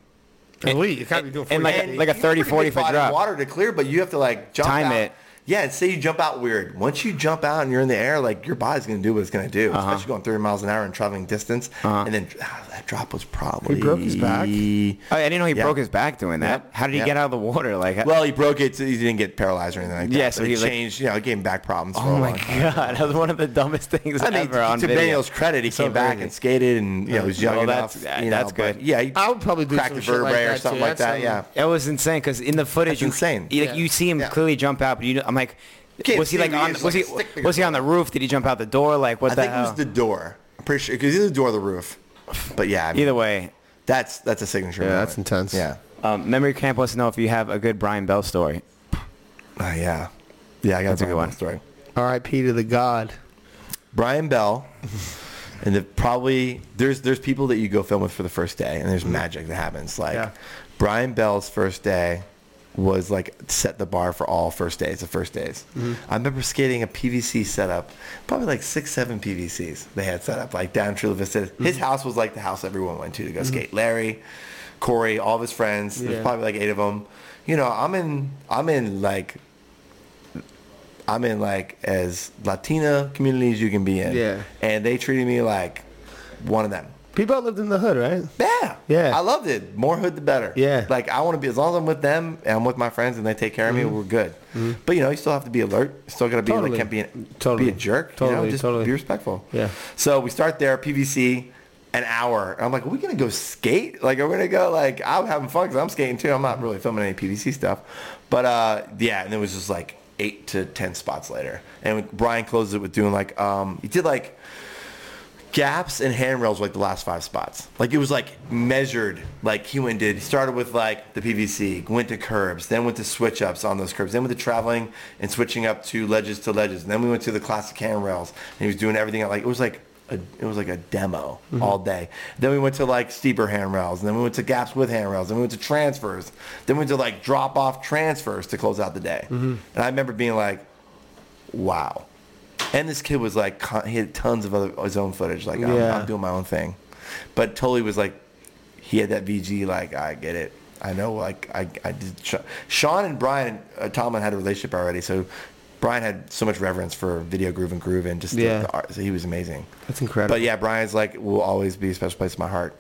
Speaker 2: And we, you can't be doing
Speaker 1: and like-
Speaker 2: 40.
Speaker 1: a
Speaker 3: you
Speaker 1: 30,
Speaker 3: have pretty
Speaker 1: 40
Speaker 3: big
Speaker 1: foot
Speaker 3: body of
Speaker 1: drop.
Speaker 3: Water to clear, but you have to like jump
Speaker 1: Time
Speaker 3: out.
Speaker 1: it.
Speaker 3: Yeah, and say you jump out weird. Once you jump out and you're in the air, like your body's gonna do what it's gonna do,
Speaker 1: Uh-huh.
Speaker 3: especially going 30 miles an hour and traveling distance. And then ah, that drop was probably
Speaker 2: broke his back?
Speaker 1: Oh, I didn't know he
Speaker 3: Yeah.
Speaker 1: broke his back doing that.
Speaker 3: Yep.
Speaker 1: How did he
Speaker 3: Yep.
Speaker 1: get out of the water? Like,
Speaker 3: Well, he broke it. So he didn't get paralyzed or anything like that.
Speaker 1: Yeah, so
Speaker 3: but
Speaker 1: he,
Speaker 3: it
Speaker 1: like-
Speaker 3: changed. You know, it gave him back problems. for
Speaker 1: oh
Speaker 3: a
Speaker 1: my
Speaker 3: long time.
Speaker 1: god, that was one of the dumbest things
Speaker 3: I mean,
Speaker 1: ever on
Speaker 3: to
Speaker 1: video.
Speaker 3: Daniel's credit, he
Speaker 2: So
Speaker 3: came back
Speaker 2: crazy.
Speaker 3: and skated and you know, was young
Speaker 1: Well,
Speaker 3: enough.
Speaker 1: that's- that-
Speaker 3: you know,
Speaker 1: that's
Speaker 3: but
Speaker 1: good.
Speaker 3: Yeah, he
Speaker 2: I would probably do
Speaker 3: cracked
Speaker 2: some
Speaker 3: a
Speaker 2: shit like
Speaker 3: vertebrae
Speaker 2: that
Speaker 3: or
Speaker 2: too.
Speaker 3: something like
Speaker 2: That's
Speaker 3: that. Yeah.
Speaker 2: something.
Speaker 1: It was insane because in the footage,
Speaker 3: That's
Speaker 1: you,
Speaker 3: insane.
Speaker 1: You, like,
Speaker 2: Yeah.
Speaker 1: you see him
Speaker 3: Yeah.
Speaker 1: clearly jump out, but you don't- I'm like,
Speaker 3: Can't
Speaker 1: was he
Speaker 3: see
Speaker 1: like
Speaker 3: him,
Speaker 1: on?
Speaker 3: he's
Speaker 1: Was he
Speaker 3: like sticking
Speaker 1: was he
Speaker 3: his
Speaker 1: on the
Speaker 3: foot.
Speaker 1: roof? Did he jump out the door? Like what
Speaker 3: I
Speaker 1: the
Speaker 3: think it was
Speaker 1: hell?
Speaker 3: the door. I'm pretty sure because either the door or the roof. But yeah, I mean,
Speaker 1: Either way,
Speaker 3: that's that's a signature.
Speaker 2: Yeah,
Speaker 3: moment.
Speaker 2: that's intense.
Speaker 3: Yeah,
Speaker 1: um, memory camp wants to know if you have a good Brian Bell story.
Speaker 3: Uh, yeah, yeah. I got
Speaker 1: That's a good
Speaker 3: Brian
Speaker 1: one.
Speaker 3: Bell story.
Speaker 2: R.I.P. to the God.
Speaker 3: Brian Bell, and the, probably there's there's people that you go film with for the first day, and there's magic that happens. Like
Speaker 2: Yeah.
Speaker 3: Brian Bell's first day was like set the bar for all first days, the first days.
Speaker 2: Mm-hmm.
Speaker 3: I remember skating a PVC setup, probably like six, seven PVCs they had set up, like down in Chula Vista.
Speaker 2: Mm-hmm.
Speaker 3: His house was like the house everyone went to to go skate. Larry, Corey, all of his friends.
Speaker 2: Yeah.
Speaker 3: There's probably like eight of them. You know, I'm in, I'm in like I'm in like as Latina community as you can be in.
Speaker 2: Yeah.
Speaker 3: And they treated me like one of them.
Speaker 2: People lived in the hood, right?
Speaker 3: Yeah.
Speaker 2: Yeah.
Speaker 3: I loved it. More hood the better.
Speaker 2: Yeah.
Speaker 3: Like I want to be as long as I'm with them and I'm with my friends and they take care of me, we're good. But you know, you still have to be alert. You still gotta be
Speaker 2: Mm-hmm. Totally.
Speaker 3: like can't be,
Speaker 2: Totally.
Speaker 3: be a jerk. You know?
Speaker 2: Totally,
Speaker 3: Just
Speaker 2: totally.
Speaker 3: be respectful.
Speaker 2: Yeah.
Speaker 3: So we start there, PVC, an hour. I'm like, are we gonna go skate? Like, are we gonna go? Like, I'm having fun because I'm skating too. I'm not really filming any PVC stuff, but uh, yeah. And it was just like eight to ten spots later, and Brian closed it with doing like, um, he did like gaps and handrails were, like the last five spots. Like it was like measured. Like he went and did. He started with like the PVC, went to curbs, then went to switch ups on those curbs, then went to traveling and switching up to ledges to ledges. And then we went to the classic handrails, and he was doing everything. Like it was like a, it was like a demo all day. Then we went to like steeper handrails, and then we went to gaps with handrails, and we went to transfers. Then we went to like drop off transfers to close out the day. And I remember being like, wow. And this kid was like, con- he had tons of other, his own footage. Like, I'm,
Speaker 2: Yeah.
Speaker 3: I'm doing my own thing. But totally was like, he had that VG, like, I get it. I know, like, I, I did. Sh- Sean and Brian uh, Tomlin had a relationship already. So Brian had so much reverence for video groove and groove and just the-
Speaker 2: Yeah.
Speaker 3: the, art. So he was amazing.
Speaker 2: That's incredible.
Speaker 3: But yeah, Brian's like will always be a special place in my heart.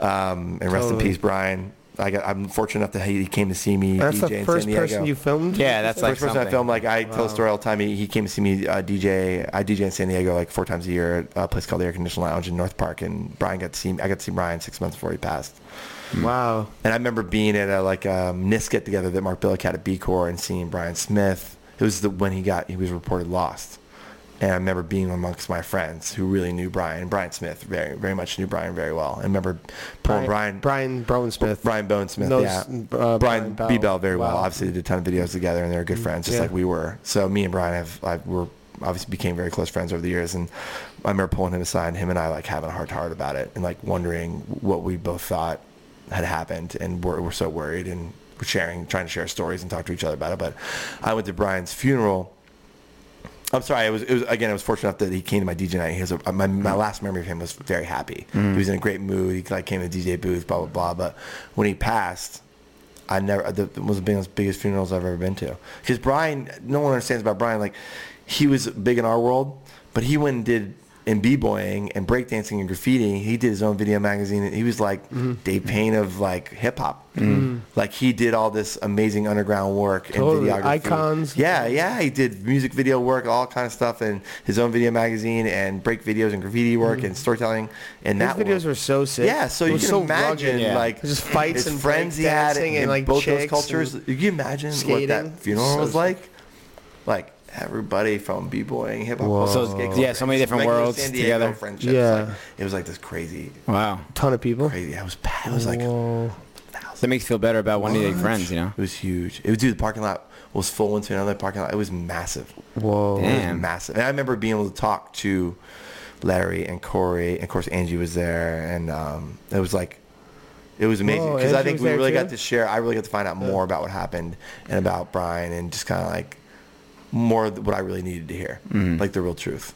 Speaker 3: Um, and rest
Speaker 2: Totally.
Speaker 3: in peace, Brian. I got, I'm fortunate enough that he came to see me.
Speaker 2: That's
Speaker 3: DJ
Speaker 2: the
Speaker 3: in
Speaker 2: first
Speaker 3: San Diego.
Speaker 2: person you filmed.
Speaker 1: Yeah, that's like
Speaker 3: first person I
Speaker 1: something.
Speaker 3: filmed. Like I tell the story all the time. He, he came to see me uh, DJ. I DJ in San Diego like four times a year at a place called the Air Conditioned Lounge in North Park. And Brian got to see I got to see Brian six months before he passed.
Speaker 2: Wow.
Speaker 3: And I remember being at a like um, NIST get together that Mark Billick had at B Corps and seeing Brian Smith. It was the when he got he was reported lost. And I remember being amongst my friends who really knew Brian. Brian Smith very very much knew Brian very well. I remember pulling Brian
Speaker 2: Brian Brown Smith.
Speaker 3: Brian Bone Smith,
Speaker 2: Knows,
Speaker 3: yeah.
Speaker 2: uh, Brian
Speaker 3: Brian
Speaker 2: Bell.
Speaker 3: B. Bell very well.
Speaker 2: Wow. Mm,
Speaker 3: Obviously, they did a ton of videos together, and they're good friends, just
Speaker 2: Yeah.
Speaker 3: like we were. So me and Brian have, I were obviously became very close friends over the years, and I remember pulling him aside, and him and I like having a heart to heart about it, and like wondering what we both thought had happened, and we're, we're so worried, and we're sharing, trying to share stories and talk to each other about it. But I went to Brian's funeral. I'm sorry. It was, it was again. I was fortunate enough that he came to my DJ night. He was a, my, my last memory of him was very happy.
Speaker 2: Mm.
Speaker 3: He was in a great mood. He like came to the DJ booth, blah blah blah. But when he passed, I never. The, it was one of the biggest funerals I've ever been to. Because Brian, no one understands about Brian. Like he was big in our world, but he went and did in b-boying and breakdancing and graffiti. He did his own video magazine. and He was like
Speaker 2: Mm-hmm.
Speaker 3: Dave Payne of like hip hop. Like he did all this amazing underground work
Speaker 2: Mm. Totally.
Speaker 3: and videography.
Speaker 2: Icons.
Speaker 3: Yeah, yeah, he did music video work, all kind of stuff, and his own video magazine, and break videos and graffiti work and storytelling. And
Speaker 2: Mm-hmm. His
Speaker 3: that
Speaker 2: videos
Speaker 3: world.
Speaker 2: were so sick.
Speaker 3: Yeah, so
Speaker 2: It
Speaker 3: you
Speaker 2: was
Speaker 3: can
Speaker 2: rugged.
Speaker 3: imagine
Speaker 1: yeah.
Speaker 3: like
Speaker 2: Just fights
Speaker 3: his
Speaker 2: and
Speaker 3: friends he had
Speaker 2: breakdancing
Speaker 3: in
Speaker 2: and, like,
Speaker 3: both
Speaker 2: chicks
Speaker 3: those cultures. You can imagine what
Speaker 2: skating.
Speaker 3: that funeral
Speaker 2: So
Speaker 3: was
Speaker 2: sick.
Speaker 3: like. Like everybody from b-boying, hip hop,
Speaker 2: Whoa.
Speaker 3: all
Speaker 1: So,
Speaker 3: those gigs,
Speaker 1: yeah, so many different
Speaker 3: regular
Speaker 1: worlds
Speaker 3: San Diego
Speaker 1: together.
Speaker 3: Friendships.
Speaker 2: Yeah.
Speaker 3: like, it was like this crazy,
Speaker 1: Wow.
Speaker 2: ton of people.
Speaker 3: crazy. I was, pa- it was like
Speaker 2: Whoa.
Speaker 1: That makes you feel better about one of your friends, you know?
Speaker 3: It was huge. It was dude, the parking lot was full into another parking lot. It was massive.
Speaker 2: Whoa.
Speaker 1: Damn.
Speaker 3: It was massive. And I remember being able to talk to Larry and Corey. And of course, Angie was there, and um, it was like, it was amazing
Speaker 2: Whoa,
Speaker 3: because I
Speaker 2: Angie
Speaker 3: think
Speaker 2: was
Speaker 3: we
Speaker 2: there
Speaker 3: really
Speaker 2: too?
Speaker 3: got to share. I really got to find out more about what happened and about Brian, and just kind of like more of what I really needed to hear,
Speaker 2: Mm-hmm.
Speaker 3: like the real truth.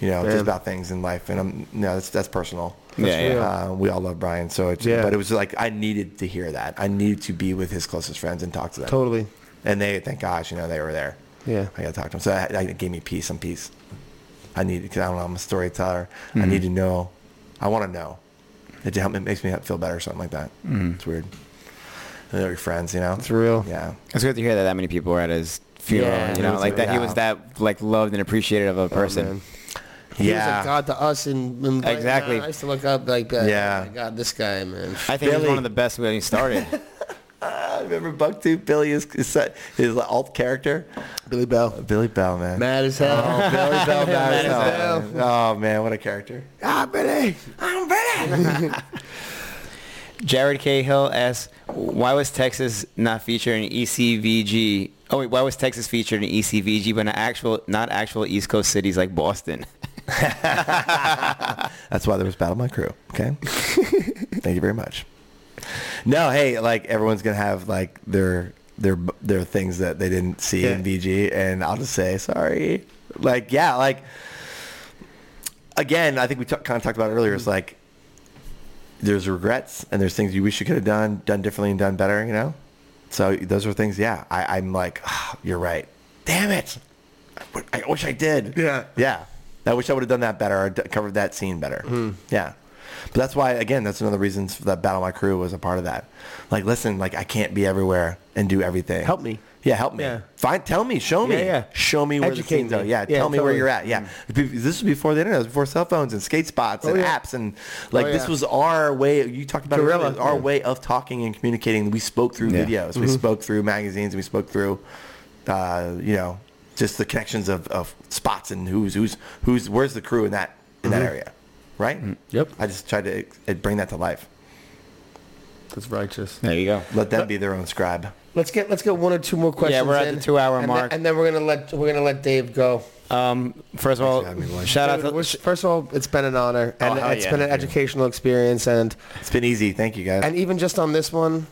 Speaker 3: You know,
Speaker 2: Yeah.
Speaker 3: just about things in life, and I'm no, that's that's personal.
Speaker 1: Yeah, yeah.
Speaker 2: real.
Speaker 3: Uh, we all love Brian, so it's
Speaker 2: Yeah.
Speaker 3: but it was like I needed to hear that. I needed to be with his closest friends and talk to them.
Speaker 2: Totally.
Speaker 3: And they, thank gosh, you know, they were there.
Speaker 2: Yeah.
Speaker 3: I got to talk to them. So that, that gave me peace, some peace. I need, because I don't know, I'm a storyteller. I need to
Speaker 2: Mm-hmm.
Speaker 3: know. I want to know. It, help, it makes me feel better or something like that. It's weird. And they're your friends, you know?
Speaker 2: Mm-hmm. It's real.
Speaker 3: Yeah.
Speaker 1: It's good to hear that that many people were at his funeral,
Speaker 2: Yeah,
Speaker 1: you know,
Speaker 2: me
Speaker 1: like
Speaker 2: too.
Speaker 1: that he
Speaker 3: Yeah.
Speaker 1: was that like loved and appreciated
Speaker 3: Oh,
Speaker 1: of a person.
Speaker 2: man. He
Speaker 3: yeah.
Speaker 2: was a god to us, and, and like,
Speaker 1: Exactly.
Speaker 2: I used to look up like, uh,
Speaker 3: Yeah.
Speaker 2: oh my God, this guy, man.
Speaker 1: I think he was
Speaker 3: Billy.
Speaker 1: one of the best when he started.
Speaker 3: I Ah, remember Bucktooth Billy, his, his, his alt character.
Speaker 2: Billy Bell,
Speaker 3: Billy Bell, man.
Speaker 2: mad as hell.
Speaker 3: Oh, Billy
Speaker 2: Mad
Speaker 3: Bell, mad
Speaker 2: as
Speaker 3: as
Speaker 2: hell.
Speaker 3: hell, man. Oh, man, what a character. Ah, Billy. I'm Billy.
Speaker 1: Jared Cahill asks, why was Texas not featured in E ECVG? Oh wait, why was Texas featured in E ECVG but not actual not actual East Coast cities like Boston?
Speaker 3: That's why there was Battle My Crew. Okay. Thank you very much. No, hey, like everyone's gonna have like their their their things that they didn't see in VG, and I'll just say sorry. Like, yeah, like again, I think we t- kind of talked about it earlier. It's like there's regrets and there's things you wish you could have done, done differently and done better, you know? So those are things, yeah, I, I'm like, "Ah, you're right. Damn it. I w- I wish I did.
Speaker 2: Yeah.
Speaker 3: Yeah. I wish I would have done that better or d- covered that scene better.
Speaker 2: Mm-hmm.
Speaker 3: Yeah. But that's why, again, that's another reason that Battle My Crew was a part of that. Like, listen, like I can't be everywhere and do everything.
Speaker 2: Help me.
Speaker 3: Yeah, help me.
Speaker 2: Yeah.
Speaker 3: Find, tell me, show me.
Speaker 2: Yeah, yeah.
Speaker 3: Show me where
Speaker 2: Educate
Speaker 3: the scenes
Speaker 2: me.
Speaker 3: are. Yeah,
Speaker 2: Yeah,
Speaker 3: tell me where
Speaker 2: totally.
Speaker 3: you're at. Yeah. Be- This was before the internet. It was before cell phones and skate spots and
Speaker 2: Oh, yeah.
Speaker 3: apps. And like,
Speaker 2: yeah.
Speaker 3: this was our way. You talked about
Speaker 2: Guerrilla.
Speaker 3: it earlier, our
Speaker 2: Yeah. Mm-hmm.
Speaker 3: way of talking and communicating. We spoke through
Speaker 1: Yeah.
Speaker 3: videos. We spoke through magazines. We spoke through, uh, you know, just the connections of, of spots and who's, who's, who's, where's the crew in that, in
Speaker 2: Mm-hmm.
Speaker 3: that area. Right?
Speaker 2: Yep.
Speaker 3: I just tried to uh, bring that to life.
Speaker 2: That's righteous.
Speaker 1: There you go.
Speaker 3: Let them be their own scribe.
Speaker 2: Let's get let's get one or two more questions.
Speaker 1: we're at
Speaker 2: in,
Speaker 1: the two-hour
Speaker 2: and
Speaker 1: mark.
Speaker 2: Then, and then we're gonna let we're gonna let Dave go.
Speaker 1: Um, first of
Speaker 3: for having me,
Speaker 1: all,
Speaker 3: boy.
Speaker 1: shout out
Speaker 2: Dude, we're-
Speaker 1: to
Speaker 2: first of all, it's been an honor,
Speaker 3: Oh,
Speaker 2: and
Speaker 1: hell
Speaker 2: it's
Speaker 1: yeah.
Speaker 2: been an educational experience, and
Speaker 3: It's been easy. Thank you guys.
Speaker 2: and even just on this one,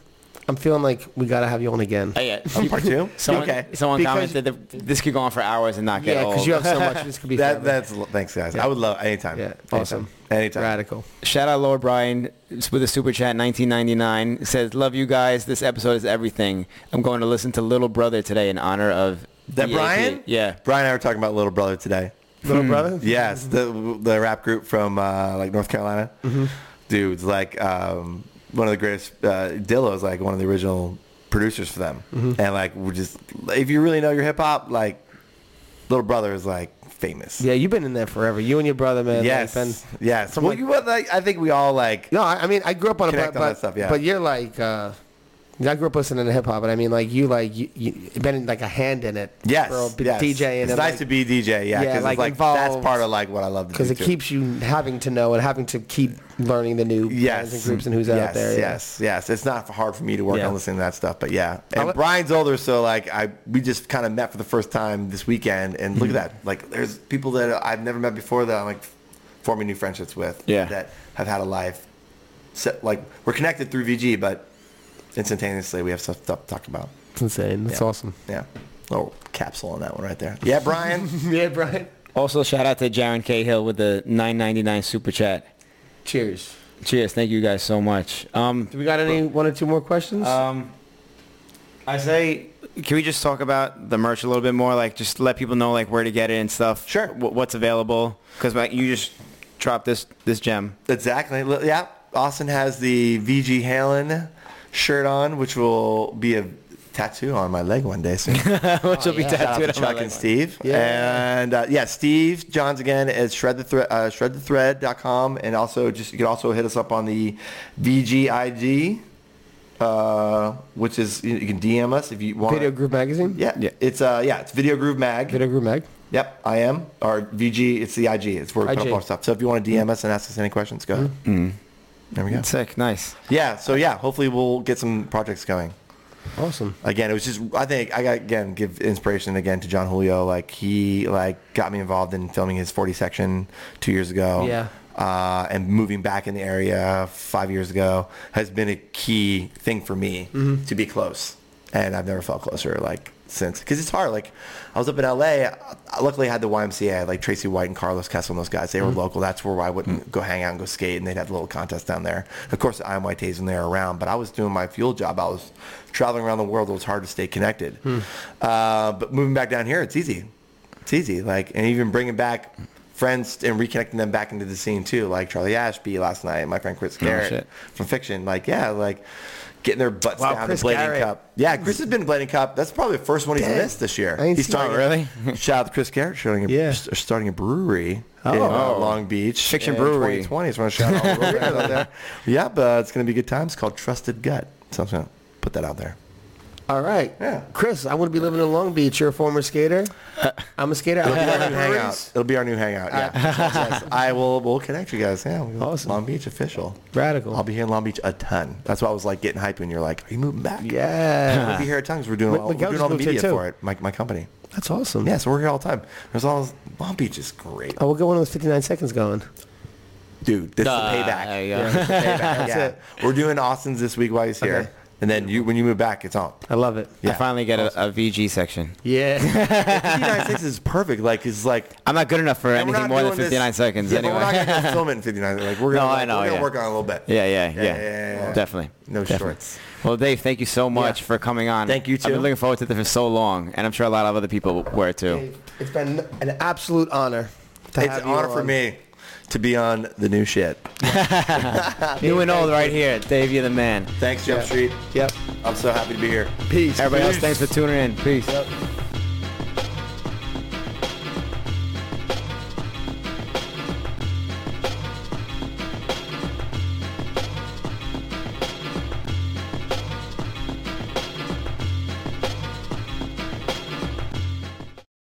Speaker 2: I'm feeling like we gotta have you on again.
Speaker 1: Oh, yeah.
Speaker 3: Oh, part two?
Speaker 1: Someone,
Speaker 3: okay.
Speaker 1: someone
Speaker 2: Because-
Speaker 1: commented that this could go on for hours and not get
Speaker 2: Yeah,
Speaker 1: old.
Speaker 2: because you have so much. This could be
Speaker 3: That,
Speaker 2: forever.
Speaker 3: that's thanks, guys. I would love anytime.
Speaker 2: Yeah,
Speaker 3: awesome. Anytime.
Speaker 2: radical.
Speaker 1: Shout out Lord Brian with a super chat 1999 It says love you guys this episode is everything I'm going to listen to Little Brother today in honor of
Speaker 3: That
Speaker 1: Yeah,
Speaker 3: Brian?
Speaker 1: yeah.
Speaker 3: Brian and I were talking about Little Brother today.
Speaker 2: Little brother?
Speaker 3: Yes, the the rap group from uh, like North Carolina.
Speaker 2: Mm-hmm.
Speaker 3: Dude's like um, one of the greatest. Uh, Dillo's like one of the original producers for them.
Speaker 2: Mm-hmm.
Speaker 3: And like we just if you really know your hip hop, like Little Brother is like famous.
Speaker 2: Yeah, you've been in there forever. You and your brother, man. like,
Speaker 3: yes,
Speaker 2: been-
Speaker 3: yes.
Speaker 2: from,
Speaker 3: Well,
Speaker 2: like-
Speaker 3: you what, like, I think we all like.
Speaker 2: No, I, I mean I grew up on a
Speaker 3: Connect
Speaker 2: but,
Speaker 3: on
Speaker 2: but,
Speaker 3: that stuff, yeah.
Speaker 2: but you're like uh, I grew up listening to hip hop, and I mean like you like you, you you've been like a hand in it.
Speaker 3: Yes,
Speaker 2: bro, b-
Speaker 3: yes.
Speaker 2: DJing
Speaker 3: It's
Speaker 2: and
Speaker 3: nice
Speaker 2: like,
Speaker 3: to be DJ. Yeah,
Speaker 2: Yeah,
Speaker 3: because
Speaker 2: like,
Speaker 3: it's like that's
Speaker 2: involved-
Speaker 3: part of like what I love to do.
Speaker 2: because it
Speaker 3: too.
Speaker 2: keeps you having to know and having to keep learning the new bands
Speaker 3: yes
Speaker 2: and groups and who's
Speaker 3: yes,
Speaker 2: out there. yeah.
Speaker 3: Yes, yes, it's not hard for me to work
Speaker 2: Yeah.
Speaker 3: on listening to that stuff, but yeah. And
Speaker 2: let-
Speaker 3: Brian's older, so like I we just kind of met for the first time this weekend, and look
Speaker 2: Mm-hmm.
Speaker 3: at that. Like there's people that I've never met before that I'm like forming new friendships with.
Speaker 1: Yeah.
Speaker 3: that have had a life. So, like we're connected through VG, but instantaneously we have stuff, stuff to talk about.
Speaker 2: It's insane. That's awesome.
Speaker 3: Yeah. Oh, capsule on that one right there. Yeah, Brian.
Speaker 2: Yeah, Brian.
Speaker 1: Also, shout out to Jaron Cahill with the 9.99 super chat.
Speaker 2: Cheers.
Speaker 1: Cheers! Thank you guys so much. Um,
Speaker 2: Do we got any one or two more questions?
Speaker 3: Uh,
Speaker 1: Um, I say, can we just talk about the merch a little bit more? Like, just let people know like where to get it and stuff.
Speaker 3: Sure.
Speaker 1: Wh- what's available? Because like, you just dropped this this gem.
Speaker 3: Exactly. Li- Yeah. Austin has the VG Halen shirt on, which will be a tattoo on my leg one day soon. Oh, Shout
Speaker 1: Which will be
Speaker 3: out to
Speaker 1: tattooed on my
Speaker 3: Chuck
Speaker 1: leg.
Speaker 3: and Steve.
Speaker 2: Yeah.
Speaker 3: And uh, yeah, Steve Johns again is shred the thread, uh, shredthethread.com. And also just, you can also hit us up on the VGIG, uh, which is, you you can DM us if you want.
Speaker 2: Video Groove Magazine.
Speaker 3: Yeah.
Speaker 1: Yeah.
Speaker 3: It's, uh, yeah, it's Video Groove Mag.
Speaker 2: Video Groove Mag.
Speaker 3: Yep, I am. Or VG, it's the IG. It's where we put
Speaker 2: IG.
Speaker 3: up our stuff. So if you want to DM us and ask us any questions, go ahead. There we go.
Speaker 1: Sick. Nice.
Speaker 3: Yeah, so yeah, hopefully we'll get some projects going.
Speaker 2: Awesome.
Speaker 3: Again, it was just I think I got again give inspiration again to John Julio. Like he like got me involved in filming his 40 section two years ago.
Speaker 2: Yeah.
Speaker 3: Uh, and moving back in the area five years ago has been a key thing for me to be close, and I've never felt closer like since because it's hard. Like I was up in LA. I luckily I had the YMCA, like Tracy White and Carlos Kessel and those guys. They were local. That's where I wouldn't go hang out and go skate, and they'd have the little contest down there. Of course, the IMYTs when they were around, but I was doing my fuel job. I was traveling around the world. It was hard to stay connected. Uh, but moving back down here, it's easy. It's easy. Like, and even bringing back friends and reconnecting them back into the scene too, like Charlie Ashby last night, my friend Chris Garrett
Speaker 1: Oh, shit.
Speaker 3: from Fiction. Like, yeah, like getting their butts
Speaker 2: Wow,
Speaker 3: down
Speaker 2: Chris
Speaker 3: the Blading
Speaker 2: Garrett.
Speaker 3: Cup. Yeah, Chris has been to Blading Cup. That's probably the first one he's missed this year.
Speaker 2: I ain't
Speaker 3: He's
Speaker 2: seen it.
Speaker 3: starting
Speaker 1: Really?
Speaker 3: Shout out to Chris Garrett starting a,
Speaker 2: Yeah.
Speaker 3: st- starting a brewery in uh,
Speaker 1: Oh.
Speaker 3: Long Beach.
Speaker 1: Fiction
Speaker 3: in
Speaker 1: brewery.
Speaker 3: 2020. Just want to shout out all the breweries out there. Yeah, but it's gonna be a good time. It's called Trusted Gut. So I'm just gonna put that out there.
Speaker 2: All right.
Speaker 3: Yeah.
Speaker 2: Chris, I want to be living in Long Beach. You're a former skater. I'm a skater.
Speaker 3: It'll
Speaker 2: I work
Speaker 3: be our
Speaker 2: at
Speaker 3: new
Speaker 2: breweries.
Speaker 3: hangout. It'll be our new hangout. Yeah. Yes, I will. We'll connect you guys. Yeah. we'll-
Speaker 2: Ah. Awesome.
Speaker 3: Long Beach official.
Speaker 2: Radical.
Speaker 3: I'll be here in Long Beach a ton. That's why I was like getting hyped when you're like, "Are you moving back?"
Speaker 2: Yeah.
Speaker 3: We'll be here at tons. We're doing
Speaker 2: Look,
Speaker 3: all,
Speaker 2: look,
Speaker 3: we're
Speaker 2: I'll
Speaker 3: doing
Speaker 2: just
Speaker 3: all the
Speaker 2: move here,
Speaker 3: media
Speaker 2: too.
Speaker 3: for it. My, my company.
Speaker 2: That's awesome.
Speaker 3: Yeah. So we're here all the time. There's all this, Long Beach is great,
Speaker 2: Oh, we'll get one of those 59 seconds going.
Speaker 3: dude. This
Speaker 1: Uh,
Speaker 3: is the payback.
Speaker 1: there you go.
Speaker 3: Yeah, this is the payback. yeah.
Speaker 2: it.
Speaker 3: We're doing Austin's this week while he's here,
Speaker 2: Okay.
Speaker 3: and then you when you move back, it's on.
Speaker 2: I love it.
Speaker 1: I finally get a, a VG section.
Speaker 2: Yeah.
Speaker 3: 59 seconds is perfect. Like it's like
Speaker 1: I'm not good enough for
Speaker 3: And we're
Speaker 1: anything
Speaker 3: not
Speaker 1: more than
Speaker 3: doing this-
Speaker 1: 59 seconds.
Speaker 3: Yeah,
Speaker 1: anyway.
Speaker 3: but we're not gonna go film it in 59. Like we're
Speaker 1: No,
Speaker 3: gonna,
Speaker 1: I
Speaker 3: like,
Speaker 1: know,
Speaker 3: we're gonna
Speaker 1: yeah.
Speaker 3: work on it a little bit.
Speaker 1: Yeah, yeah, yeah.
Speaker 3: yeah, yeah, yeah.
Speaker 1: Definitely.
Speaker 3: No
Speaker 1: Definitely.
Speaker 3: shorts.
Speaker 1: Well, Dave, thank you so much
Speaker 3: Yeah.
Speaker 1: for coming on.
Speaker 3: Thank you,
Speaker 1: I've
Speaker 3: too.
Speaker 1: been looking forward to this for so long, and I'm sure a lot of other people were too.
Speaker 2: it's been an absolute honor. To
Speaker 3: It's
Speaker 2: have
Speaker 3: an
Speaker 2: you
Speaker 3: honor for
Speaker 2: on.
Speaker 3: me to be on the new shit.
Speaker 1: New and old right here. Dave, you're the man.
Speaker 3: Thanks, Jump Street.
Speaker 2: Yep.
Speaker 3: I'm so happy to be here.
Speaker 2: Peace.
Speaker 1: Everybody else, thanks for tuning in. Peace.
Speaker 2: Yep.